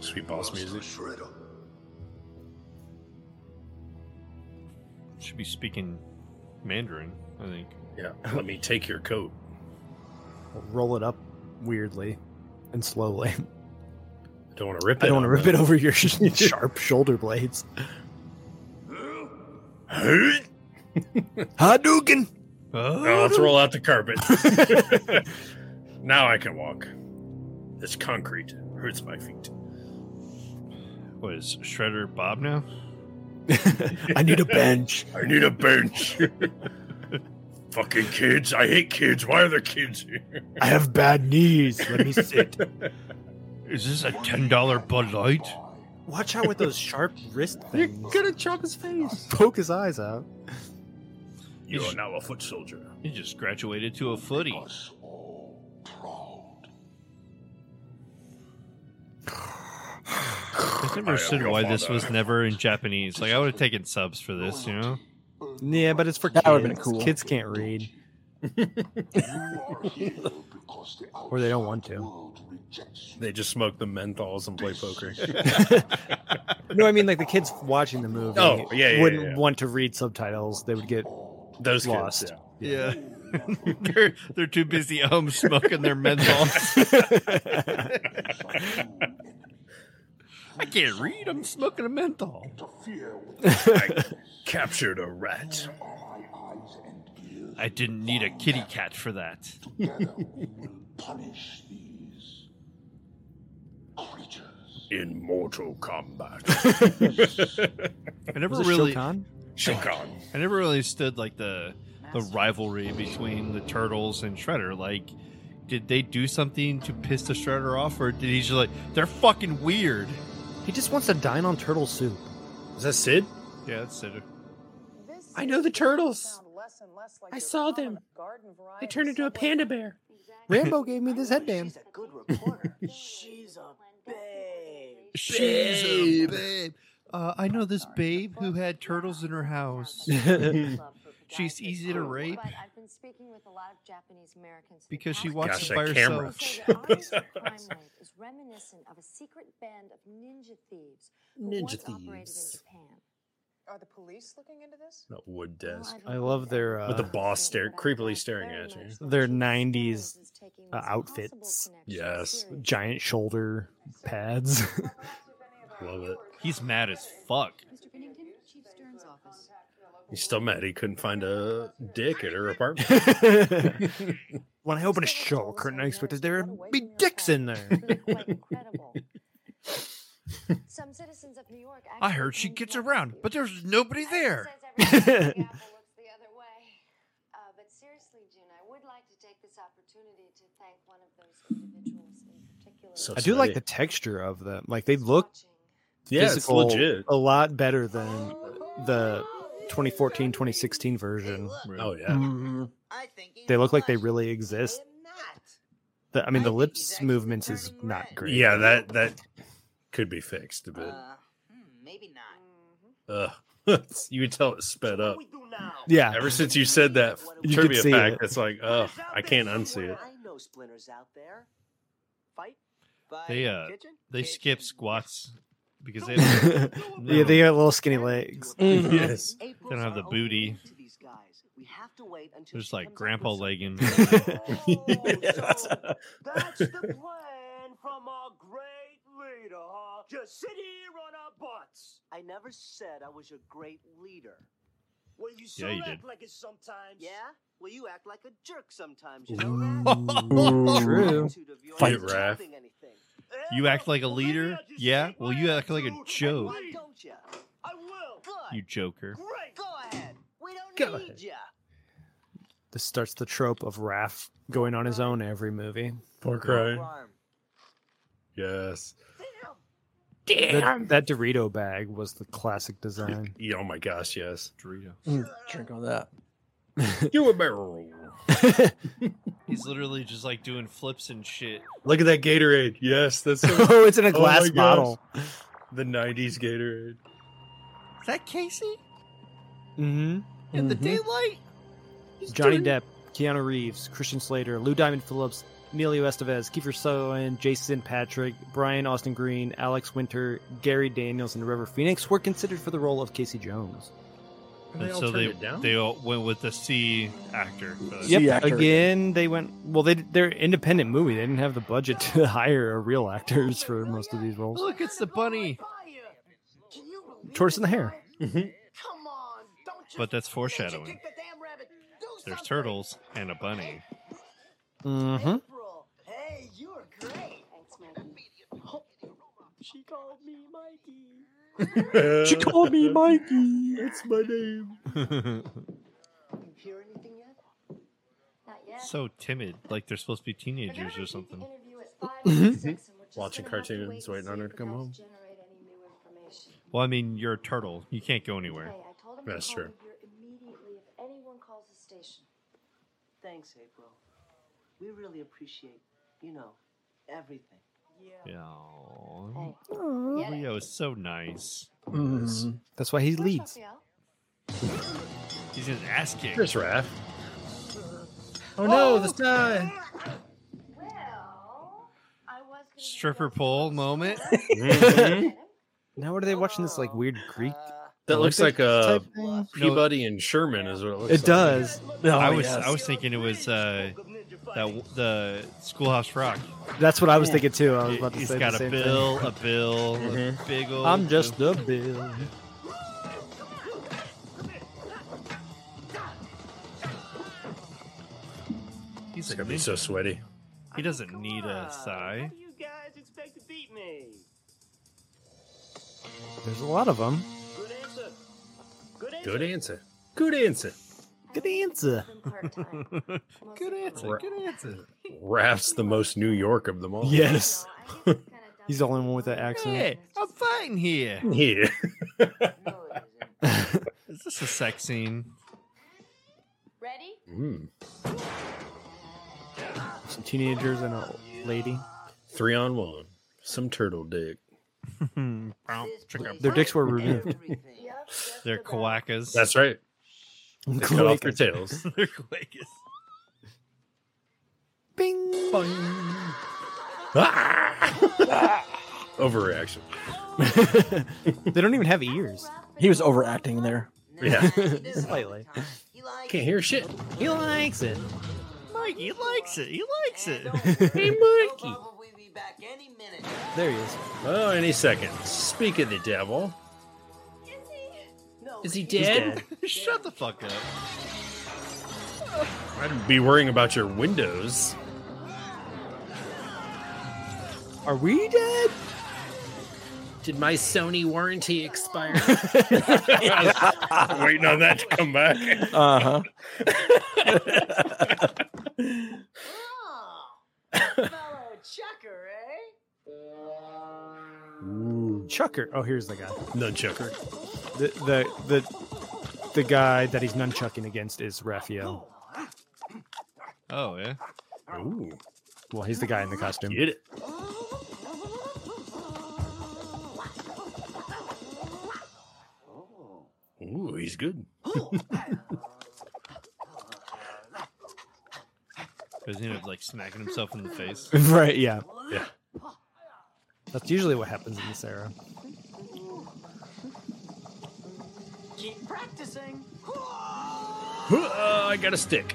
[SPEAKER 1] Sweet boss music.
[SPEAKER 2] Should be speaking Mandarin, I think.
[SPEAKER 1] Yeah. Let me take your coat.
[SPEAKER 3] Roll it up weirdly and slowly.
[SPEAKER 1] I don't want to rip it.
[SPEAKER 3] I don't want to rip it over your sharp shoulder blades.
[SPEAKER 1] it.
[SPEAKER 3] Hadouken.
[SPEAKER 2] Uh,
[SPEAKER 1] Oh, let's roll out the carpet. now I can walk. This concrete hurts my feet.
[SPEAKER 2] What is Shredder Bob now?
[SPEAKER 3] I need a bench.
[SPEAKER 1] I need a bench. Fucking kids. I hate kids. Why are there kids here?
[SPEAKER 3] I have bad knees. Let me sit.
[SPEAKER 2] Is this a ten dollar Bud Light?
[SPEAKER 3] Watch out with those sharp wrist
[SPEAKER 1] You're
[SPEAKER 3] things.
[SPEAKER 1] gonna chop his face.
[SPEAKER 3] poke his eyes out.
[SPEAKER 1] You are now a foot soldier.
[SPEAKER 2] He just graduated to a footy. I've never
[SPEAKER 1] I am
[SPEAKER 2] understood
[SPEAKER 1] your
[SPEAKER 2] why this
[SPEAKER 1] father.
[SPEAKER 2] was never in Japanese. Like I would have taken subs for this, you know?
[SPEAKER 3] Yeah, but it's for
[SPEAKER 5] That
[SPEAKER 3] kids.
[SPEAKER 5] would've been cool.
[SPEAKER 3] Kids can't read. or they don't want to.
[SPEAKER 1] They just smoke the menthols and play poker.
[SPEAKER 3] No, I mean like the kids watching the movie
[SPEAKER 1] Oh, yeah, yeah,
[SPEAKER 3] wouldn't
[SPEAKER 1] yeah, yeah.
[SPEAKER 3] want to read subtitles. They would get
[SPEAKER 1] Those
[SPEAKER 3] Lost.
[SPEAKER 1] kids.
[SPEAKER 2] Yeah.
[SPEAKER 1] yeah.
[SPEAKER 2] they're they're too busy at home smoking their menthols. I can't read, I'm smoking a menthol.
[SPEAKER 1] I captured a rat.
[SPEAKER 2] I didn't need a kitty cat for that.
[SPEAKER 1] in Mortal Kombat.
[SPEAKER 2] I never
[SPEAKER 3] was it
[SPEAKER 2] really
[SPEAKER 3] Shokan?
[SPEAKER 1] Shokan.
[SPEAKER 2] I never really stood like the the rivalry between the turtles and Shredder. Like, did they do something to piss the Shredder off, or did he just like they're fucking weird?
[SPEAKER 3] He just wants to dine on turtle soup.
[SPEAKER 1] Is that Sid?
[SPEAKER 2] Yeah, that's it.
[SPEAKER 7] I know the turtles. I saw them. They turned into a panda bear.
[SPEAKER 3] Rambo gave me this headband.
[SPEAKER 7] She's a good reporter. She's a babe.
[SPEAKER 2] She's a babe. Uh, I know this babe who had turtles in her house.
[SPEAKER 9] She's
[SPEAKER 2] easy to rape.
[SPEAKER 9] Oh, I've been speaking with a lot of Japanese Americans
[SPEAKER 2] Because she watches
[SPEAKER 1] Gosh,
[SPEAKER 9] watched
[SPEAKER 2] it by
[SPEAKER 1] that camera.
[SPEAKER 2] herself.
[SPEAKER 9] So the honest crime rate is reminiscent of a secret band of ninja thieves who
[SPEAKER 1] Ninja
[SPEAKER 9] once operated in
[SPEAKER 1] thieves.
[SPEAKER 9] Japan.
[SPEAKER 12] Are the police looking into this?
[SPEAKER 1] That wood desk.
[SPEAKER 3] I love their uh,
[SPEAKER 1] With the boss stare- creepily staring at you.
[SPEAKER 3] Their 90s, uh, outfits.
[SPEAKER 1] Yes.
[SPEAKER 3] giant shoulder pads.
[SPEAKER 1] Love it.
[SPEAKER 2] He's mad as fuck.
[SPEAKER 9] Mr. Pennington, Chief Stern's office.
[SPEAKER 1] He's still mad he couldn't find a dick at her apartment.
[SPEAKER 3] when I open a show, couldn't I expect there to be dicks in there?
[SPEAKER 9] Quite incredible. Some citizens of New York
[SPEAKER 2] I heard she gets around, but there's nobody there.
[SPEAKER 9] Says everyone in the apple looks the other way. Uh, but seriously, June, I would like to take this opportunity to thank one of those individuals in particular.
[SPEAKER 1] So
[SPEAKER 9] for
[SPEAKER 3] I do like
[SPEAKER 1] Sorry.
[SPEAKER 3] the texture of them. Like they look
[SPEAKER 9] watching.
[SPEAKER 1] yeah,
[SPEAKER 3] physical
[SPEAKER 1] it's legit.
[SPEAKER 3] a lot better than the 2014 2016 version.
[SPEAKER 1] Oh yeah.
[SPEAKER 5] Mhm.
[SPEAKER 12] I think he's
[SPEAKER 3] They look like they
[SPEAKER 12] blushing.
[SPEAKER 3] really exist.
[SPEAKER 12] I am not.
[SPEAKER 3] The, I mean, the lips movements is not great.
[SPEAKER 1] Yeah, that that could be fixed a bit.
[SPEAKER 12] Uh, hmm, maybe not.
[SPEAKER 1] Ugh. you could tell it's sped up.
[SPEAKER 7] We do now.
[SPEAKER 3] Yeah,
[SPEAKER 1] Ever since you said that
[SPEAKER 3] You could
[SPEAKER 1] trivia
[SPEAKER 3] see
[SPEAKER 1] fact,
[SPEAKER 3] it.
[SPEAKER 1] it's like, ugh, I can't unsee it.
[SPEAKER 7] I know splinters out there. Fight. Fight.
[SPEAKER 2] They, uh,
[SPEAKER 7] Kitchen?
[SPEAKER 2] They
[SPEAKER 7] Kitchen.
[SPEAKER 2] skip squats because they don't,
[SPEAKER 3] yeah, they got little skinny legs.
[SPEAKER 1] Mm-hmm.
[SPEAKER 2] Mm-hmm.
[SPEAKER 5] Mhm.
[SPEAKER 1] Yes.
[SPEAKER 7] April's
[SPEAKER 2] don't have the
[SPEAKER 7] our
[SPEAKER 2] booty.
[SPEAKER 7] only link to these guys. We have to wait until
[SPEAKER 2] there's
[SPEAKER 7] she
[SPEAKER 2] like
[SPEAKER 7] comes up
[SPEAKER 2] grandpa
[SPEAKER 7] with
[SPEAKER 2] legging.
[SPEAKER 7] something. Oh,
[SPEAKER 1] Yes.
[SPEAKER 7] so That's the plan from our great leader, huh? Just sit here on our butts. I never said I was a great leader. Well, you
[SPEAKER 2] Yeah, you did.
[SPEAKER 7] like it sometimes. Yeah? Well, you act like a jerk sometimes. You know that?
[SPEAKER 3] True.
[SPEAKER 7] Attitude of yours
[SPEAKER 1] Fight,
[SPEAKER 7] isn't
[SPEAKER 1] Raph.
[SPEAKER 7] helping anything.
[SPEAKER 2] You act like a
[SPEAKER 7] Eh, Well, maybe
[SPEAKER 2] leader?
[SPEAKER 7] I'll just
[SPEAKER 2] Yeah?
[SPEAKER 7] keep
[SPEAKER 2] Well,
[SPEAKER 7] my
[SPEAKER 2] you
[SPEAKER 7] attitude
[SPEAKER 2] act like a
[SPEAKER 7] and
[SPEAKER 2] joke.
[SPEAKER 7] Why don't you? I will. Good.
[SPEAKER 2] You joker.
[SPEAKER 7] Great. Go ahead. We don't
[SPEAKER 1] Go
[SPEAKER 7] need
[SPEAKER 1] ahead.
[SPEAKER 7] ya.
[SPEAKER 3] This starts the trope of Raph going on his own every movie.
[SPEAKER 1] Poor
[SPEAKER 7] Your
[SPEAKER 1] cry.
[SPEAKER 7] arm.
[SPEAKER 1] Yes.
[SPEAKER 7] Damn.
[SPEAKER 3] That, that Dorito bag was the classic design.
[SPEAKER 1] Yeah, oh my gosh, yes.
[SPEAKER 2] Dorito.
[SPEAKER 1] Hmm.
[SPEAKER 5] Drink on that.
[SPEAKER 1] Do a barrel.
[SPEAKER 2] He's literally just like doing flips and shit.
[SPEAKER 1] Look at that Gatorade. Yes, that's so-
[SPEAKER 3] Oh, it's in a
[SPEAKER 1] my
[SPEAKER 3] glass
[SPEAKER 1] gosh.
[SPEAKER 3] bottle.
[SPEAKER 1] The '90s Gatorade.
[SPEAKER 2] Is that Casey?
[SPEAKER 3] Mm-hmm.
[SPEAKER 2] In the daylight? He's
[SPEAKER 3] Johnny
[SPEAKER 2] doing-
[SPEAKER 3] Depp, Keanu Reeves, Christian Slater, Lou Diamond Phillips, Emilio Estevez, Kiefer Sutherland, Jason Patrick, Brian Austin Green, Alex Winter, Gary Daniels, and River Phoenix were considered for the role of Casey Jones.
[SPEAKER 1] And they all
[SPEAKER 2] so
[SPEAKER 1] turned
[SPEAKER 2] they
[SPEAKER 1] it down?
[SPEAKER 2] they all went with the C actor. for that.
[SPEAKER 5] C
[SPEAKER 3] Yep.
[SPEAKER 5] actor.
[SPEAKER 3] Again, they went. Well, they they're an independent movie. They didn't have the budget to hire real actors for most of these roles.
[SPEAKER 2] Look, it's the bunny.
[SPEAKER 7] Can you believe
[SPEAKER 3] Tortoise
[SPEAKER 7] it,
[SPEAKER 3] in the hair.
[SPEAKER 7] guys? Come on, don't just
[SPEAKER 2] But that's
[SPEAKER 7] don't you
[SPEAKER 2] foreshadowing.
[SPEAKER 7] kick the damn rabbit. Do
[SPEAKER 2] There's
[SPEAKER 7] something.
[SPEAKER 2] turtles and a bunny.
[SPEAKER 3] Mm-hmm.
[SPEAKER 7] April, hey, you're great. Thanks, Maggie. She called me Mikey.
[SPEAKER 5] She called me Mikey.
[SPEAKER 1] That's my name.
[SPEAKER 7] You hear anything yet?
[SPEAKER 9] Not yet.
[SPEAKER 2] so timid, like they're supposed to be teenagers or something.
[SPEAKER 1] Watching cartoons, waiting on her to come home.
[SPEAKER 2] Well, I mean, you're a turtle. You can't go anywhere.
[SPEAKER 9] I told him
[SPEAKER 1] That's
[SPEAKER 9] to call
[SPEAKER 1] true.
[SPEAKER 9] me here immediately if anyone calls the station.
[SPEAKER 7] Thanks, April. We really appreciate, you know, everything.
[SPEAKER 2] Yeah. Aw.
[SPEAKER 9] Hey, get it.
[SPEAKER 2] Leo is so nice.
[SPEAKER 5] Mhm.
[SPEAKER 3] That's why Oh, he
[SPEAKER 9] Sure,
[SPEAKER 3] leads.
[SPEAKER 9] Raphael.
[SPEAKER 2] He's an ass kick.
[SPEAKER 1] There's Raph. Oh no, the sky.
[SPEAKER 9] Well, I was gonna be
[SPEAKER 2] Stripper
[SPEAKER 9] the
[SPEAKER 2] pole moment.
[SPEAKER 3] Hmm?
[SPEAKER 1] Mhm.
[SPEAKER 9] one-
[SPEAKER 3] Now, what are they watching? This like weird
[SPEAKER 7] Uh,
[SPEAKER 3] Greek.
[SPEAKER 1] That looks like uh,
[SPEAKER 3] Olympic
[SPEAKER 1] a
[SPEAKER 3] type thing?
[SPEAKER 1] Peabody and Sherman is what it looks
[SPEAKER 3] It does.
[SPEAKER 5] Oh,
[SPEAKER 2] I was
[SPEAKER 5] yes.
[SPEAKER 2] I was thinking it was uh, that the Schoolhouse Rock.
[SPEAKER 3] That's what I was thinking too. I was about to
[SPEAKER 2] He's
[SPEAKER 3] say
[SPEAKER 2] got
[SPEAKER 3] the
[SPEAKER 2] a
[SPEAKER 3] same
[SPEAKER 2] bill, a bill, a
[SPEAKER 1] Mhm.
[SPEAKER 2] big old.
[SPEAKER 3] thing. I'm just a bill.
[SPEAKER 2] He's
[SPEAKER 1] It's
[SPEAKER 2] a
[SPEAKER 1] gonna be
[SPEAKER 2] ninja.
[SPEAKER 1] so sweaty.
[SPEAKER 2] He doesn't need a sigh.
[SPEAKER 7] How do you guys expect to beat me?
[SPEAKER 3] There's a lot of them.
[SPEAKER 7] Good answer. Good answer.
[SPEAKER 1] Good answer. Good answer.
[SPEAKER 3] Good answer.
[SPEAKER 2] good answer. Good answer.
[SPEAKER 1] Raph's the most New York of them all.
[SPEAKER 3] Yes. He's the only one with that accent.
[SPEAKER 2] Hey, I'm fighting here.
[SPEAKER 1] Yeah.
[SPEAKER 2] Is this a sex scene?
[SPEAKER 9] Ready?
[SPEAKER 1] Mm.
[SPEAKER 3] Some teenagers and a lady.
[SPEAKER 1] Three on one. Some turtle dick.
[SPEAKER 2] Bow, chicka.
[SPEAKER 3] Their dicks were removed.
[SPEAKER 9] Yep. just
[SPEAKER 2] They're
[SPEAKER 9] about.
[SPEAKER 2] koakas.
[SPEAKER 1] That's right. They cut off their tails.
[SPEAKER 2] they're koakas.
[SPEAKER 3] Bing.
[SPEAKER 1] Ah! Overreaction.
[SPEAKER 3] They don't even have ears.
[SPEAKER 5] He was overacting there.
[SPEAKER 1] Yeah.
[SPEAKER 3] Slightly.
[SPEAKER 1] Can't hear shit.
[SPEAKER 3] He likes it.
[SPEAKER 2] Mike, he likes it. He likes it.
[SPEAKER 1] Hey, Mikey.
[SPEAKER 12] Probably be back any minute.
[SPEAKER 3] There he is.
[SPEAKER 1] Oh, any second. Speak of the devil. Is he dead?
[SPEAKER 2] Shut the fuck up.
[SPEAKER 1] I'd be worrying about your windows.
[SPEAKER 3] Are we dead?
[SPEAKER 1] Did my Sony warranty expire? Waiting on that to come back.
[SPEAKER 5] Uh huh.
[SPEAKER 9] Oh.
[SPEAKER 7] Ah, fellow chucker, eh?
[SPEAKER 3] Chucker. Oh, here's the guy.
[SPEAKER 1] Nunchucker.
[SPEAKER 3] The the the the guy that he's nunchucking against is Raphael.
[SPEAKER 2] Oh yeah.
[SPEAKER 1] Ooh,
[SPEAKER 3] Well, he's the guy in the costume.
[SPEAKER 1] get it. Ooh, he's good.
[SPEAKER 2] Because he was like smacking himself in the face.
[SPEAKER 3] right. Yeah.
[SPEAKER 1] Yeah.
[SPEAKER 3] That's usually what happens in this era.
[SPEAKER 7] Keep practicing.
[SPEAKER 1] Uh, I got a stick.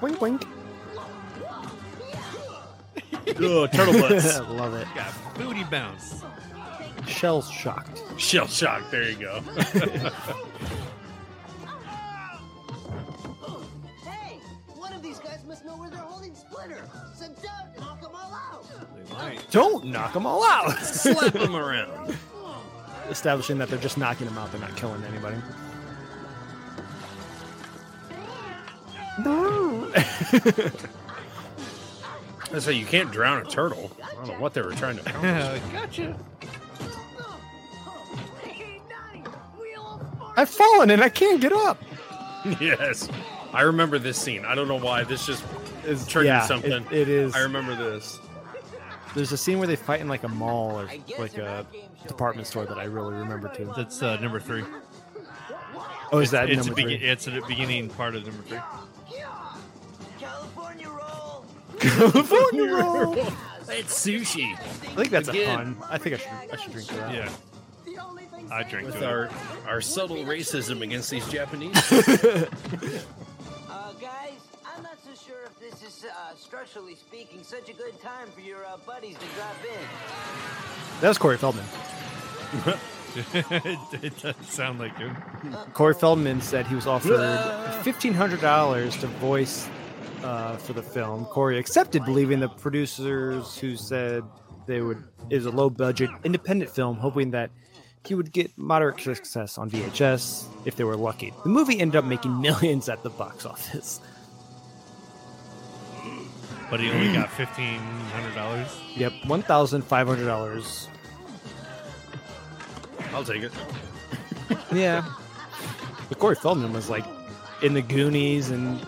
[SPEAKER 3] Wink, wink.
[SPEAKER 1] Oh, turtle butts.
[SPEAKER 3] Love it.
[SPEAKER 2] Got booty bounce.
[SPEAKER 3] Shell shocked.
[SPEAKER 1] Shell shock. There you go.
[SPEAKER 7] Hey, one of these guys must know where they're holding Splinter. So don't knock them all out.
[SPEAKER 2] They might.
[SPEAKER 3] Don't knock them all out.
[SPEAKER 1] Slap him around.
[SPEAKER 3] Establishing that they're just knocking them out. They're not killing anybody.
[SPEAKER 1] That's how you can't drown a turtle. I don't know what they were trying to.
[SPEAKER 2] gotcha.
[SPEAKER 3] I've fallen and I can't get up.
[SPEAKER 1] yes. I remember this scene. I don't know why. This just is triggered
[SPEAKER 3] yeah, it-
[SPEAKER 1] something.
[SPEAKER 3] it is.
[SPEAKER 1] I remember this.
[SPEAKER 3] There's a scene where they fight in like a mall or like a department store that I really remember too.
[SPEAKER 2] That's uh, number three.
[SPEAKER 3] Oh, is that
[SPEAKER 2] it's
[SPEAKER 3] number
[SPEAKER 2] a begin-
[SPEAKER 3] three?
[SPEAKER 2] It's at the beginning part of number three.
[SPEAKER 3] California roll.
[SPEAKER 1] It's sushi.
[SPEAKER 3] I think that's
[SPEAKER 1] Again.
[SPEAKER 3] a pun. I think I should I should drink to that.
[SPEAKER 2] Yeah. I drink
[SPEAKER 1] With
[SPEAKER 2] to
[SPEAKER 1] our,
[SPEAKER 2] it.
[SPEAKER 1] our subtle racism against these Japanese.
[SPEAKER 12] Uh, guys, I'm not so sure if this is, uh, structurally speaking, such a good time for your uh, buddies to drop in.
[SPEAKER 3] That was Corey Feldman.
[SPEAKER 2] it, it does sound like him.
[SPEAKER 3] Corey Feldman said he was offered fifteen hundred dollars to voice uh, for the film. Corey accepted, believing the producers who said they would it was a low budget independent film, hoping that he would get moderate success on VHS if they were lucky. The movie ended up making millions at the box office.
[SPEAKER 2] But he only got fifteen hundred dollars.
[SPEAKER 3] Yep, one thousand five hundred dollars.
[SPEAKER 1] I'll take it.
[SPEAKER 3] Yeah, but Corey Feldman was like in the Goonies and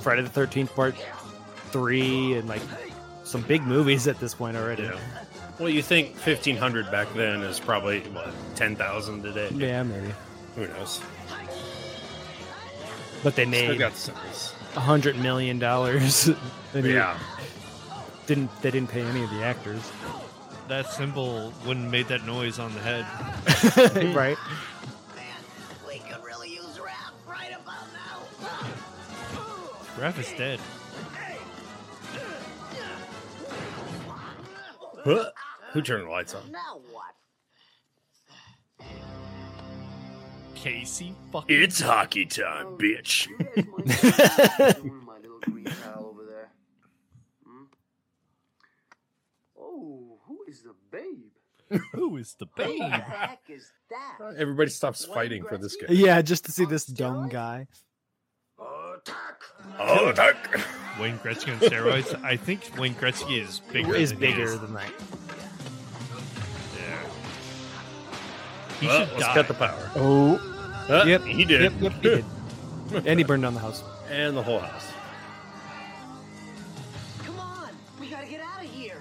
[SPEAKER 3] Friday the Thirteenth Part Three, and like some big movies at this point already.
[SPEAKER 1] Yeah. Well, you think 1500 back then is probably, what, 10,000 today?
[SPEAKER 3] Yeah, maybe.
[SPEAKER 1] Who knows?
[SPEAKER 3] But they
[SPEAKER 1] Still
[SPEAKER 3] made
[SPEAKER 1] got suckers.
[SPEAKER 3] a hundred million dollars. and
[SPEAKER 1] Yeah.
[SPEAKER 3] it didn't they didn't pay any of the actors,
[SPEAKER 2] That symbol wouldn't made that noise on the head.
[SPEAKER 3] right?
[SPEAKER 12] We could really use Ralph right about now.
[SPEAKER 2] Raph is dead.
[SPEAKER 1] Huh? Who turned the lights on?
[SPEAKER 12] Now what?
[SPEAKER 2] Casey fucking.
[SPEAKER 1] It's hockey time, bitch.
[SPEAKER 12] Doing my little green towel over there. Hmm? Oh, who is the babe?
[SPEAKER 2] Who is the
[SPEAKER 12] Who the
[SPEAKER 2] babe?
[SPEAKER 12] heck is that?
[SPEAKER 1] Everybody stops fighting for this guy.
[SPEAKER 3] Yeah, just to see this dumb guy.
[SPEAKER 1] Oh, duck.
[SPEAKER 2] Wayne Gretzky on steroids. I think Wayne Gretzky is bigger.
[SPEAKER 3] Is
[SPEAKER 2] than he
[SPEAKER 3] bigger
[SPEAKER 2] is.
[SPEAKER 3] than that.
[SPEAKER 2] Yeah. He
[SPEAKER 1] Well,
[SPEAKER 2] should
[SPEAKER 1] let's
[SPEAKER 2] die.
[SPEAKER 1] cut the power.
[SPEAKER 3] Oh,
[SPEAKER 1] Uh,
[SPEAKER 3] yep,
[SPEAKER 1] He did.
[SPEAKER 3] Yep, yep, he did. and he burned down the house.
[SPEAKER 1] And the whole house.
[SPEAKER 12] Come on, we gotta get out of here.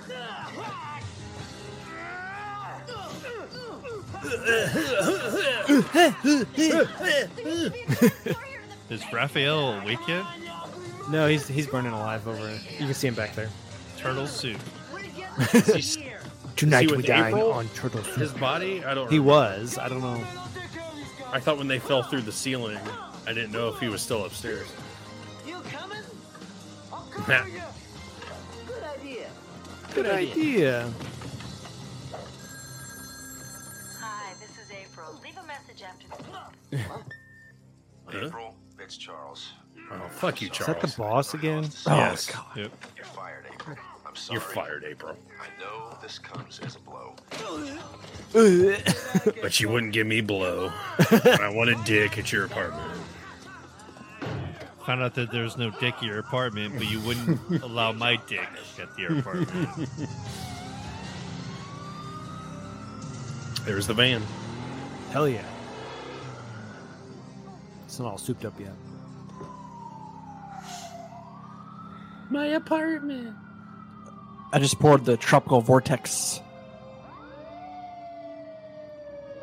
[SPEAKER 2] Does Raphael awake yet?
[SPEAKER 3] No, he's he's burning alive over. You can see him back there.
[SPEAKER 2] Turtle soup.
[SPEAKER 1] Is he-
[SPEAKER 3] Tonight
[SPEAKER 1] with
[SPEAKER 3] we dine
[SPEAKER 1] April?
[SPEAKER 3] on turtle soup.
[SPEAKER 1] his body? I don't
[SPEAKER 3] He was. I don't know.
[SPEAKER 1] I thought when they fell through the ceiling, I didn't know if he was still upstairs.
[SPEAKER 12] You coming? I'll come
[SPEAKER 1] Nah.
[SPEAKER 12] for you. Good idea.
[SPEAKER 3] Good idea.
[SPEAKER 13] Hi, this is April. Leave a message after the beep.
[SPEAKER 1] Huh?
[SPEAKER 4] April, it's Charles.
[SPEAKER 1] Oh, fuck you,
[SPEAKER 3] Is that the Oh,
[SPEAKER 1] Charles.
[SPEAKER 3] boss again?
[SPEAKER 1] Yes.
[SPEAKER 2] Yep.
[SPEAKER 4] You're fired, April. I'm sorry.
[SPEAKER 1] You're fired, April.
[SPEAKER 4] I know this comes as a blow.
[SPEAKER 1] But you wouldn't give me blow. And I want a dick at your apartment.
[SPEAKER 2] Found out that there's no dick at your apartment, but you wouldn't allow Oh, my dick at your apartment.
[SPEAKER 1] There's the van.
[SPEAKER 3] Hell yeah. It's not all souped up yet.
[SPEAKER 1] My apartment.
[SPEAKER 5] I just poured the tropical vortex.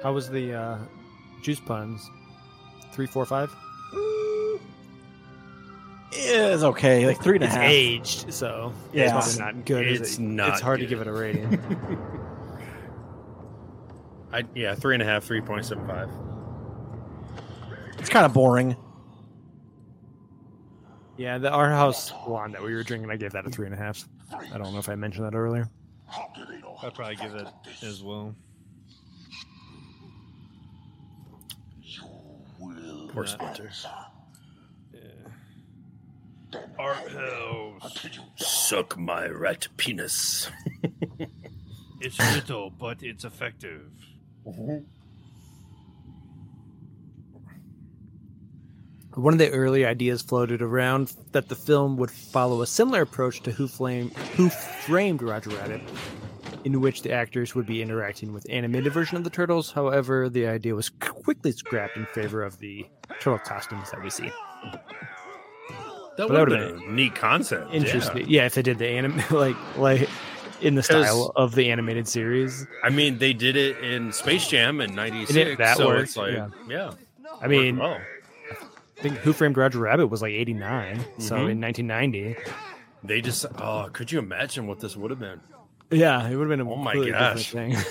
[SPEAKER 3] How was the uh, juice puns? Three, four, five.
[SPEAKER 5] It's okay, like three and a
[SPEAKER 3] it's
[SPEAKER 5] half.
[SPEAKER 3] aged, so
[SPEAKER 5] Yeah.
[SPEAKER 3] it's probably not good. is
[SPEAKER 1] It's
[SPEAKER 3] it?
[SPEAKER 1] not
[SPEAKER 3] It's hard
[SPEAKER 1] good.
[SPEAKER 3] to give it a rating.
[SPEAKER 1] I yeah, three and a half, three point seven five.
[SPEAKER 5] It's kind of boring.
[SPEAKER 3] yeah, the our house wine that we were drinking, I gave that a three and a half. I don't know if I mentioned that earlier.
[SPEAKER 2] I'd probably give it as well.
[SPEAKER 1] Poor Splinter.
[SPEAKER 2] Our house.
[SPEAKER 1] Suck my rat penis.
[SPEAKER 2] It's little, but it's effective.
[SPEAKER 3] One of the early ideas floated around that the film would follow a similar approach to Who Flame, Who Framed Roger Rabbit, in which the actors would be interacting with animated version of the turtles. However, the idea was quickly scrapped in favor of the turtle costumes that we see.
[SPEAKER 1] That
[SPEAKER 3] But that
[SPEAKER 1] would have
[SPEAKER 3] would've
[SPEAKER 1] been a neat concept. yeah.
[SPEAKER 3] Interesting. Yeah, if they did the anime like like in the style of the animated series.
[SPEAKER 1] I mean, they did it in Space Jam in '96.
[SPEAKER 3] And it- that
[SPEAKER 1] so
[SPEAKER 3] worked,
[SPEAKER 1] it's like,
[SPEAKER 3] yeah.
[SPEAKER 1] yeah.
[SPEAKER 3] I mean, I
[SPEAKER 1] well.
[SPEAKER 3] think Who Framed Roger Rabbit was like 89. So
[SPEAKER 1] Mhm.
[SPEAKER 3] in 1990,
[SPEAKER 1] they just. Oh, could you imagine what this would have been?
[SPEAKER 3] yeah, it would have been a
[SPEAKER 1] Oh my
[SPEAKER 3] completely different
[SPEAKER 1] gosh.
[SPEAKER 3] thing. it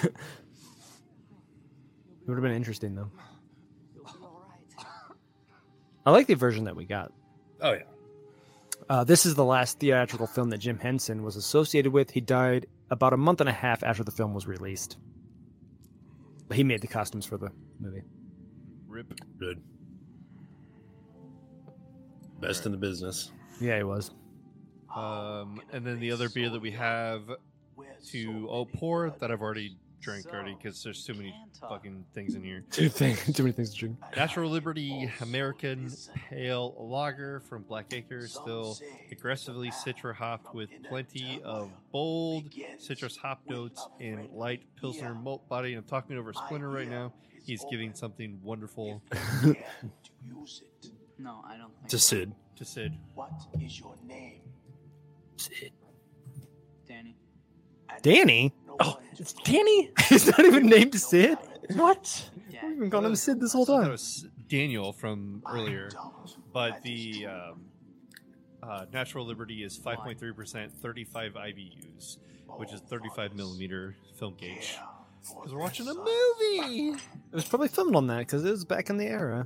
[SPEAKER 3] would have been interesting though. I like the version that we got.
[SPEAKER 1] Oh yeah.
[SPEAKER 3] Uh, this is the last theatrical film that Jim Henson was associated with. He died about a month and a half after the film was released. But he made the costumes for the movie.
[SPEAKER 2] Rip.
[SPEAKER 1] Good. Best in the business.
[SPEAKER 3] Yeah, he was.
[SPEAKER 2] Um, and then the other beer that we have to all pour that I've already drank already because there's too many fucking things in here.
[SPEAKER 3] Too, thing, too many things to drink.
[SPEAKER 2] Natural Liberty American Pale Lager from Black Acre, still aggressively citra hopped with plenty of bold citrus hop notes and light pilsner malt body. And I'm talking over Splinter right now. He's giving something wonderful
[SPEAKER 11] No, I don't think
[SPEAKER 1] To Sid.
[SPEAKER 2] to Sid.
[SPEAKER 6] What is your name? Sid.
[SPEAKER 11] Danny.
[SPEAKER 3] Danny? Oh, it's Danny? He's not even named Sid? What?
[SPEAKER 11] We've
[SPEAKER 3] been calling him Sid this whole
[SPEAKER 2] That
[SPEAKER 3] time.
[SPEAKER 2] was Daniel from earlier, but the um, uh, Natural Liberty is 5.3 percent, 35 IBUs, which is 35 millimeter film gauge. Because we're watching a movie.
[SPEAKER 3] It was probably filmed on that because it was back in the era.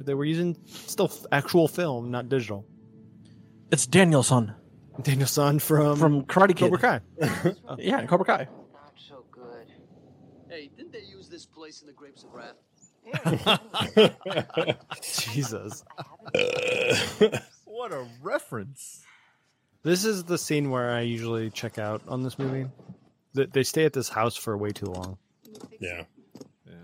[SPEAKER 3] They were using still f- actual film, not digital.
[SPEAKER 5] It's Danielson
[SPEAKER 3] Daniel San from
[SPEAKER 5] from Karate Kid.
[SPEAKER 3] Um,
[SPEAKER 5] Uh,
[SPEAKER 3] Cobra Kai.
[SPEAKER 5] yeah, Cobra Kai.
[SPEAKER 11] So good. Hey, didn't they use this place in the Grapes of Wrath?
[SPEAKER 3] Jesus.
[SPEAKER 1] Uh.
[SPEAKER 2] what a reference!
[SPEAKER 3] This is the scene where I usually check out on this movie. They, they stay at this house for way too long.
[SPEAKER 1] Yeah.
[SPEAKER 2] Yeah.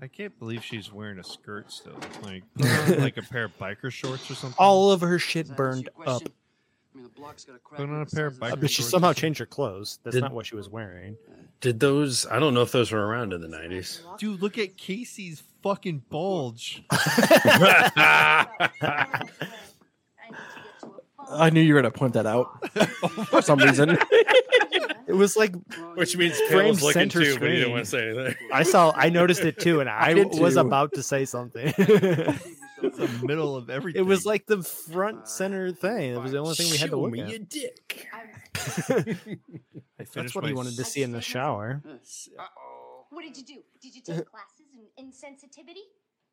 [SPEAKER 2] I can't believe she's wearing a skirt still, like put on, like a pair of biker shorts or something.
[SPEAKER 3] All of her shit burned up.
[SPEAKER 2] Put on a pair of biker
[SPEAKER 3] But she
[SPEAKER 2] shorts.
[SPEAKER 3] somehow changed her clothes. That's
[SPEAKER 1] Did-
[SPEAKER 3] not what she was wearing.
[SPEAKER 1] Did those? I don't know if those were around in the '90s.
[SPEAKER 2] Dude, look at Casey's fucking bulge.
[SPEAKER 5] I knew you were gonna point that out for some reason.
[SPEAKER 3] It was like
[SPEAKER 1] Which means
[SPEAKER 3] Frame
[SPEAKER 1] Pam's looking
[SPEAKER 3] center
[SPEAKER 1] too, but he didn't
[SPEAKER 3] screen.
[SPEAKER 1] want to say anything.
[SPEAKER 3] I saw, I noticed it too, and I,
[SPEAKER 5] I did
[SPEAKER 3] was
[SPEAKER 5] too.
[SPEAKER 3] about to say something. it
[SPEAKER 2] It's the middle of everything.
[SPEAKER 3] was like the front center thing. It was the only thing we had to
[SPEAKER 1] Show
[SPEAKER 3] look
[SPEAKER 1] me
[SPEAKER 3] at.
[SPEAKER 1] your dick.
[SPEAKER 2] I
[SPEAKER 3] That's
[SPEAKER 2] finished
[SPEAKER 3] what
[SPEAKER 2] my
[SPEAKER 3] he wanted to see in the shower.
[SPEAKER 9] What did you do? Did you take classes in insensitivity?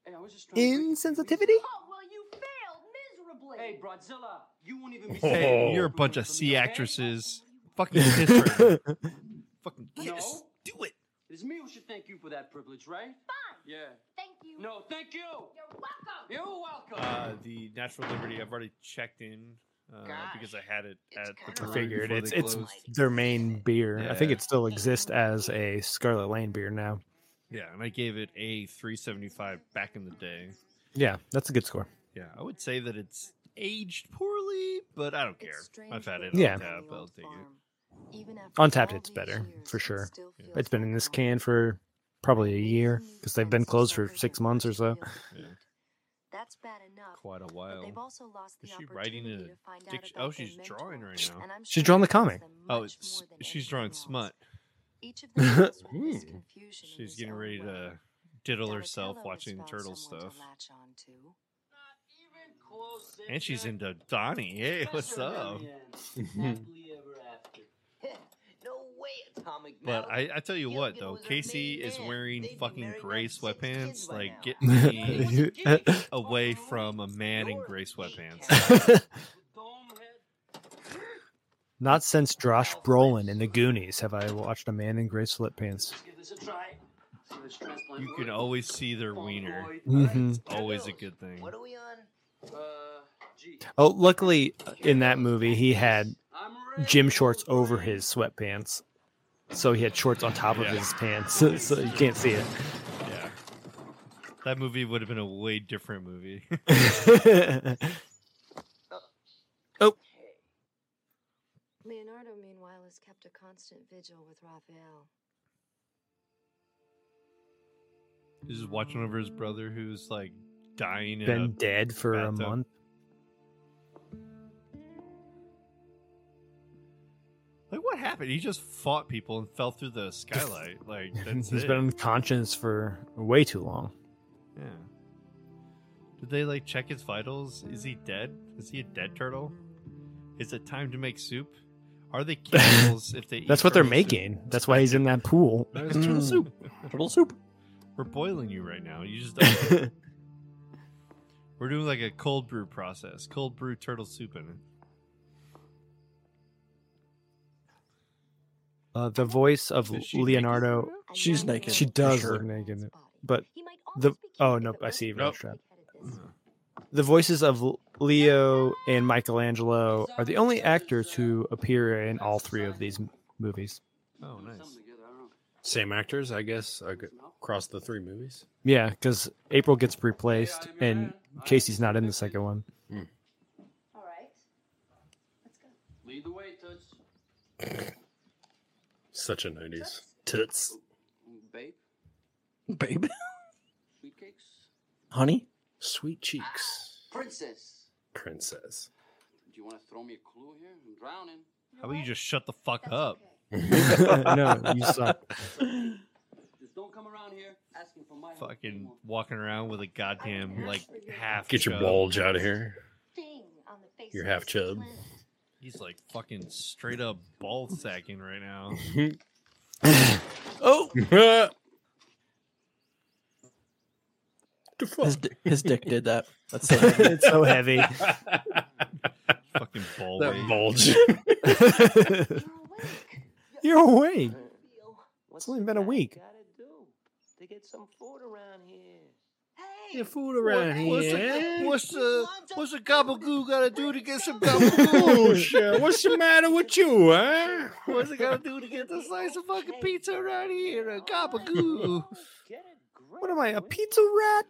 [SPEAKER 11] Hey, I was just trying
[SPEAKER 3] Insensitivity?
[SPEAKER 9] Oh, well, you failed miserably.
[SPEAKER 11] Hey, Brodzilla, you won't even be
[SPEAKER 2] Hey,
[SPEAKER 1] Oh.
[SPEAKER 2] you're a bunch of sea actresses. Fucking kiss her. Fucking kiss.
[SPEAKER 11] No.
[SPEAKER 2] Do it.
[SPEAKER 11] It's me who should thank you for that privilege, right?
[SPEAKER 9] Fine.
[SPEAKER 11] Yeah.
[SPEAKER 9] Thank you.
[SPEAKER 11] No, thank you.
[SPEAKER 9] You're welcome.
[SPEAKER 11] You're welcome.
[SPEAKER 2] Uh, the Natural Liberty, I've already checked in uh, because I had it at the brewery
[SPEAKER 3] Figured
[SPEAKER 2] before
[SPEAKER 3] it's
[SPEAKER 2] they
[SPEAKER 3] it's
[SPEAKER 2] closed.
[SPEAKER 3] their main beer. I think
[SPEAKER 2] Yeah.
[SPEAKER 3] it still exists as a Scarlet Lane beer now.
[SPEAKER 2] Yeah, and I gave it a 375 back in the day.
[SPEAKER 3] Yeah, that's a good score.
[SPEAKER 2] Yeah, I would say that it's aged poorly, but I don't care. I've had it.
[SPEAKER 3] Yeah.
[SPEAKER 2] On tap, I'll take it.
[SPEAKER 3] On tapped, it's better for sure. It's been in this can for probably a year because they've been closed for six months or so.
[SPEAKER 13] That's bad enough.
[SPEAKER 2] Quite a
[SPEAKER 13] but
[SPEAKER 2] while.
[SPEAKER 13] they've also lost the
[SPEAKER 2] Is she writing
[SPEAKER 13] opportunity
[SPEAKER 2] a
[SPEAKER 13] to find out
[SPEAKER 2] diction-
[SPEAKER 13] about
[SPEAKER 2] oh,
[SPEAKER 13] their
[SPEAKER 2] she's
[SPEAKER 13] mentor,
[SPEAKER 2] drawing right now.
[SPEAKER 13] and I'm
[SPEAKER 3] She's
[SPEAKER 13] sure
[SPEAKER 3] drawing the
[SPEAKER 13] it hurts
[SPEAKER 3] comic.
[SPEAKER 13] them
[SPEAKER 2] Oh,
[SPEAKER 13] much
[SPEAKER 2] it's,
[SPEAKER 13] more than
[SPEAKER 2] she's
[SPEAKER 13] anything
[SPEAKER 2] drawing
[SPEAKER 13] else.
[SPEAKER 2] smut.
[SPEAKER 13] Each of them goes through this
[SPEAKER 1] Ooh.
[SPEAKER 13] confusion in
[SPEAKER 2] She's
[SPEAKER 13] his
[SPEAKER 2] getting
[SPEAKER 13] own
[SPEAKER 2] ready
[SPEAKER 13] way.
[SPEAKER 2] to diddle
[SPEAKER 13] Donatello
[SPEAKER 2] herself
[SPEAKER 13] has
[SPEAKER 2] watching
[SPEAKER 13] found
[SPEAKER 2] turtle
[SPEAKER 13] someone
[SPEAKER 2] stuff.
[SPEAKER 13] to latch on to.
[SPEAKER 2] And she's into Donnie. Hey, what's up?
[SPEAKER 12] No way, Atomic
[SPEAKER 2] But
[SPEAKER 12] Mouth.
[SPEAKER 2] I, I tell you
[SPEAKER 12] You'll
[SPEAKER 2] what,
[SPEAKER 12] get
[SPEAKER 2] though,
[SPEAKER 12] with her
[SPEAKER 2] Casey
[SPEAKER 12] main
[SPEAKER 2] is
[SPEAKER 12] man.
[SPEAKER 2] wearing
[SPEAKER 12] They'd be
[SPEAKER 2] fucking
[SPEAKER 12] married
[SPEAKER 2] gray
[SPEAKER 12] like six kids
[SPEAKER 2] sweatpants.
[SPEAKER 12] by
[SPEAKER 2] Like,
[SPEAKER 12] now.
[SPEAKER 2] get me away from a man in gray sweatpants.
[SPEAKER 3] Not since Josh Brolin in The Goonies have I watched a man in gray sweatpants.
[SPEAKER 11] Give this a try. See this transplant
[SPEAKER 2] You
[SPEAKER 11] works.
[SPEAKER 2] can always see their wiener.
[SPEAKER 3] Mhm.
[SPEAKER 2] Always a good thing.
[SPEAKER 12] What are we on?
[SPEAKER 11] Uh, gee.
[SPEAKER 3] Oh, luckily in that movie he had
[SPEAKER 11] I'm ready.
[SPEAKER 3] gym shorts over his sweatpants, so he had shorts on top of
[SPEAKER 2] Yeah.
[SPEAKER 3] his pants, so you can't see
[SPEAKER 2] Yeah. That movie would have been a way different movie.
[SPEAKER 3] it. oh,
[SPEAKER 14] Leonardo, meanwhile, has kept a constant vigil with Raphael.
[SPEAKER 2] He's just watching over his brother
[SPEAKER 12] Mm.
[SPEAKER 2] who's like dying. in a
[SPEAKER 3] Been dead for a
[SPEAKER 2] bathtub.
[SPEAKER 3] month.
[SPEAKER 2] Like, what happened? He just fought people and fell through the skylight. Like, that's
[SPEAKER 3] He's
[SPEAKER 2] it.
[SPEAKER 3] been unconscious for way too long.
[SPEAKER 2] Yeah. Did they like check his vitals? Is he dead? Is he a dead turtle? Is it time to make soup? Are they cannibals if they eat
[SPEAKER 3] That's what they're
[SPEAKER 2] turtle soup?
[SPEAKER 3] making. That's why he's in that pool.
[SPEAKER 2] There's turtle
[SPEAKER 3] Mm.
[SPEAKER 2] soup.
[SPEAKER 5] Turtle soup.
[SPEAKER 2] We're boiling you right now. You just don't know. We're doing like a cold brew process. Cold brew turtle soup in it.
[SPEAKER 3] Uh, the voice of Leonardo.
[SPEAKER 5] She's naked.
[SPEAKER 3] She
[SPEAKER 5] for
[SPEAKER 3] does
[SPEAKER 5] sure.
[SPEAKER 3] look naked, but the oh no, I see. Nope. Trap. The voices of L- Leo and Michelangelo are the only actors who appear in all three of these m- movies.
[SPEAKER 2] Oh, nice.
[SPEAKER 1] Same actors, I guess, ac- across the three movies.
[SPEAKER 3] Yeah, because April gets replaced and Casey's not in the second one.
[SPEAKER 11] Lead the way, Toots.
[SPEAKER 1] Such a nineties tits.
[SPEAKER 11] Babe,
[SPEAKER 5] Babe.
[SPEAKER 11] sweet cakes,
[SPEAKER 5] Honey?
[SPEAKER 1] Sweet cheeks,
[SPEAKER 11] princess.
[SPEAKER 1] princess.
[SPEAKER 11] Do you want to throw me a clue here? I'm drowning.
[SPEAKER 2] How about you just shut the fuck up?
[SPEAKER 3] no, you suck.
[SPEAKER 11] Just don't come around here asking for my help.
[SPEAKER 2] Fucking walking around with a goddamn like half.
[SPEAKER 1] Get your
[SPEAKER 2] chub.
[SPEAKER 1] bulge out of here.
[SPEAKER 14] Thing on the face
[SPEAKER 1] Your
[SPEAKER 14] of
[SPEAKER 1] half
[SPEAKER 14] this
[SPEAKER 1] chub.
[SPEAKER 14] planet.
[SPEAKER 2] He's like fucking straight up ball sacking right now.
[SPEAKER 5] Oh, his, di- his dick did that. That's so heavy.
[SPEAKER 3] it's so heavy.
[SPEAKER 2] fucking ball.
[SPEAKER 1] That
[SPEAKER 2] weight.
[SPEAKER 1] bulge.
[SPEAKER 3] You're awake. It's only been a week.
[SPEAKER 7] to get some food around here.
[SPEAKER 1] Your food around
[SPEAKER 2] What's
[SPEAKER 1] here.
[SPEAKER 2] the what's the what's the gobble gotta do to get some
[SPEAKER 1] Oh,
[SPEAKER 2] gobble
[SPEAKER 1] shit. What's the matter with you, huh?
[SPEAKER 2] What's it gotta do to get the slice of fucking pizza right here? A gobble goo.
[SPEAKER 3] What am I, a pizza rat?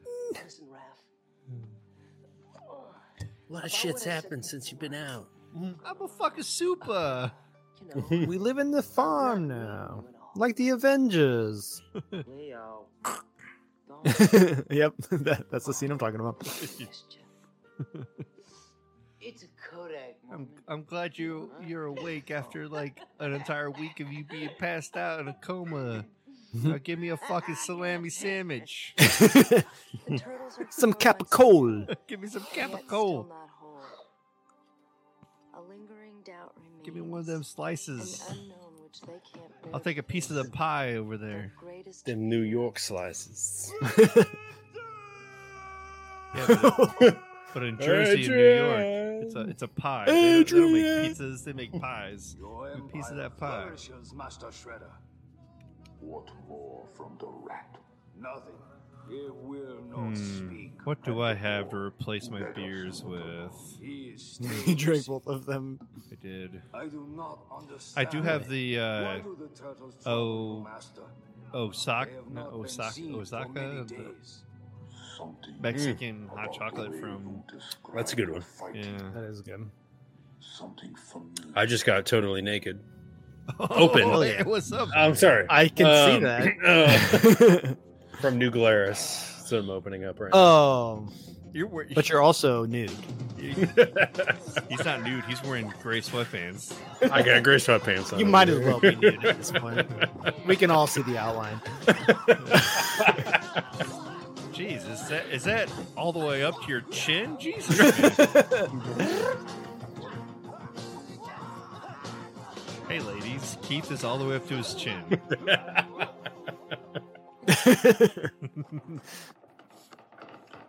[SPEAKER 7] Listen, Raph.
[SPEAKER 2] Hmm.
[SPEAKER 1] A lot of shit's happened since you've been out.
[SPEAKER 2] I'm a fucking super.
[SPEAKER 3] we live in the farm now, like the Avengers.
[SPEAKER 7] Leo. Don't
[SPEAKER 3] yep, that, that's the scene I'm talking about.
[SPEAKER 12] It's a Kodak
[SPEAKER 2] I'm I'm glad you you're awake after like an entire week of you being passed out in a coma. Now give me a fucking salami sandwich.
[SPEAKER 3] Some capicola.
[SPEAKER 2] give me some
[SPEAKER 14] And yet
[SPEAKER 2] capicola.
[SPEAKER 14] still not whole. A lingering doubt remains.
[SPEAKER 2] Give me one of them slices.
[SPEAKER 14] An unknown which they can't
[SPEAKER 2] I'll take a piece of the pie over there.
[SPEAKER 14] greatest
[SPEAKER 1] Them New York slices.
[SPEAKER 2] Yeah, but, it- but in Jersey and New York, it's a it's a pie. They don't, they don't
[SPEAKER 1] Adrian.
[SPEAKER 2] make pizzas; they make pies. A piece of that pie.
[SPEAKER 6] Flourishes, Master Shredder.
[SPEAKER 4] What more from the rat?
[SPEAKER 6] Nothing. It will not
[SPEAKER 2] Hmm,
[SPEAKER 6] speak.
[SPEAKER 2] What do I have to replace my beers with?
[SPEAKER 6] He is
[SPEAKER 3] He
[SPEAKER 2] Hmm.
[SPEAKER 6] still
[SPEAKER 3] drank both of them.
[SPEAKER 2] I did.
[SPEAKER 6] I do not understand.
[SPEAKER 2] I do have the
[SPEAKER 6] Why
[SPEAKER 2] uh,
[SPEAKER 6] do the turtles trouble
[SPEAKER 2] oh
[SPEAKER 6] you, Master?
[SPEAKER 2] Osaka
[SPEAKER 6] They have
[SPEAKER 2] no,
[SPEAKER 6] not been
[SPEAKER 2] Osaka
[SPEAKER 6] seen for
[SPEAKER 2] Osaka
[SPEAKER 6] many
[SPEAKER 2] the
[SPEAKER 6] days.
[SPEAKER 2] Mexican hot chocolate from
[SPEAKER 1] That's a good one.
[SPEAKER 2] yeah.
[SPEAKER 3] That is good.
[SPEAKER 6] Something familiar.
[SPEAKER 1] I just got totally naked. Open. Um,
[SPEAKER 2] Oh, hey, what's up?
[SPEAKER 1] I'm sorry.
[SPEAKER 3] I can
[SPEAKER 2] Um,
[SPEAKER 3] see
[SPEAKER 1] that. from New Glarus. That's what I'm opening up right
[SPEAKER 3] Oh,
[SPEAKER 2] You're wear-
[SPEAKER 3] but you're also nude.
[SPEAKER 2] he's not nude. He's wearing gray sweatpants.
[SPEAKER 1] now. I got gray sweatpants on.
[SPEAKER 3] You might as well be nude at this point. We can all see the outline.
[SPEAKER 2] Jeez, is that is that all the way up to your chin? Jesus. man. hey, ladies, Keith is all the way up to his chin.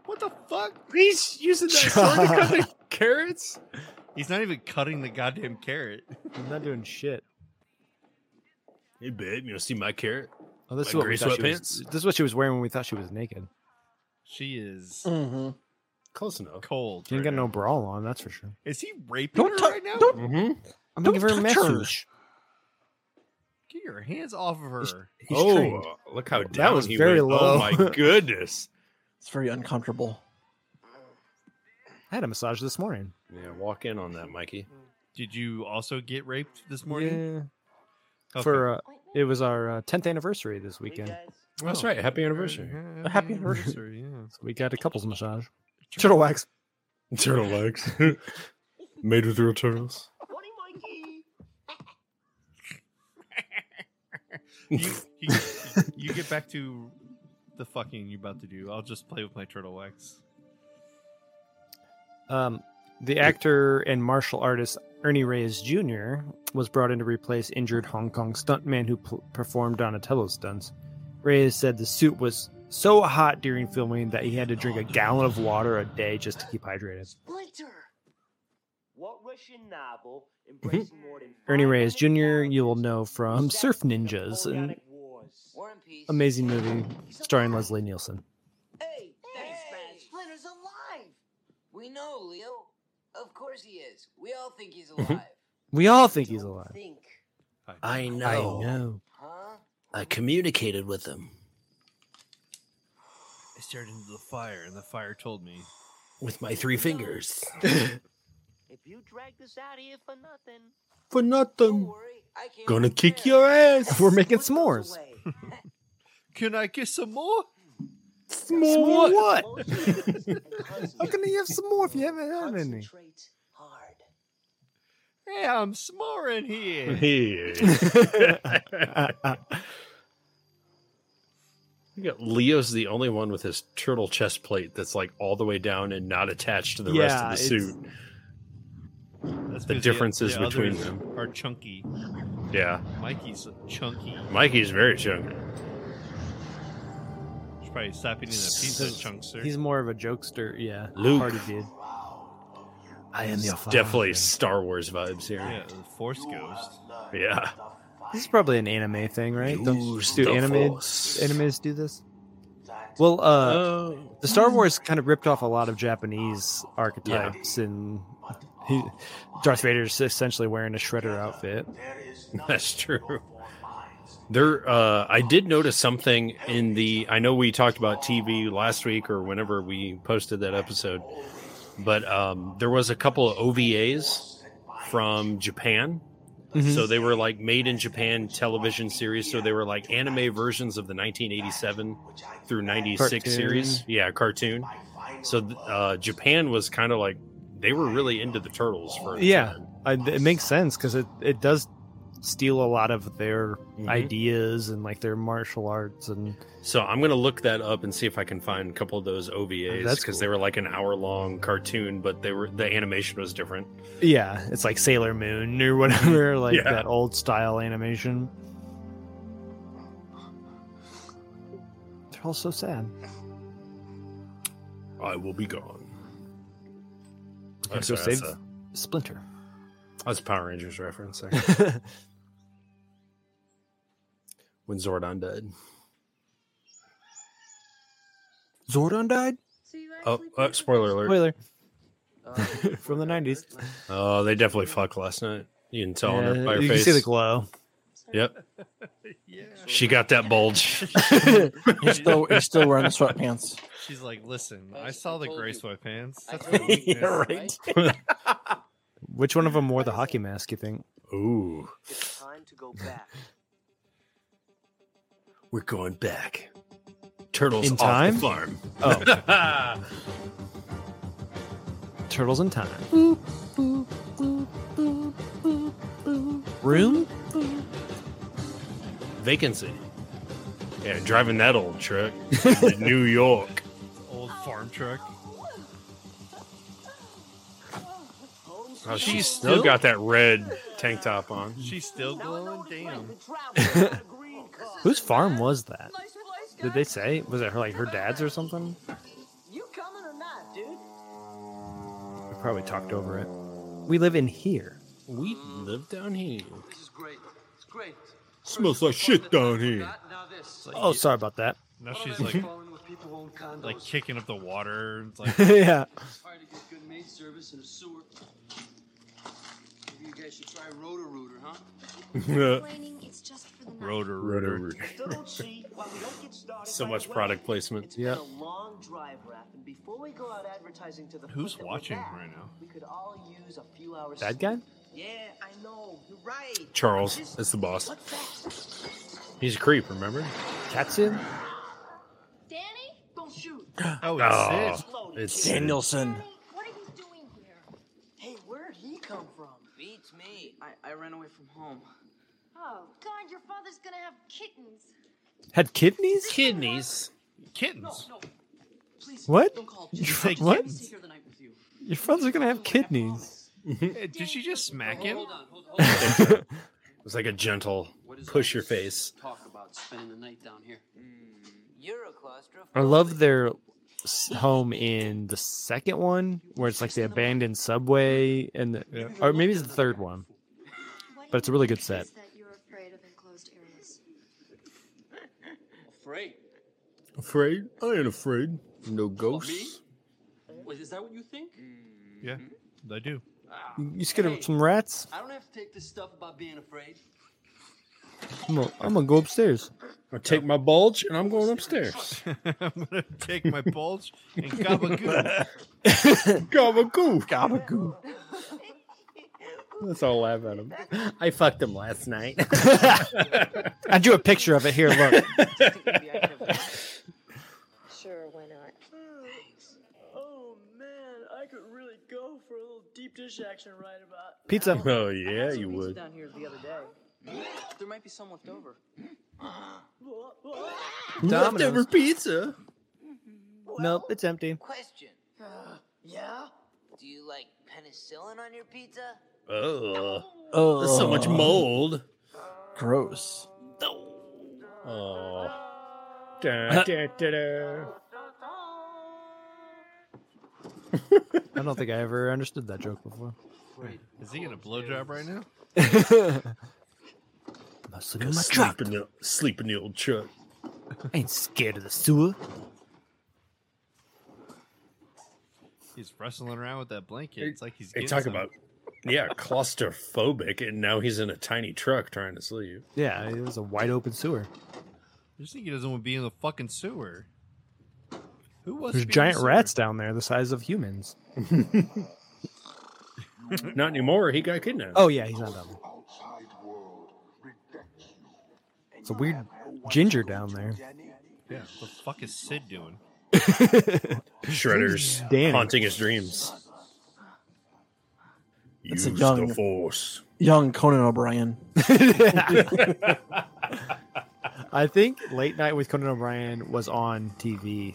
[SPEAKER 2] what the fuck?
[SPEAKER 1] He's using that sword to cut the carrots?
[SPEAKER 2] He's not even cutting the goddamn carrot.
[SPEAKER 3] I'm not doing shit.
[SPEAKER 1] Hey, babe, you want to see my carrot?
[SPEAKER 3] Oh, this is
[SPEAKER 1] My
[SPEAKER 3] what we
[SPEAKER 1] gray
[SPEAKER 3] thought she was,
[SPEAKER 1] sweatpants?
[SPEAKER 3] This is what she was wearing when we thought she was naked.
[SPEAKER 2] She is
[SPEAKER 15] Mm-hmm.
[SPEAKER 1] Close enough.
[SPEAKER 2] cold.
[SPEAKER 3] She ain't
[SPEAKER 2] right
[SPEAKER 3] got no bra on, that's for sure.
[SPEAKER 2] now. Is he raping
[SPEAKER 5] Don't
[SPEAKER 2] her
[SPEAKER 5] touch.
[SPEAKER 2] right now?
[SPEAKER 5] Don't
[SPEAKER 1] Mm-hmm.
[SPEAKER 3] I'm gonna
[SPEAKER 5] Don't
[SPEAKER 3] give her a
[SPEAKER 5] touch her.
[SPEAKER 3] message.
[SPEAKER 2] Get your hands off of her.
[SPEAKER 3] He's
[SPEAKER 1] oh,
[SPEAKER 3] trained.
[SPEAKER 1] look how
[SPEAKER 3] That
[SPEAKER 1] down
[SPEAKER 3] was
[SPEAKER 1] he
[SPEAKER 3] very
[SPEAKER 1] went.
[SPEAKER 3] low.
[SPEAKER 1] Oh my goodness.
[SPEAKER 5] It's very uncomfortable.
[SPEAKER 3] I had a massage this morning.
[SPEAKER 1] Yeah, walk in on that, Mikey.
[SPEAKER 2] Did you also get raped this morning?
[SPEAKER 3] Yeah.
[SPEAKER 2] Okay.
[SPEAKER 3] For uh, it was our uh, 10th anniversary this weekend.
[SPEAKER 1] That's right. oh, Happy anniversary.
[SPEAKER 2] Yeah,
[SPEAKER 5] Happy anniversary.
[SPEAKER 2] yeah.
[SPEAKER 3] So we got a couples massage. Turtle wax.
[SPEAKER 1] Turtle legs. Mm-hmm. Made with real turtles.
[SPEAKER 2] you, you, you get back to the fucking you're about to do. I'll just play with my turtle wax.
[SPEAKER 3] Um, the actor and martial artist Ernie Reyes Jr. was brought in to replace injured Hong Kong stuntman who p- performed Donatello stunts. Reyes said the suit was so hot during filming that he had to drink a gallon of water a day just to keep hydrated.
[SPEAKER 7] Splinter! What Russian novel embracing more than
[SPEAKER 3] Mm-hmm. Ernie Reyes Jr. you will know from Surf Ninjas, an amazing movie starring Leslie Nielsen.
[SPEAKER 12] Hey, thanks, man. Splinter's alive. We know, Leo. Of course he is. We all think he's alive.
[SPEAKER 3] We all think he's alive.
[SPEAKER 12] think,
[SPEAKER 15] I know.
[SPEAKER 3] I know.
[SPEAKER 12] huh?
[SPEAKER 4] uh,
[SPEAKER 15] I communicated with him.
[SPEAKER 2] I stared into the fire, and the fire told me.
[SPEAKER 15] With my three fingers.
[SPEAKER 7] If you drag this out here for nothing,
[SPEAKER 1] For nothing.
[SPEAKER 12] I can't
[SPEAKER 1] Gonna kick your ass.
[SPEAKER 3] We're making s'mores.
[SPEAKER 2] Can I kiss some more?
[SPEAKER 3] S'more what? How can you have some more if you haven't had any?
[SPEAKER 2] Yeah, I'm smoring here.
[SPEAKER 1] Hey. You got Leo's the only one with his turtle chest plate that's like all the way down and not attached to the rest of
[SPEAKER 3] Yeah,
[SPEAKER 1] the
[SPEAKER 3] it's-
[SPEAKER 1] suit.
[SPEAKER 2] That's
[SPEAKER 1] The
[SPEAKER 2] 'cause
[SPEAKER 1] differences
[SPEAKER 2] the
[SPEAKER 1] between
[SPEAKER 2] others
[SPEAKER 1] them.
[SPEAKER 2] are chunky.
[SPEAKER 1] Yeah.
[SPEAKER 2] Mikey's chunky.
[SPEAKER 1] Mikey's very chunky.
[SPEAKER 2] Should probably stop eating that pizza chunks, sir.
[SPEAKER 3] He's more of a jokester, yeah.
[SPEAKER 1] Luke.
[SPEAKER 3] Party dude. I am your
[SPEAKER 1] It's definitely Star Wars vibes here.
[SPEAKER 2] yeah, the force ghost.
[SPEAKER 1] Yeah.
[SPEAKER 3] This is probably an anime thing, right? Don't
[SPEAKER 15] Use
[SPEAKER 3] do
[SPEAKER 15] the
[SPEAKER 3] anime
[SPEAKER 15] force.
[SPEAKER 3] animes do this? Well, uh,
[SPEAKER 1] Oh.
[SPEAKER 3] the Star Wars kind of ripped off a lot of Japanese archetypes, and he, Darth Vader's essentially wearing a shredder outfit.
[SPEAKER 1] That's true. There, uh, I did notice something in the. I know we talked about TV last week or whenever we posted that episode, but um, there was a couple of OVAs from Japan.
[SPEAKER 3] Mm-hmm.
[SPEAKER 5] Mhm.
[SPEAKER 1] So they were like made in Japan television series. So they were like anime versions of the 1987 through 96
[SPEAKER 5] Cartoon.
[SPEAKER 1] series. Yeah, cartoon. So th- uh, Japan was kind of like they were really into the turtles for a
[SPEAKER 3] Yeah, I, it makes sense because it, it does steal a lot of their
[SPEAKER 1] Mhm.
[SPEAKER 3] ideas and like their martial arts and
[SPEAKER 1] So I'm gonna look that up and see if I can find a couple of those OVAs
[SPEAKER 3] Oh, That's
[SPEAKER 1] because they were like an hour long cartoon, but they were the animation was different.
[SPEAKER 3] yeah, it's like Sailor Moon or whatever, like
[SPEAKER 1] Yeah.
[SPEAKER 3] that old style animation. They're all so sad.
[SPEAKER 1] I will be gone.
[SPEAKER 3] Gotta
[SPEAKER 1] That's,
[SPEAKER 3] go
[SPEAKER 1] that's,
[SPEAKER 3] save
[SPEAKER 1] a,
[SPEAKER 3] Splinter.
[SPEAKER 1] that's a Power Rangers reference. there. when Zordon died.
[SPEAKER 3] Zordon died.
[SPEAKER 1] Oh, uh, spoiler alert!
[SPEAKER 3] Spoiler. From the nineties.
[SPEAKER 1] Oh, they definitely fucked last night. You can tell on her by her
[SPEAKER 3] you
[SPEAKER 1] face.
[SPEAKER 3] can see the glow.
[SPEAKER 1] Yep. She got that bulge.
[SPEAKER 5] He's still, he's still wearing the sweatpants.
[SPEAKER 2] She's like, listen, I saw the gray sweatpants. That's
[SPEAKER 5] told
[SPEAKER 2] my
[SPEAKER 5] you,
[SPEAKER 2] weakness."
[SPEAKER 5] right?
[SPEAKER 3] Which one of them wore the hockey mask? You think?
[SPEAKER 1] Ooh,
[SPEAKER 7] it's time to go back.
[SPEAKER 15] We're going back. Turtles
[SPEAKER 3] In
[SPEAKER 15] off
[SPEAKER 3] time?
[SPEAKER 15] the farm.
[SPEAKER 3] Oh. Turtles in time. Room?
[SPEAKER 1] Vacancy. Yeah, driving that old truck. to New York.
[SPEAKER 2] Old farm truck.
[SPEAKER 1] Oh, she's still got that red tank top on.
[SPEAKER 2] She's still glowing. Damn.
[SPEAKER 3] Whose farm was that? Did they say? Was it her like her dad's or something?
[SPEAKER 12] You coming or not, dude?
[SPEAKER 3] I probably talked over it. We live in here.
[SPEAKER 1] We live down here.
[SPEAKER 11] This is great. It's great.
[SPEAKER 1] Smells like shit down here.
[SPEAKER 11] Now this.
[SPEAKER 3] Oh, sorry about that.
[SPEAKER 2] Now she's like,
[SPEAKER 11] Falling with people who own condos.
[SPEAKER 2] like kicking up the water. It's like,
[SPEAKER 3] yeah.
[SPEAKER 11] Hard to get good maid service in a sewer. Maybe you guys should try Roto Rooter, huh?
[SPEAKER 14] Explaining it's just for the night.
[SPEAKER 2] Rotor,
[SPEAKER 1] Rotor
[SPEAKER 2] rotor.
[SPEAKER 1] Rooter.
[SPEAKER 7] Still don't see why we don't get started.
[SPEAKER 1] So
[SPEAKER 7] right
[SPEAKER 1] much
[SPEAKER 7] away.
[SPEAKER 1] product placement.
[SPEAKER 7] It's been
[SPEAKER 3] Yeah.
[SPEAKER 7] a long drive, Raph, and before we go out advertising to the
[SPEAKER 2] Who's
[SPEAKER 7] public that we're
[SPEAKER 2] watching
[SPEAKER 7] back,
[SPEAKER 2] right now?
[SPEAKER 7] We could all use a few hours.
[SPEAKER 3] That
[SPEAKER 7] sleep.
[SPEAKER 3] guy?
[SPEAKER 12] Yeah, I know. You're right.
[SPEAKER 1] Charles is the boss. He's a creep, remember?
[SPEAKER 3] That's him.
[SPEAKER 9] Danny,
[SPEAKER 7] Hmm.
[SPEAKER 9] don't shoot.
[SPEAKER 2] Oh,
[SPEAKER 1] Oh,
[SPEAKER 2] it's Sid.
[SPEAKER 1] it's Sid.
[SPEAKER 5] Danielson.
[SPEAKER 9] What are you doing here?
[SPEAKER 12] Hey, where'd he come from? Beats me. I, I ran away from home.
[SPEAKER 9] Oh, God, your father's gonna have kittens.
[SPEAKER 3] Had kidneys?
[SPEAKER 1] Kidneys.
[SPEAKER 2] Kittens.
[SPEAKER 12] Please,
[SPEAKER 3] What?
[SPEAKER 12] Don't call.
[SPEAKER 3] Your
[SPEAKER 12] Just
[SPEAKER 3] friends,
[SPEAKER 12] let
[SPEAKER 3] what?
[SPEAKER 12] me stay here the night with you.
[SPEAKER 3] Your friends are gonna have kidneys.
[SPEAKER 2] Eh, Did she just smack him?
[SPEAKER 12] Hold on, hold on.
[SPEAKER 1] it was like a gentle push your face.
[SPEAKER 11] Talk about spending the night down here.
[SPEAKER 12] You're a claustrophobe.
[SPEAKER 3] I love their s- home in the second one, where it's like the abandoned subway, and the, or maybe it's the third one. But it's a really good set.
[SPEAKER 9] That you're afraid of enclosed areas.
[SPEAKER 11] Afraid?
[SPEAKER 1] Afraid? I ain't afraid. No
[SPEAKER 11] Of me? Wait, is that what you think?
[SPEAKER 7] Mm.
[SPEAKER 2] Yeah, I do.
[SPEAKER 3] You scared of some rats?
[SPEAKER 11] I don't have to take this stuff about being afraid.
[SPEAKER 3] I'm gonna, I'm gonna go upstairs.
[SPEAKER 1] I take my bulge and I'm going upstairs.
[SPEAKER 2] I'm gonna take my bulge and gabagoo.
[SPEAKER 1] Gabagoo. Gabagoo. Let's all laugh at him. I fucked him last night.
[SPEAKER 3] I drew a picture of it here. Look.
[SPEAKER 13] Sure, why not?
[SPEAKER 7] Oh man, I could really go for a little deep dish action right about.
[SPEAKER 3] Pizza.
[SPEAKER 1] Oh yeah,
[SPEAKER 7] Some
[SPEAKER 1] you
[SPEAKER 7] pizza
[SPEAKER 1] would.
[SPEAKER 7] Down here the other day.
[SPEAKER 11] There might be some left over.
[SPEAKER 3] Domino's.
[SPEAKER 1] pizza.
[SPEAKER 3] Nope, it's empty.
[SPEAKER 12] Question.
[SPEAKER 11] Uh,
[SPEAKER 7] yeah?
[SPEAKER 12] Do you like penicillin on your pizza?
[SPEAKER 1] Oh,
[SPEAKER 5] Oh,
[SPEAKER 1] there's so much mold.
[SPEAKER 5] Gross.
[SPEAKER 1] Oh. Da, da, da, da.
[SPEAKER 3] I don't think I ever understood that joke before.
[SPEAKER 2] Is he gonna blowjob right now?
[SPEAKER 3] Must
[SPEAKER 1] Go sleep in the sleep in the old truck.
[SPEAKER 3] ain't scared of the sewer.
[SPEAKER 2] He's wrestling around with that blanket. It's like he's.
[SPEAKER 1] They
[SPEAKER 2] getting
[SPEAKER 1] talk
[SPEAKER 2] some.
[SPEAKER 1] about yeah, claustrophobic, and now he's in a tiny truck trying to sleep.
[SPEAKER 3] Yeah, it was a wide open sewer.
[SPEAKER 2] I just think he doesn't want to be in the fucking sewer. Who was?
[SPEAKER 3] There's giant rats down there the size of humans.
[SPEAKER 1] Not anymore. He got kidnapped.
[SPEAKER 3] Oh yeah, he's not down there. It's a weird ginger down there.
[SPEAKER 2] Yeah. The fuck is Sid doing?
[SPEAKER 1] Shredder's
[SPEAKER 3] Damn.
[SPEAKER 1] haunting his dreams.
[SPEAKER 5] That's
[SPEAKER 1] Use
[SPEAKER 5] a young-
[SPEAKER 1] the force.
[SPEAKER 5] Young Conan O'Brien.
[SPEAKER 3] I think Late Night with Conan O'Brien was on TV.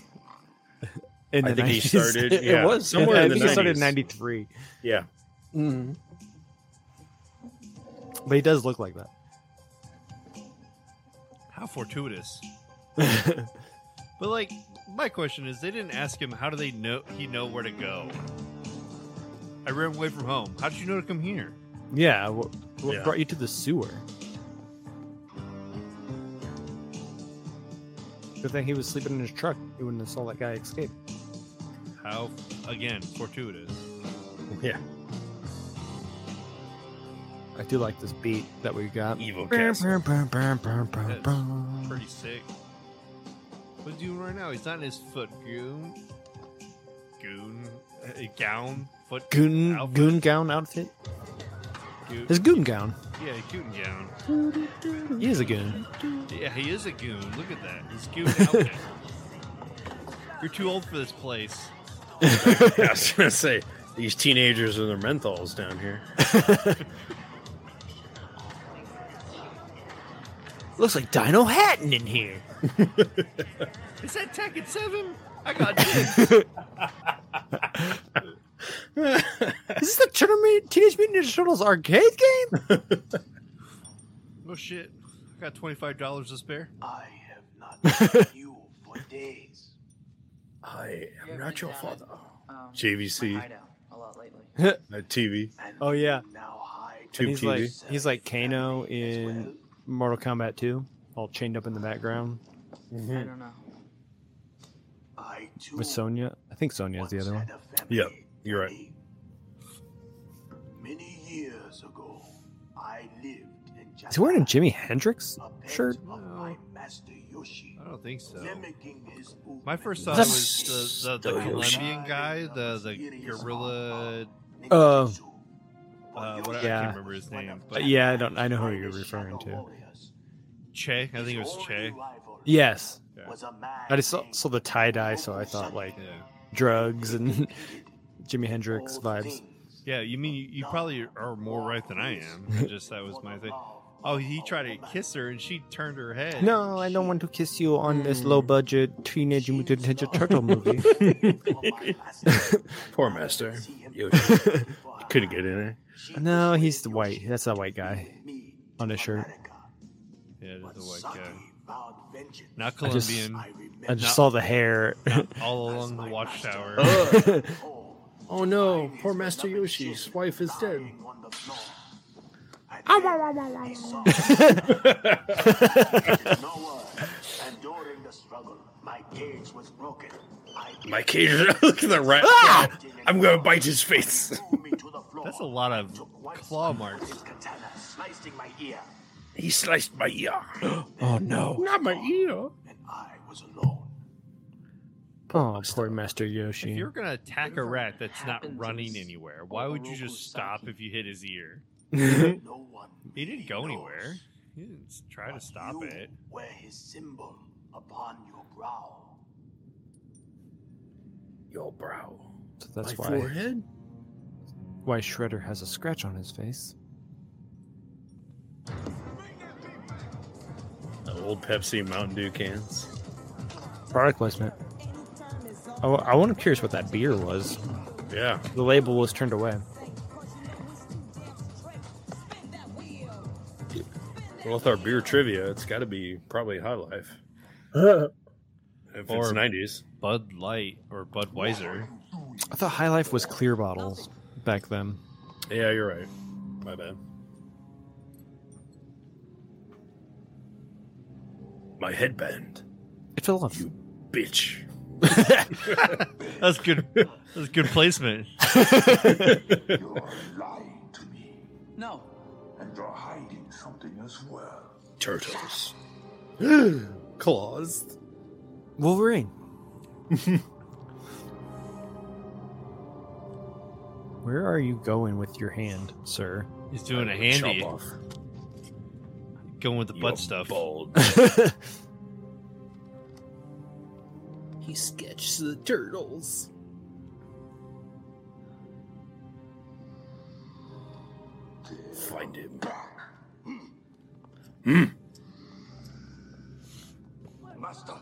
[SPEAKER 3] In
[SPEAKER 1] I
[SPEAKER 3] the
[SPEAKER 1] think he
[SPEAKER 3] 90s.
[SPEAKER 1] started-
[SPEAKER 3] It
[SPEAKER 1] yeah,
[SPEAKER 3] was
[SPEAKER 1] somewhere
[SPEAKER 3] I
[SPEAKER 1] in the
[SPEAKER 3] think it started in
[SPEAKER 1] 90s.
[SPEAKER 3] '93,
[SPEAKER 1] Yeah.
[SPEAKER 3] Mm-hmm.
[SPEAKER 5] Mm.
[SPEAKER 3] but he does look like that.
[SPEAKER 2] How fortuitous. But like, my question is, they didn't ask him how do they know he know where to go. I ran away from home. How did you know to come here?
[SPEAKER 3] yeah, what, what
[SPEAKER 1] Yeah.
[SPEAKER 3] brought you to the sewer? Good thing he was sleeping in his truck. He wouldn't have saw that guy escape.
[SPEAKER 2] How again fortuitous.
[SPEAKER 1] Yeah.
[SPEAKER 3] I do like this beat that we got.
[SPEAKER 1] Evil castle.
[SPEAKER 2] That's
[SPEAKER 3] That's
[SPEAKER 2] pretty sick. What's he doing right now? He's not in his foot goon, goon, uh, gown, foot
[SPEAKER 3] Goon
[SPEAKER 2] outfit,
[SPEAKER 3] goon gown outfit.
[SPEAKER 2] goon-
[SPEAKER 3] His goon gown.
[SPEAKER 2] yeah, goon gown.
[SPEAKER 3] He is a goon.
[SPEAKER 2] Yeah, he is a goon. Look at that. He's goon outfit. You're too old for this place.
[SPEAKER 1] I was gonna say these teenagers and their menthols down here.
[SPEAKER 5] Looks like Dino Hatton in here.
[SPEAKER 2] Is that Tech at seven? I got this.
[SPEAKER 3] Is this the Turner- Teenage Mutant Ninja Turtles arcade game?
[SPEAKER 2] No Oh, shit. I got twenty five dollars to spare.
[SPEAKER 6] I have not seen you for days.
[SPEAKER 1] I
[SPEAKER 11] Yeah,
[SPEAKER 1] am not your
[SPEAKER 11] down
[SPEAKER 1] father.
[SPEAKER 11] Um,
[SPEAKER 1] JVC.
[SPEAKER 11] my hideout a lot lately.
[SPEAKER 1] That TV.
[SPEAKER 3] oh yeah,
[SPEAKER 6] Now hide.
[SPEAKER 3] and
[SPEAKER 1] Tube
[SPEAKER 3] he's
[SPEAKER 1] TV.
[SPEAKER 3] like he's like Kano in Mortal Kombat 2, all chained up in the background
[SPEAKER 11] I don't know.
[SPEAKER 6] I too
[SPEAKER 3] with Sonya. I think Sonya is the other one.
[SPEAKER 6] had a family.
[SPEAKER 1] yeah, you're right.
[SPEAKER 6] Many years ago, I lived in Japan.
[SPEAKER 3] Is he wearing a Jimi Hendrix shirt?
[SPEAKER 6] Of my master Yoshi,
[SPEAKER 2] I don't think so.
[SPEAKER 6] mimicking his movements.
[SPEAKER 2] My first thought
[SPEAKER 5] That's-
[SPEAKER 2] was the, the, the
[SPEAKER 5] Those-
[SPEAKER 2] Colombian guy, the the gorilla.
[SPEAKER 6] Ninjutsu,
[SPEAKER 3] Uh,
[SPEAKER 6] but
[SPEAKER 2] Uh, what, I
[SPEAKER 3] Yeah.
[SPEAKER 2] can't remember his name.
[SPEAKER 3] But yeah, I don't. I know who you're referring to.
[SPEAKER 2] Che, I think it was Che.
[SPEAKER 3] Yes. I just saw, saw the tie dye, so I thought like drugs and Jimi Hendrix vibes.
[SPEAKER 2] Yeah, you mean you, you probably are more right than I am. I just that was my thing. Oh, he tried to kiss her and she turned her head.
[SPEAKER 3] No, I don't want to kiss you on this low budget Teenage Mutant Ninja Turtle movie.
[SPEAKER 1] Poor master. Yoshi. Couldn't get in there.
[SPEAKER 3] no, he's the white. That's that white guy on his shirt.
[SPEAKER 2] Yeah, it is a white guy. Not
[SPEAKER 3] I just,
[SPEAKER 2] Colombian.
[SPEAKER 3] I just saw the hair.
[SPEAKER 2] all along the watchtower.
[SPEAKER 1] Ugh. oh no, poor Master Yoshi's wife is dead.
[SPEAKER 6] And during the struggle, my cage was broken. I
[SPEAKER 1] My cage, look at the rat. I'm gonna bite his face.
[SPEAKER 2] That's a lot of claw marks.
[SPEAKER 6] katana slicing my ear.
[SPEAKER 1] He sliced my ear.
[SPEAKER 5] Oh no.
[SPEAKER 1] Not my ear.
[SPEAKER 3] Oh, poor Master
[SPEAKER 2] If
[SPEAKER 3] Yoshi.
[SPEAKER 2] you're gonna attack a rat that's not running anywhere, why would you just stop if you hit his ear? He didn't go anywhere. He didn't s- try to stop it.
[SPEAKER 6] Wear his symbol upon your brow.
[SPEAKER 1] Your brow.
[SPEAKER 3] So that's
[SPEAKER 1] my
[SPEAKER 3] why
[SPEAKER 1] forehead?
[SPEAKER 3] why Shredder has a scratch on his face.
[SPEAKER 1] The old Pepsi Mountain Dew cans.
[SPEAKER 3] Product placement. I, wa- I want to curious what that beer was.
[SPEAKER 1] Yeah.
[SPEAKER 3] The label was turned away.
[SPEAKER 1] Well, with our beer trivia, it's got to be probably High Life. If it's
[SPEAKER 2] Or-
[SPEAKER 1] 90s.
[SPEAKER 2] Bud Light or Budweiser.
[SPEAKER 3] I thought High Life was clear bottles back then.
[SPEAKER 1] Yeah, you're right. My bad. My headband,
[SPEAKER 3] It fell off.
[SPEAKER 1] bitch.
[SPEAKER 2] That's good. That's good placement.
[SPEAKER 11] No.
[SPEAKER 6] And you're hiding something as well.
[SPEAKER 1] Turtles. Claws.
[SPEAKER 3] Wolverine. Where are you going with your hand, sir?
[SPEAKER 2] He's doing a
[SPEAKER 1] Chop
[SPEAKER 2] handy.
[SPEAKER 1] off
[SPEAKER 2] Going with the
[SPEAKER 1] your
[SPEAKER 2] butt stuff.
[SPEAKER 1] Bulge.
[SPEAKER 15] He sketched the turtles.
[SPEAKER 1] Find him.
[SPEAKER 6] Master,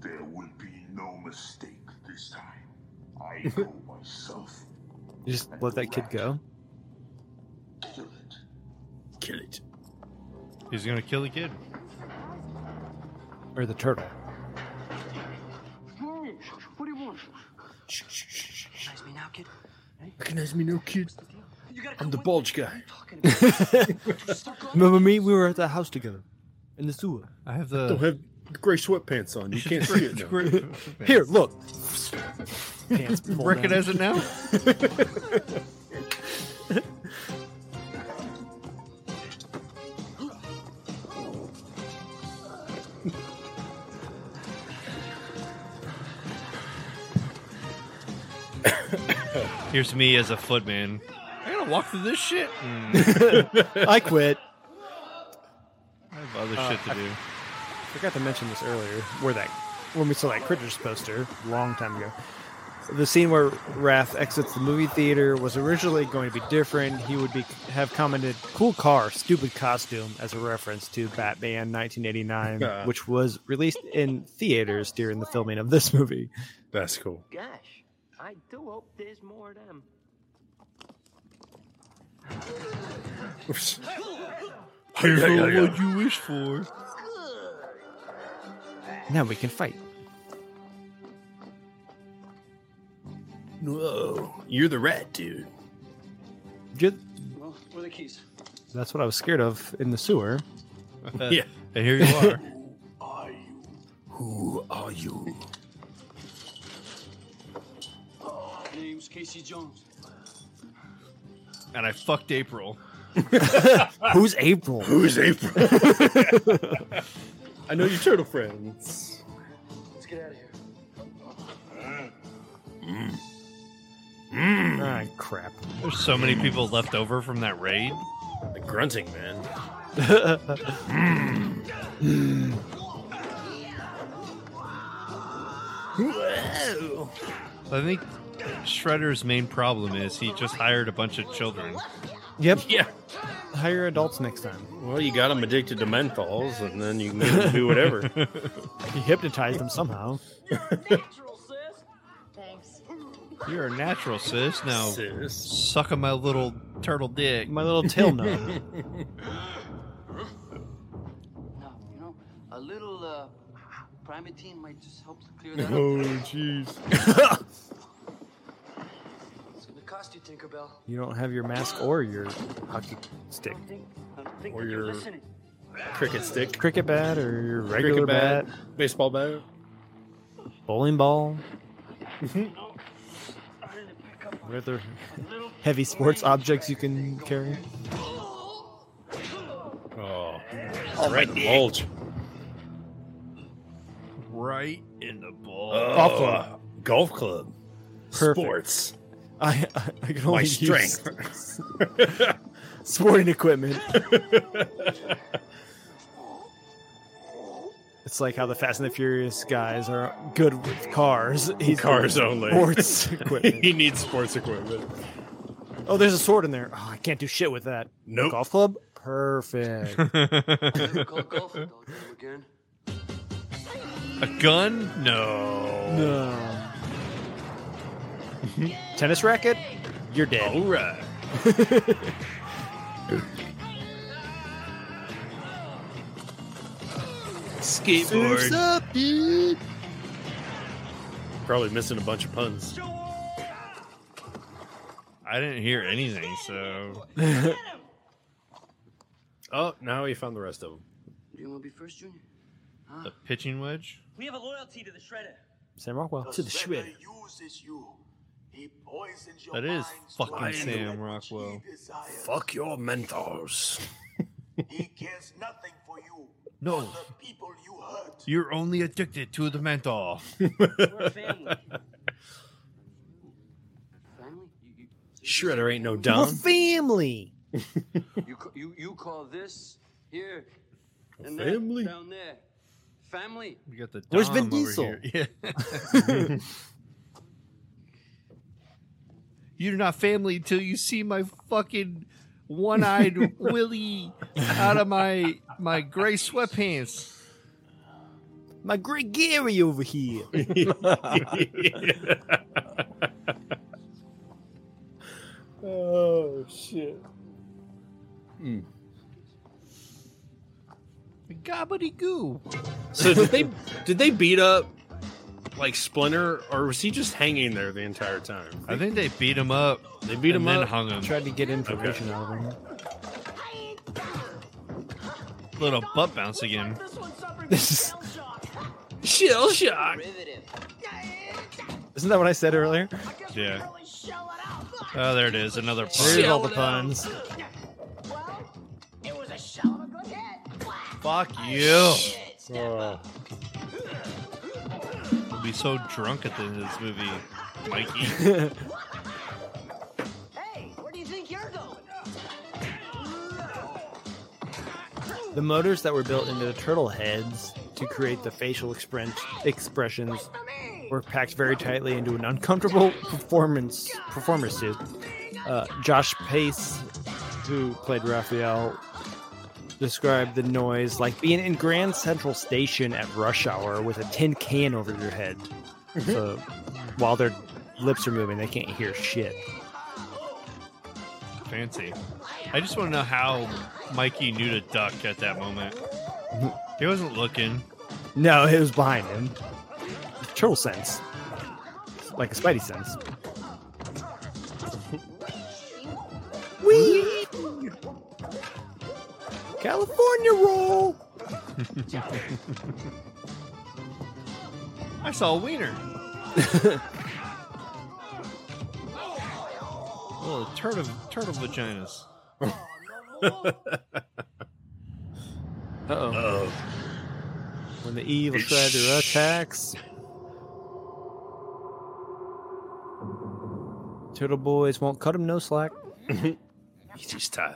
[SPEAKER 6] there will be no mistake this time. I go myself.
[SPEAKER 3] You just let that kid go?
[SPEAKER 6] Kill it.
[SPEAKER 1] Kill it.
[SPEAKER 2] He's gonna kill the kid.
[SPEAKER 3] Or the turtle?
[SPEAKER 11] What do you want? Recognize me now, kid.
[SPEAKER 1] Recognize me, no kid.
[SPEAKER 11] You gotta
[SPEAKER 1] I'm the bulge guy.
[SPEAKER 3] Remember me? We were at that house together. In the sewer.
[SPEAKER 2] I have
[SPEAKER 1] I don't
[SPEAKER 2] the.
[SPEAKER 1] Oh, have gray sweatpants on. You can't see it. now.
[SPEAKER 3] Here, look. Pants pulled down.
[SPEAKER 2] Recognize it now? Here's me as a footman. I gotta walk through this shit. Mm,
[SPEAKER 3] I quit.
[SPEAKER 2] I have other
[SPEAKER 3] Uh,
[SPEAKER 2] shit to
[SPEAKER 3] I-
[SPEAKER 2] do.
[SPEAKER 3] forgot to mention this earlier. Where that when we saw that critters poster a long time ago. The scene where Raph exits the movie theater was originally going to be different. He would be have commented "cool car, stupid costume" as a reference to Batman 1989,
[SPEAKER 1] Uh.
[SPEAKER 3] which was released in theaters during the filming of this movie.
[SPEAKER 1] That's cool.
[SPEAKER 7] Gosh, I do hope there's more of them.
[SPEAKER 2] what you wish for.
[SPEAKER 3] Now we can fight.
[SPEAKER 1] Whoa. You're the rat, dude.
[SPEAKER 3] Ju-
[SPEAKER 11] Well, where are the keys?
[SPEAKER 3] That's what I was scared of in the sewer.
[SPEAKER 1] Yeah.
[SPEAKER 2] And here you are.
[SPEAKER 1] Who are you?
[SPEAKER 11] Name's Casey Jones.
[SPEAKER 2] and I fucked April.
[SPEAKER 3] Who's April?
[SPEAKER 1] Who's April? I know your turtle friends.
[SPEAKER 11] Let's get out of here.
[SPEAKER 3] Ah, crap.
[SPEAKER 2] There's so many people left over from that raid.
[SPEAKER 1] The grunting man.
[SPEAKER 2] Whoa. I think Shredder's main problem is he just hired a bunch of children.
[SPEAKER 3] Yep.
[SPEAKER 1] Yeah.
[SPEAKER 3] Hire adults next time.
[SPEAKER 1] Well, you got them addicted to menthols, and then you can get 'em to do whatever.
[SPEAKER 3] You hypnotized them somehow.
[SPEAKER 2] You're a natural, sis. Now
[SPEAKER 1] Sis.
[SPEAKER 2] suck on my little turtle dick.
[SPEAKER 3] My little tail nut.
[SPEAKER 11] No, you know, a little uh, primatine might just help to clear that
[SPEAKER 2] Oh,
[SPEAKER 11] up.
[SPEAKER 2] jeez.
[SPEAKER 11] It's gonna cost you, Tinkerbell.
[SPEAKER 3] You don't have your mask or your hockey
[SPEAKER 11] I
[SPEAKER 3] stick.
[SPEAKER 11] don't think
[SPEAKER 1] Or
[SPEAKER 11] that you're
[SPEAKER 1] your-
[SPEAKER 11] listening.
[SPEAKER 1] Cricket stick.
[SPEAKER 3] Cricket bat or your regular bat.
[SPEAKER 1] Cricket bat. Baseball bat.
[SPEAKER 3] bowling ball,
[SPEAKER 1] Mm-hmm.
[SPEAKER 11] I need to pick up
[SPEAKER 3] what
[SPEAKER 11] a
[SPEAKER 3] other
[SPEAKER 11] little
[SPEAKER 3] heavy sports objects you can carry.
[SPEAKER 1] Oh.
[SPEAKER 2] Oh, my
[SPEAKER 1] right in the
[SPEAKER 2] dick.
[SPEAKER 1] bulge.
[SPEAKER 2] Right in the ball.
[SPEAKER 1] Off a golf club.
[SPEAKER 3] Perfect.
[SPEAKER 1] Sports.
[SPEAKER 3] I I, I can
[SPEAKER 1] My
[SPEAKER 3] only
[SPEAKER 1] strength.
[SPEAKER 3] use sporting equipment. It's like how the Fast and the Furious guys are good with cars. He's
[SPEAKER 1] Cars
[SPEAKER 3] good with
[SPEAKER 1] only.
[SPEAKER 3] Sports equipment.
[SPEAKER 1] he needs sports equipment.
[SPEAKER 3] Oh, there's a sword in there. Oh, I can't do shit with that.
[SPEAKER 1] Nope.
[SPEAKER 3] Golf club. Perfect.
[SPEAKER 11] cold golf dog game again.
[SPEAKER 2] A gun? No.
[SPEAKER 3] No. Tennis racket? You're
[SPEAKER 2] All
[SPEAKER 3] dead.
[SPEAKER 2] right.
[SPEAKER 1] Skateboard.
[SPEAKER 3] Surf's up, dude.
[SPEAKER 1] Probably missing a bunch of puns.
[SPEAKER 2] I didn't hear anything, so
[SPEAKER 1] Oh, now he found the rest of them.
[SPEAKER 11] Do you want to be first, Junior?
[SPEAKER 2] the pitching wedge.
[SPEAKER 7] We have a loyalty to the Shredder.
[SPEAKER 3] Sam Rockwell.
[SPEAKER 1] To the shredder.
[SPEAKER 6] uses you. He poisons your
[SPEAKER 2] That is
[SPEAKER 6] minds to
[SPEAKER 2] fucking
[SPEAKER 6] achieve
[SPEAKER 2] Sam
[SPEAKER 6] what
[SPEAKER 2] Rockwell.
[SPEAKER 6] he desires.
[SPEAKER 1] Fuck your mentors.
[SPEAKER 6] He cares nothing for you.
[SPEAKER 2] No.
[SPEAKER 6] or The people you hurt.
[SPEAKER 2] You're only addicted to the menthol.
[SPEAKER 7] We're a family.
[SPEAKER 11] Family? You,
[SPEAKER 1] Shredder ain't no
[SPEAKER 3] We're
[SPEAKER 1] dumb.
[SPEAKER 3] family.
[SPEAKER 11] you, you, ca- you, you call this here and
[SPEAKER 1] family?
[SPEAKER 11] that down there family?
[SPEAKER 2] We got the
[SPEAKER 3] Where's
[SPEAKER 2] Dom
[SPEAKER 3] Vin
[SPEAKER 2] over
[SPEAKER 3] Diesel?
[SPEAKER 2] here. Yeah. You're not family until you see my fucking one-eyed Willy out of my my gray sweatpants.
[SPEAKER 3] My great Gary over here.
[SPEAKER 1] oh shit.
[SPEAKER 2] Gobbledygoo.
[SPEAKER 1] So did they did they beat up like Splinter or was he just hanging there the entire time?
[SPEAKER 2] I think they beat him up.
[SPEAKER 1] They beat
[SPEAKER 2] and
[SPEAKER 1] him
[SPEAKER 2] then
[SPEAKER 1] up.
[SPEAKER 2] hung him.
[SPEAKER 3] Tried to get information out of him.
[SPEAKER 2] Little butt bounce again.
[SPEAKER 3] This is,
[SPEAKER 1] Shell shock.
[SPEAKER 12] Derivative.
[SPEAKER 3] isn't that what I said earlier?
[SPEAKER 2] Yeah. Oh, there it is. Another
[SPEAKER 3] There's
[SPEAKER 2] pun.
[SPEAKER 3] all the puns.
[SPEAKER 2] Fuck you.
[SPEAKER 1] Oh,
[SPEAKER 2] We'll be so drunk at the end of this movie, Mikey.
[SPEAKER 12] Hey, where do you think you're going?
[SPEAKER 3] The motors that were built into the turtle heads to create the facial expren- expressions were packed very tightly into an uncomfortable performance performer suit. Uh, Josh Pace, who played Raphael, described the noise like being in Grand Central Station at rush hour with a tin can over your head. so while their lips are moving, they can't hear shit.
[SPEAKER 2] Fancy. I just want to know how Mikey knew to duck at that moment. He wasn't looking.
[SPEAKER 3] No, it was behind him. Turtle sense, like a Spidey sense. Wee! California roll.
[SPEAKER 2] I saw a wiener. Little turtle, turtle vaginas.
[SPEAKER 3] Uh oh. When the evil shredder attacks. Turtle Boys won't cut him no slack.
[SPEAKER 1] Easy time.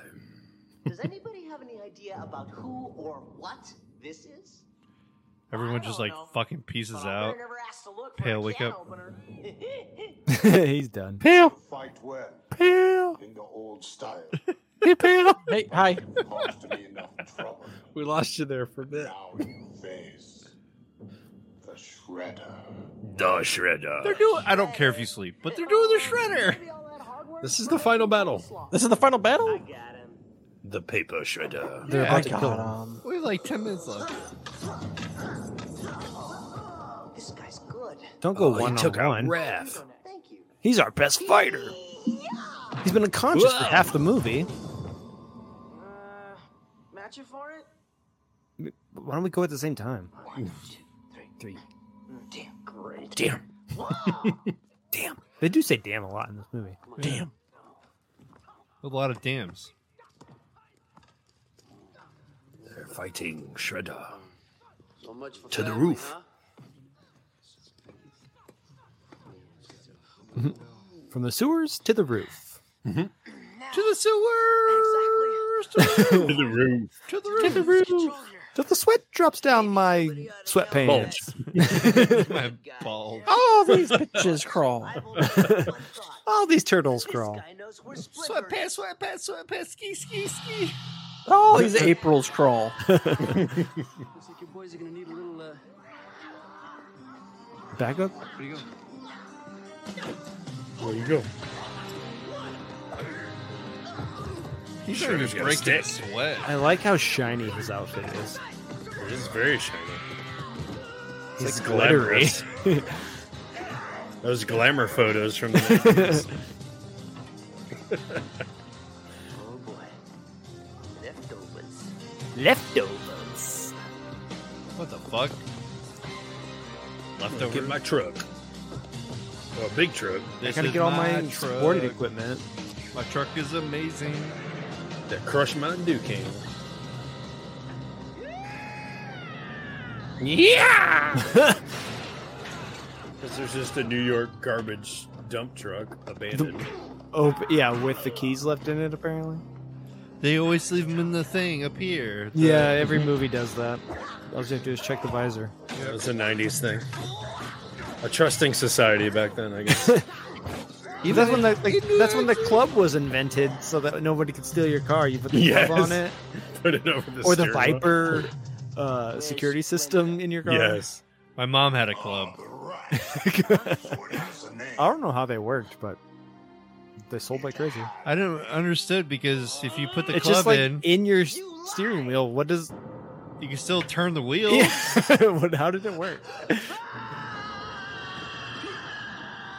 [SPEAKER 7] Does anybody have any idea about who or what this is?
[SPEAKER 2] Everyone just like fucking pieces out.
[SPEAKER 7] Never asked to look for
[SPEAKER 2] Pale
[SPEAKER 7] a
[SPEAKER 2] wake
[SPEAKER 7] can
[SPEAKER 2] up.
[SPEAKER 7] opener.
[SPEAKER 3] He's done.
[SPEAKER 5] Peel.
[SPEAKER 10] Fight well.
[SPEAKER 5] Peel.
[SPEAKER 10] In the old style.
[SPEAKER 5] Hey, Peel. Hey, hi.
[SPEAKER 10] Caused me enough trouble.
[SPEAKER 1] We lost you there for a bit.
[SPEAKER 10] Now you face the shredder.
[SPEAKER 1] The Shredder.
[SPEAKER 2] They're doing. I don't care if you sleep, but they're doing the shredder.
[SPEAKER 1] This is the final battle.
[SPEAKER 5] This is the final battle.
[SPEAKER 1] The Paper Shredder.
[SPEAKER 5] They're
[SPEAKER 2] Yeah.
[SPEAKER 5] about to kill
[SPEAKER 3] uh,
[SPEAKER 5] him.
[SPEAKER 2] We have like ten minutes left.
[SPEAKER 7] This guy's good.
[SPEAKER 3] Don't go
[SPEAKER 1] Oh, he
[SPEAKER 3] one
[SPEAKER 1] took
[SPEAKER 3] on
[SPEAKER 1] out
[SPEAKER 3] one.
[SPEAKER 1] Raph.
[SPEAKER 3] He's our best fighter. He's been unconscious for
[SPEAKER 1] Whoa.
[SPEAKER 3] half the movie.
[SPEAKER 7] Uh, match it for it?
[SPEAKER 3] Why don't we go at the same time?
[SPEAKER 7] Three. Damn great.
[SPEAKER 3] Damn. damn. They do say damn a lot in this movie.
[SPEAKER 5] Damn.
[SPEAKER 2] A lot of dams.
[SPEAKER 1] They're fighting Shredder.
[SPEAKER 11] So much for
[SPEAKER 1] To the
[SPEAKER 11] family,
[SPEAKER 1] roof.
[SPEAKER 11] huh?
[SPEAKER 3] From the sewers to the roof.
[SPEAKER 2] To the sewers.
[SPEAKER 1] to the roof.
[SPEAKER 2] To the roof.
[SPEAKER 3] Till the sweat drops down my sweatpants.
[SPEAKER 2] My balls.
[SPEAKER 5] All these bitches crawl.
[SPEAKER 3] All these turtles crawl.
[SPEAKER 2] Sweatpants. Sweatpants. Sweatpants. Ski. Ski. Ski.
[SPEAKER 5] All these Aprils crawl.
[SPEAKER 11] Looks like your boys are gonna need a little. Uh,
[SPEAKER 3] Back up.
[SPEAKER 11] where you go?
[SPEAKER 1] There you go.
[SPEAKER 2] He's
[SPEAKER 1] Sure,
[SPEAKER 2] trying
[SPEAKER 1] he's
[SPEAKER 2] to
[SPEAKER 1] got a
[SPEAKER 2] break that
[SPEAKER 1] stick.
[SPEAKER 2] sweat.
[SPEAKER 3] I like how shiny his outfit is.
[SPEAKER 1] It is very shiny.
[SPEAKER 3] It's
[SPEAKER 1] It's
[SPEAKER 3] like glittery.
[SPEAKER 1] glamorous. Those glamour photos from the 90s.
[SPEAKER 11] Oh boy. Leftovers.
[SPEAKER 3] Leftovers.
[SPEAKER 2] What the fuck?
[SPEAKER 1] Don't
[SPEAKER 2] Leftover.
[SPEAKER 1] get my truck. Oh, a big truck.
[SPEAKER 2] This
[SPEAKER 3] I gotta
[SPEAKER 2] is
[SPEAKER 3] get all my,
[SPEAKER 2] truck.
[SPEAKER 3] sporting equipment.
[SPEAKER 2] My truck is amazing.
[SPEAKER 1] That crushed Mountain Dew can.
[SPEAKER 3] Yeah!
[SPEAKER 1] This is just a New York garbage dump truck abandoned.
[SPEAKER 3] oh, but yeah, with the keys left in it, apparently.
[SPEAKER 2] They always leave them in the thing up here. The-
[SPEAKER 3] Yeah, every movie does that. All you have to do is check the visor.
[SPEAKER 1] That was a 90s thing. A trusting society back then, I guess.
[SPEAKER 3] that's when the, the that's when the club was invented, so that nobody could steal your car. You put the
[SPEAKER 1] Yes.
[SPEAKER 3] club on it,
[SPEAKER 1] Put it over the
[SPEAKER 3] or the
[SPEAKER 1] steering wheel.
[SPEAKER 3] Viper uh, security system in your car.
[SPEAKER 1] Yes.
[SPEAKER 2] My mom had a club.
[SPEAKER 3] I don't know how they worked, but they sold like crazy.
[SPEAKER 2] I don't understood because if you put the
[SPEAKER 3] it's
[SPEAKER 2] club
[SPEAKER 3] just like
[SPEAKER 2] in,
[SPEAKER 3] in, your s- steering wheel. What does?
[SPEAKER 2] you can still turn the wheel.
[SPEAKER 3] Yeah. what, how did it work?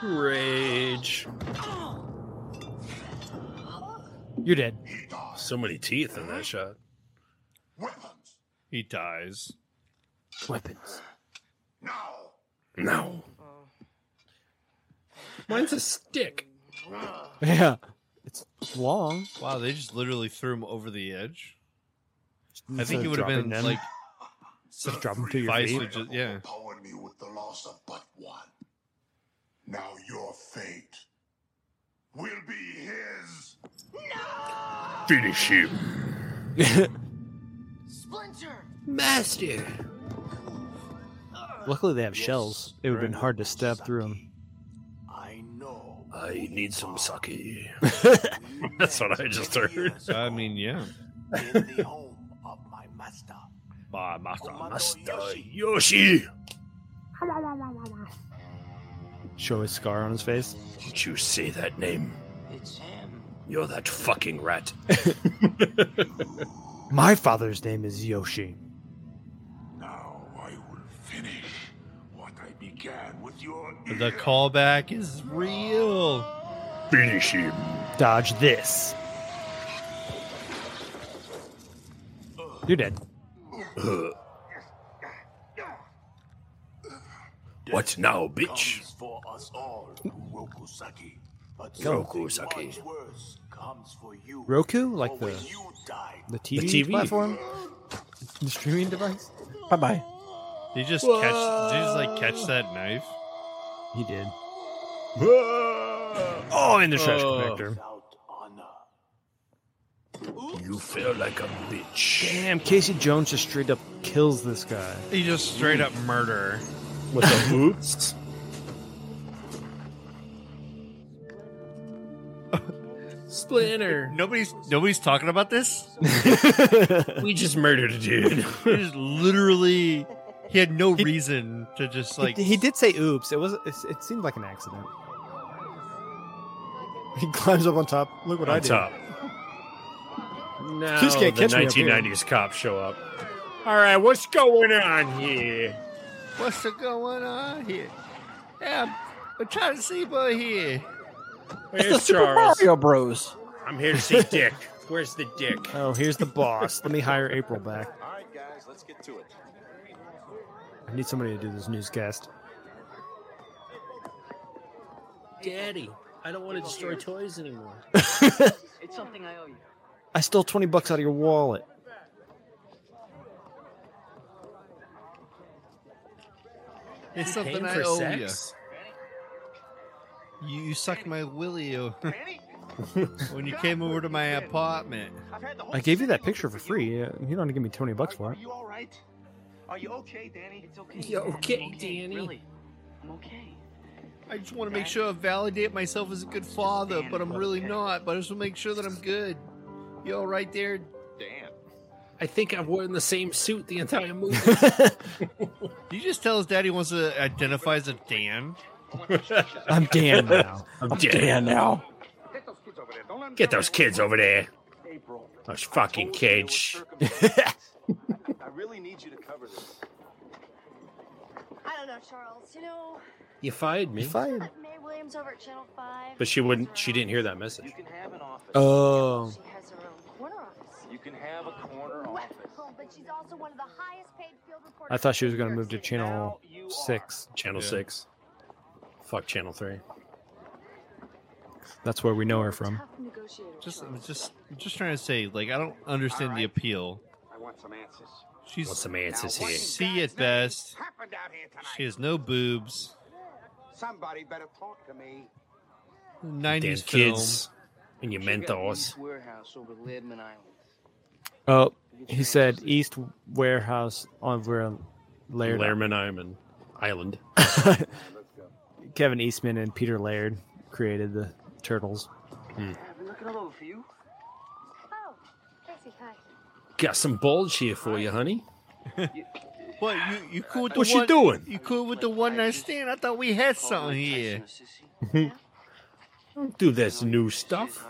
[SPEAKER 1] Rage.
[SPEAKER 3] You're dead.
[SPEAKER 1] So many teeth in that shot.
[SPEAKER 10] Weapons.
[SPEAKER 2] He dies.
[SPEAKER 3] Weapons.
[SPEAKER 10] Now.
[SPEAKER 1] No. Mine's a stick.
[SPEAKER 3] Yeah, it's long.
[SPEAKER 2] Wow, they just literally threw him over the edge. I
[SPEAKER 3] Instead
[SPEAKER 2] think it
[SPEAKER 3] of
[SPEAKER 2] would have been
[SPEAKER 3] dropping them,
[SPEAKER 2] like
[SPEAKER 3] just drop them to your
[SPEAKER 2] Vice
[SPEAKER 3] feet.
[SPEAKER 2] would just yeah.
[SPEAKER 10] Overpowered me with the loss of but one. Now your fate will be his.
[SPEAKER 1] Finish him.
[SPEAKER 7] Splinter!
[SPEAKER 1] Master.
[SPEAKER 3] Luckily, they have shells. It would have been hard to stab through them.
[SPEAKER 10] I know.
[SPEAKER 1] I need some sake. That's what I just heard.
[SPEAKER 2] I mean, yeah.
[SPEAKER 10] In the home of my master.
[SPEAKER 2] Bah, master.
[SPEAKER 1] Master Yoshi.
[SPEAKER 3] Show his scar on his face.
[SPEAKER 1] Don't you say that name.
[SPEAKER 11] It's him.
[SPEAKER 1] You're that fucking rat.
[SPEAKER 3] My father's name is Yoshi.
[SPEAKER 10] Now I will finish what I began with your
[SPEAKER 2] The callback is real.
[SPEAKER 1] Finish him.
[SPEAKER 3] Dodge this. You're dead.
[SPEAKER 1] Uh. What now, bitch?
[SPEAKER 10] comes for us all, Rokusaki. But
[SPEAKER 1] Go.
[SPEAKER 10] something
[SPEAKER 1] Rokusaki.
[SPEAKER 10] much worse comes for you.
[SPEAKER 3] Roku, like
[SPEAKER 10] For when
[SPEAKER 3] the-
[SPEAKER 10] you die,
[SPEAKER 3] The TV,
[SPEAKER 1] TV.
[SPEAKER 3] platform, the streaming device.
[SPEAKER 5] Bye bye.
[SPEAKER 2] Did you just catch? Did you just like catch that knife?
[SPEAKER 3] He did.
[SPEAKER 1] Ah! Oh, in the trash compactor.
[SPEAKER 4] You feel like a bitch.
[SPEAKER 3] Damn, Casey Jones just straight up kills this guy.
[SPEAKER 2] He just straight up murder.
[SPEAKER 1] With the oops.
[SPEAKER 4] Splinter.
[SPEAKER 2] Nobody's nobody's talking about this.
[SPEAKER 1] we just murdered a dude.
[SPEAKER 2] He just literally he had no reason to just like
[SPEAKER 3] he, he did say oops. It was it, it seemed like an accident. He climbs up on top. Look what I
[SPEAKER 1] on
[SPEAKER 3] did.
[SPEAKER 1] top. Now
[SPEAKER 3] Just can't
[SPEAKER 1] Oh, the
[SPEAKER 3] catch me up here.
[SPEAKER 1] 1990s cops show up. All right, what's going on here?
[SPEAKER 2] What's going on here? Yeah, I'm trying to see boy here.
[SPEAKER 5] It's the
[SPEAKER 1] Where's
[SPEAKER 5] Super
[SPEAKER 1] Charles?
[SPEAKER 5] Mario Bros.
[SPEAKER 1] I'm here to see Dick. Where's the Dick?
[SPEAKER 3] Oh, here's the boss. Let me hire April back.
[SPEAKER 6] All right, guys, let's get to it.
[SPEAKER 3] I need somebody to do this newscast.
[SPEAKER 4] Daddy, I don't want to destroy toys anymore.
[SPEAKER 7] It's something I owe you.
[SPEAKER 3] I stole 20 bucks out of your wallet.
[SPEAKER 2] It's
[SPEAKER 4] You paying
[SPEAKER 2] something I
[SPEAKER 4] for
[SPEAKER 2] owe
[SPEAKER 4] sex?
[SPEAKER 2] you. You sucked my willy oh, when you came over to my apartment.
[SPEAKER 3] I gave you that picture for free. Uh, You don't give me 20 bucks for it.
[SPEAKER 16] You all right? Are you okay, Danny? It's okay.
[SPEAKER 4] You okay, Danny?
[SPEAKER 7] I'm okay.
[SPEAKER 2] I just want to make sure I validate myself as a good father, but I'm really not. But I just want to make sure that I'm good. You all right there?
[SPEAKER 6] Damn.
[SPEAKER 4] I think I've worn the same suit the entire movie.
[SPEAKER 2] Did you just tell us daddy wants to identify as a Dan?
[SPEAKER 3] I'm Dan now.
[SPEAKER 1] I'm
[SPEAKER 5] I'm
[SPEAKER 1] dead.
[SPEAKER 5] Dan now.
[SPEAKER 1] Oh, Get those kids over there.
[SPEAKER 6] April.
[SPEAKER 1] Those fucking kids.
[SPEAKER 6] I really need you to cover this.
[SPEAKER 9] I don't know, Charles. You know,
[SPEAKER 1] You fired me.
[SPEAKER 3] You fired.
[SPEAKER 9] that Mae Williams over at Channel 5.
[SPEAKER 1] But she wouldn't. She didn't hear that message.
[SPEAKER 6] You can have an office.
[SPEAKER 3] Oh.
[SPEAKER 9] She has her own corner office.
[SPEAKER 6] You can have a corner office.
[SPEAKER 9] Well, but she's also one of the highest paid field reporters.
[SPEAKER 3] I thought she was going to move to channel six.
[SPEAKER 1] Channel
[SPEAKER 2] Yeah.
[SPEAKER 1] six. Fuck channel three.
[SPEAKER 3] That's where we know her from.
[SPEAKER 9] Tough negotiator,
[SPEAKER 2] Just, I'm
[SPEAKER 9] Charles.
[SPEAKER 2] just, I'm just trying to say, like, I don't understand the appeal.
[SPEAKER 17] I want some answers.
[SPEAKER 1] Want
[SPEAKER 2] She's
[SPEAKER 1] some answers here?
[SPEAKER 2] C at best.
[SPEAKER 17] Happened out here tonight.
[SPEAKER 2] She has no boobs.
[SPEAKER 17] Somebody better talk to me.
[SPEAKER 1] Damn
[SPEAKER 2] 90s film.
[SPEAKER 1] kids and your
[SPEAKER 7] She got
[SPEAKER 1] mentors.
[SPEAKER 7] Lee's Warehouse over Leadman Island.
[SPEAKER 3] Oh,
[SPEAKER 7] You can
[SPEAKER 3] he
[SPEAKER 7] train
[SPEAKER 3] said
[SPEAKER 7] us.
[SPEAKER 3] East Warehouse over Laird.
[SPEAKER 1] Lairman Island. Island.
[SPEAKER 3] Kevin Eastman and Peter Laird created the Turtles.
[SPEAKER 7] I've been looking all over for you.
[SPEAKER 9] Oh, Casey, hi.
[SPEAKER 1] Got some bulge here for you, honey.
[SPEAKER 2] What you you cool with the
[SPEAKER 1] What's she
[SPEAKER 2] one-
[SPEAKER 1] doing?
[SPEAKER 2] You cool with the one night stand? I thought we had
[SPEAKER 7] Call
[SPEAKER 2] something
[SPEAKER 7] Mike
[SPEAKER 2] here.
[SPEAKER 7] Tyson a sissy.
[SPEAKER 1] Don't do this new
[SPEAKER 7] She is
[SPEAKER 1] stuff.
[SPEAKER 7] high.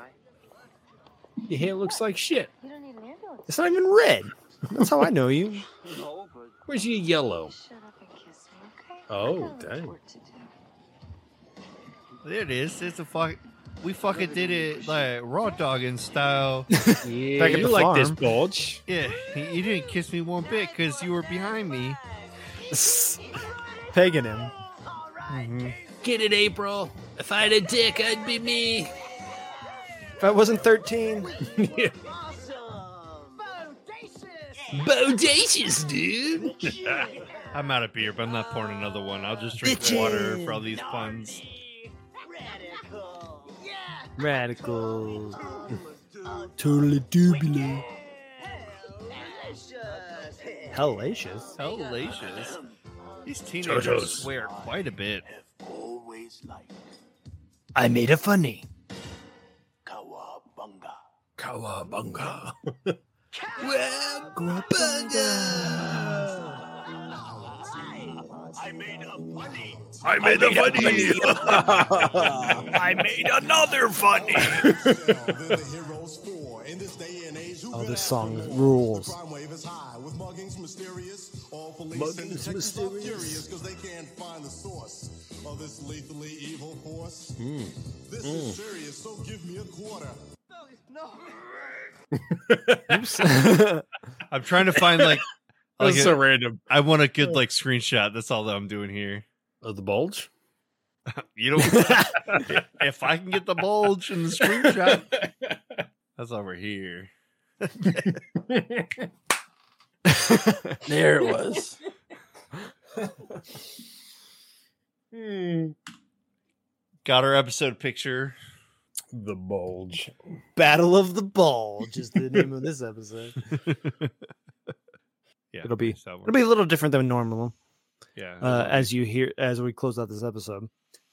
[SPEAKER 1] Your hair looks like shit.
[SPEAKER 9] You don't need an ambulance.
[SPEAKER 3] It's not even red. That's how I know you.
[SPEAKER 7] No, but
[SPEAKER 1] Where's your yellow?
[SPEAKER 9] Shut up and kiss me, okay?
[SPEAKER 1] Oh,
[SPEAKER 9] I got a little
[SPEAKER 1] dang.
[SPEAKER 9] work to do.
[SPEAKER 2] There it is. It's a fuck. We fucking did it like raw dogging style.
[SPEAKER 1] Yeah,
[SPEAKER 3] Back at
[SPEAKER 1] you
[SPEAKER 3] the
[SPEAKER 1] like this
[SPEAKER 3] farm.
[SPEAKER 1] bulge?
[SPEAKER 2] Yeah, you didn't kiss me one bit because you were behind me.
[SPEAKER 3] Pegging him.
[SPEAKER 4] Get it, April. If I had a dick, I'd be me.
[SPEAKER 3] If I wasn't 13,
[SPEAKER 4] Bodacious, dude.
[SPEAKER 2] I'm out of beer, but I'm not pouring another one. I'll just drink water for all these puns.
[SPEAKER 3] radical. Totally dubular. Hellacious.
[SPEAKER 2] Hellacious. These teenagers
[SPEAKER 1] Turtles.
[SPEAKER 2] swear quite a bit.
[SPEAKER 16] Always like
[SPEAKER 3] I made a funny.
[SPEAKER 16] Kawabunga.
[SPEAKER 1] Kawabunga.
[SPEAKER 16] I made a funny.
[SPEAKER 1] I made a funny. I made another funny.
[SPEAKER 3] Oh, this song rules.
[SPEAKER 1] Muggins mysterious.
[SPEAKER 3] Mm.
[SPEAKER 2] I'm trying to find like, like
[SPEAKER 1] That's so random.
[SPEAKER 2] I want a good like screenshot. That's all that I'm doing here.
[SPEAKER 1] Of the bulge?
[SPEAKER 2] You don't. if I can get the bulge and the screenshot, that's over here.
[SPEAKER 5] There it was.
[SPEAKER 2] Got our episode picture.
[SPEAKER 1] The bulge.
[SPEAKER 3] Battle of the Bulge is the name of this episode.
[SPEAKER 2] Yeah,
[SPEAKER 3] it'll be
[SPEAKER 2] so-
[SPEAKER 3] it'll be a little different than normal.
[SPEAKER 2] Yeah,
[SPEAKER 3] Uh, as you hear, as we close out this episode,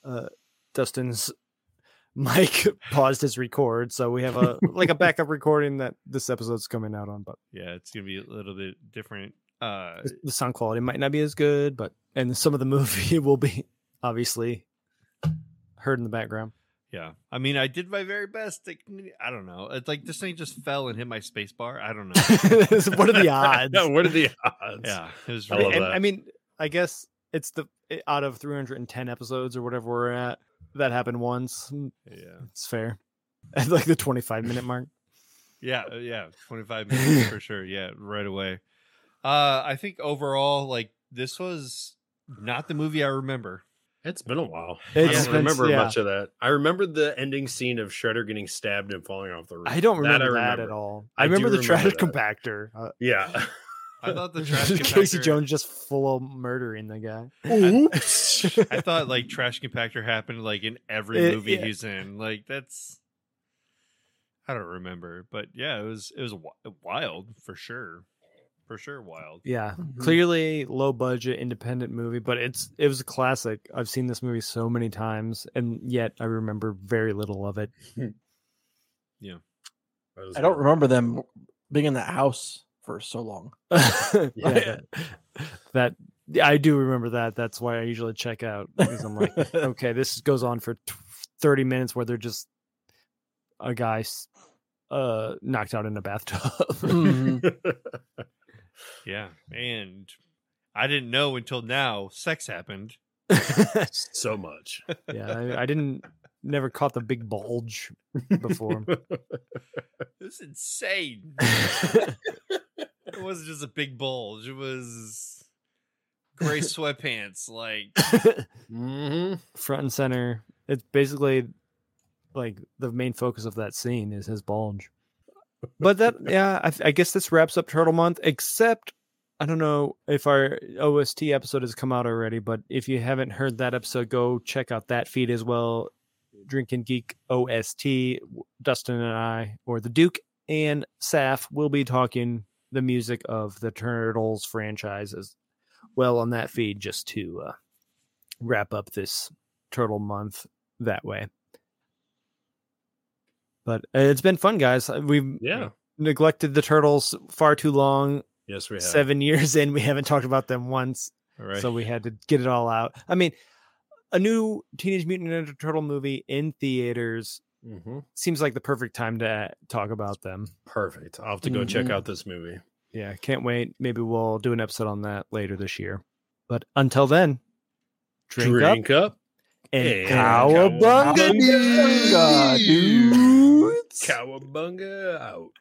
[SPEAKER 3] uh, Dustin's mic paused his record, so we have a like a backup recording that this episode's coming out on. But
[SPEAKER 2] Yeah, it's gonna be a little bit different. Uh,
[SPEAKER 3] the- the sound quality might not be as good, but and some of the movie will be obviously heard in the background.
[SPEAKER 2] yeah. I mean, I did my very best. to communi- I don't know. It's like this thing just fell and hit my space bar. I don't know.
[SPEAKER 3] what are the odds?
[SPEAKER 1] what are the odds?
[SPEAKER 2] Yeah, it was
[SPEAKER 3] I,
[SPEAKER 2] really-
[SPEAKER 3] mean, and-
[SPEAKER 2] that.
[SPEAKER 3] I mean, I guess it's the it- out of 310 episodes or whatever we're at that happened once. Mm,
[SPEAKER 2] Yeah,
[SPEAKER 3] it's fair. At like the 25 minute mark.
[SPEAKER 2] Yeah, uh, yeah, 25 minutes for sure. Yeah, right away. Uh I think overall like this was not the movie I remember.
[SPEAKER 1] It's been a while.
[SPEAKER 2] It's
[SPEAKER 1] I don't
[SPEAKER 2] been-
[SPEAKER 1] remember
[SPEAKER 2] yeah.
[SPEAKER 1] much of that. I remember the ending scene of Shredder getting stabbed and falling off the roof.
[SPEAKER 3] I don't
[SPEAKER 1] That
[SPEAKER 3] remember that, at
[SPEAKER 1] remember.
[SPEAKER 3] all. I,
[SPEAKER 1] do
[SPEAKER 3] remember the trash
[SPEAKER 1] that.
[SPEAKER 3] compactor. Uh,
[SPEAKER 1] Yeah.
[SPEAKER 2] I thought the trash
[SPEAKER 3] Casey
[SPEAKER 2] compactor-
[SPEAKER 3] Jones just full of murdering the guy.
[SPEAKER 2] I thought like Trash Compactor happened like in every
[SPEAKER 3] It-
[SPEAKER 2] movie
[SPEAKER 3] yeah.
[SPEAKER 2] he's in. Like that's I don't remember, but yeah, it was it was wi- wild for sure. For sure wild.
[SPEAKER 3] Yeah, clearly low budget independent movie, but it's it was a classic. I've seen this movie so many times, and yet I remember very little of it.
[SPEAKER 2] Yeah.
[SPEAKER 5] I don't remember them being in that house for so long.
[SPEAKER 3] yeah, that, that- I do remember that. That's why I usually check out because I'm like, okay, this goes on for t- thirty minutes where they're just a guy s- uh knocked out in a bathtub.
[SPEAKER 2] Yeah. And I didn't know until now sex happened. Mm-hmm.
[SPEAKER 1] so much.
[SPEAKER 3] yeah, I, I didn't never caught the big bulge before.
[SPEAKER 2] This is insane. it wasn't just a big bulge. It was gray sweatpants. Like,
[SPEAKER 1] Mm-hmm.
[SPEAKER 3] front and center. It's basically like the main focus of that scene is his bulge. But that, yeah, I, I guess this wraps up Turtle Month. Except, I don't know if our OST episode has come out already, but if you haven't heard that episode, go check out that feed as well. Drinking Geek OST, Dustin and I, or the Duke and Saf, will be talking the music of the Turtles franchise as well on that feed, just to uh, wrap up this turtle month that way but uh, it's been fun guys we've
[SPEAKER 1] Yeah.
[SPEAKER 3] neglected the turtles far too long
[SPEAKER 1] Yes, we have.
[SPEAKER 3] seven years in we haven't talked about them once
[SPEAKER 1] Right.
[SPEAKER 3] so we had to get it all out i mean a new teenage mutant ninja turtle movie in theaters
[SPEAKER 1] Mhm.
[SPEAKER 3] seems like the perfect time to uh, talk about them
[SPEAKER 1] Perfect. I'll have to go check
[SPEAKER 3] Mhm.
[SPEAKER 1] out this movie.
[SPEAKER 3] yeah can't wait maybe we'll do an episode on that later this year but until then drink,
[SPEAKER 1] Drink up,
[SPEAKER 3] and,
[SPEAKER 1] and
[SPEAKER 3] cowabunga,
[SPEAKER 1] cowabunga,
[SPEAKER 3] dudes.
[SPEAKER 1] Cowabunga out.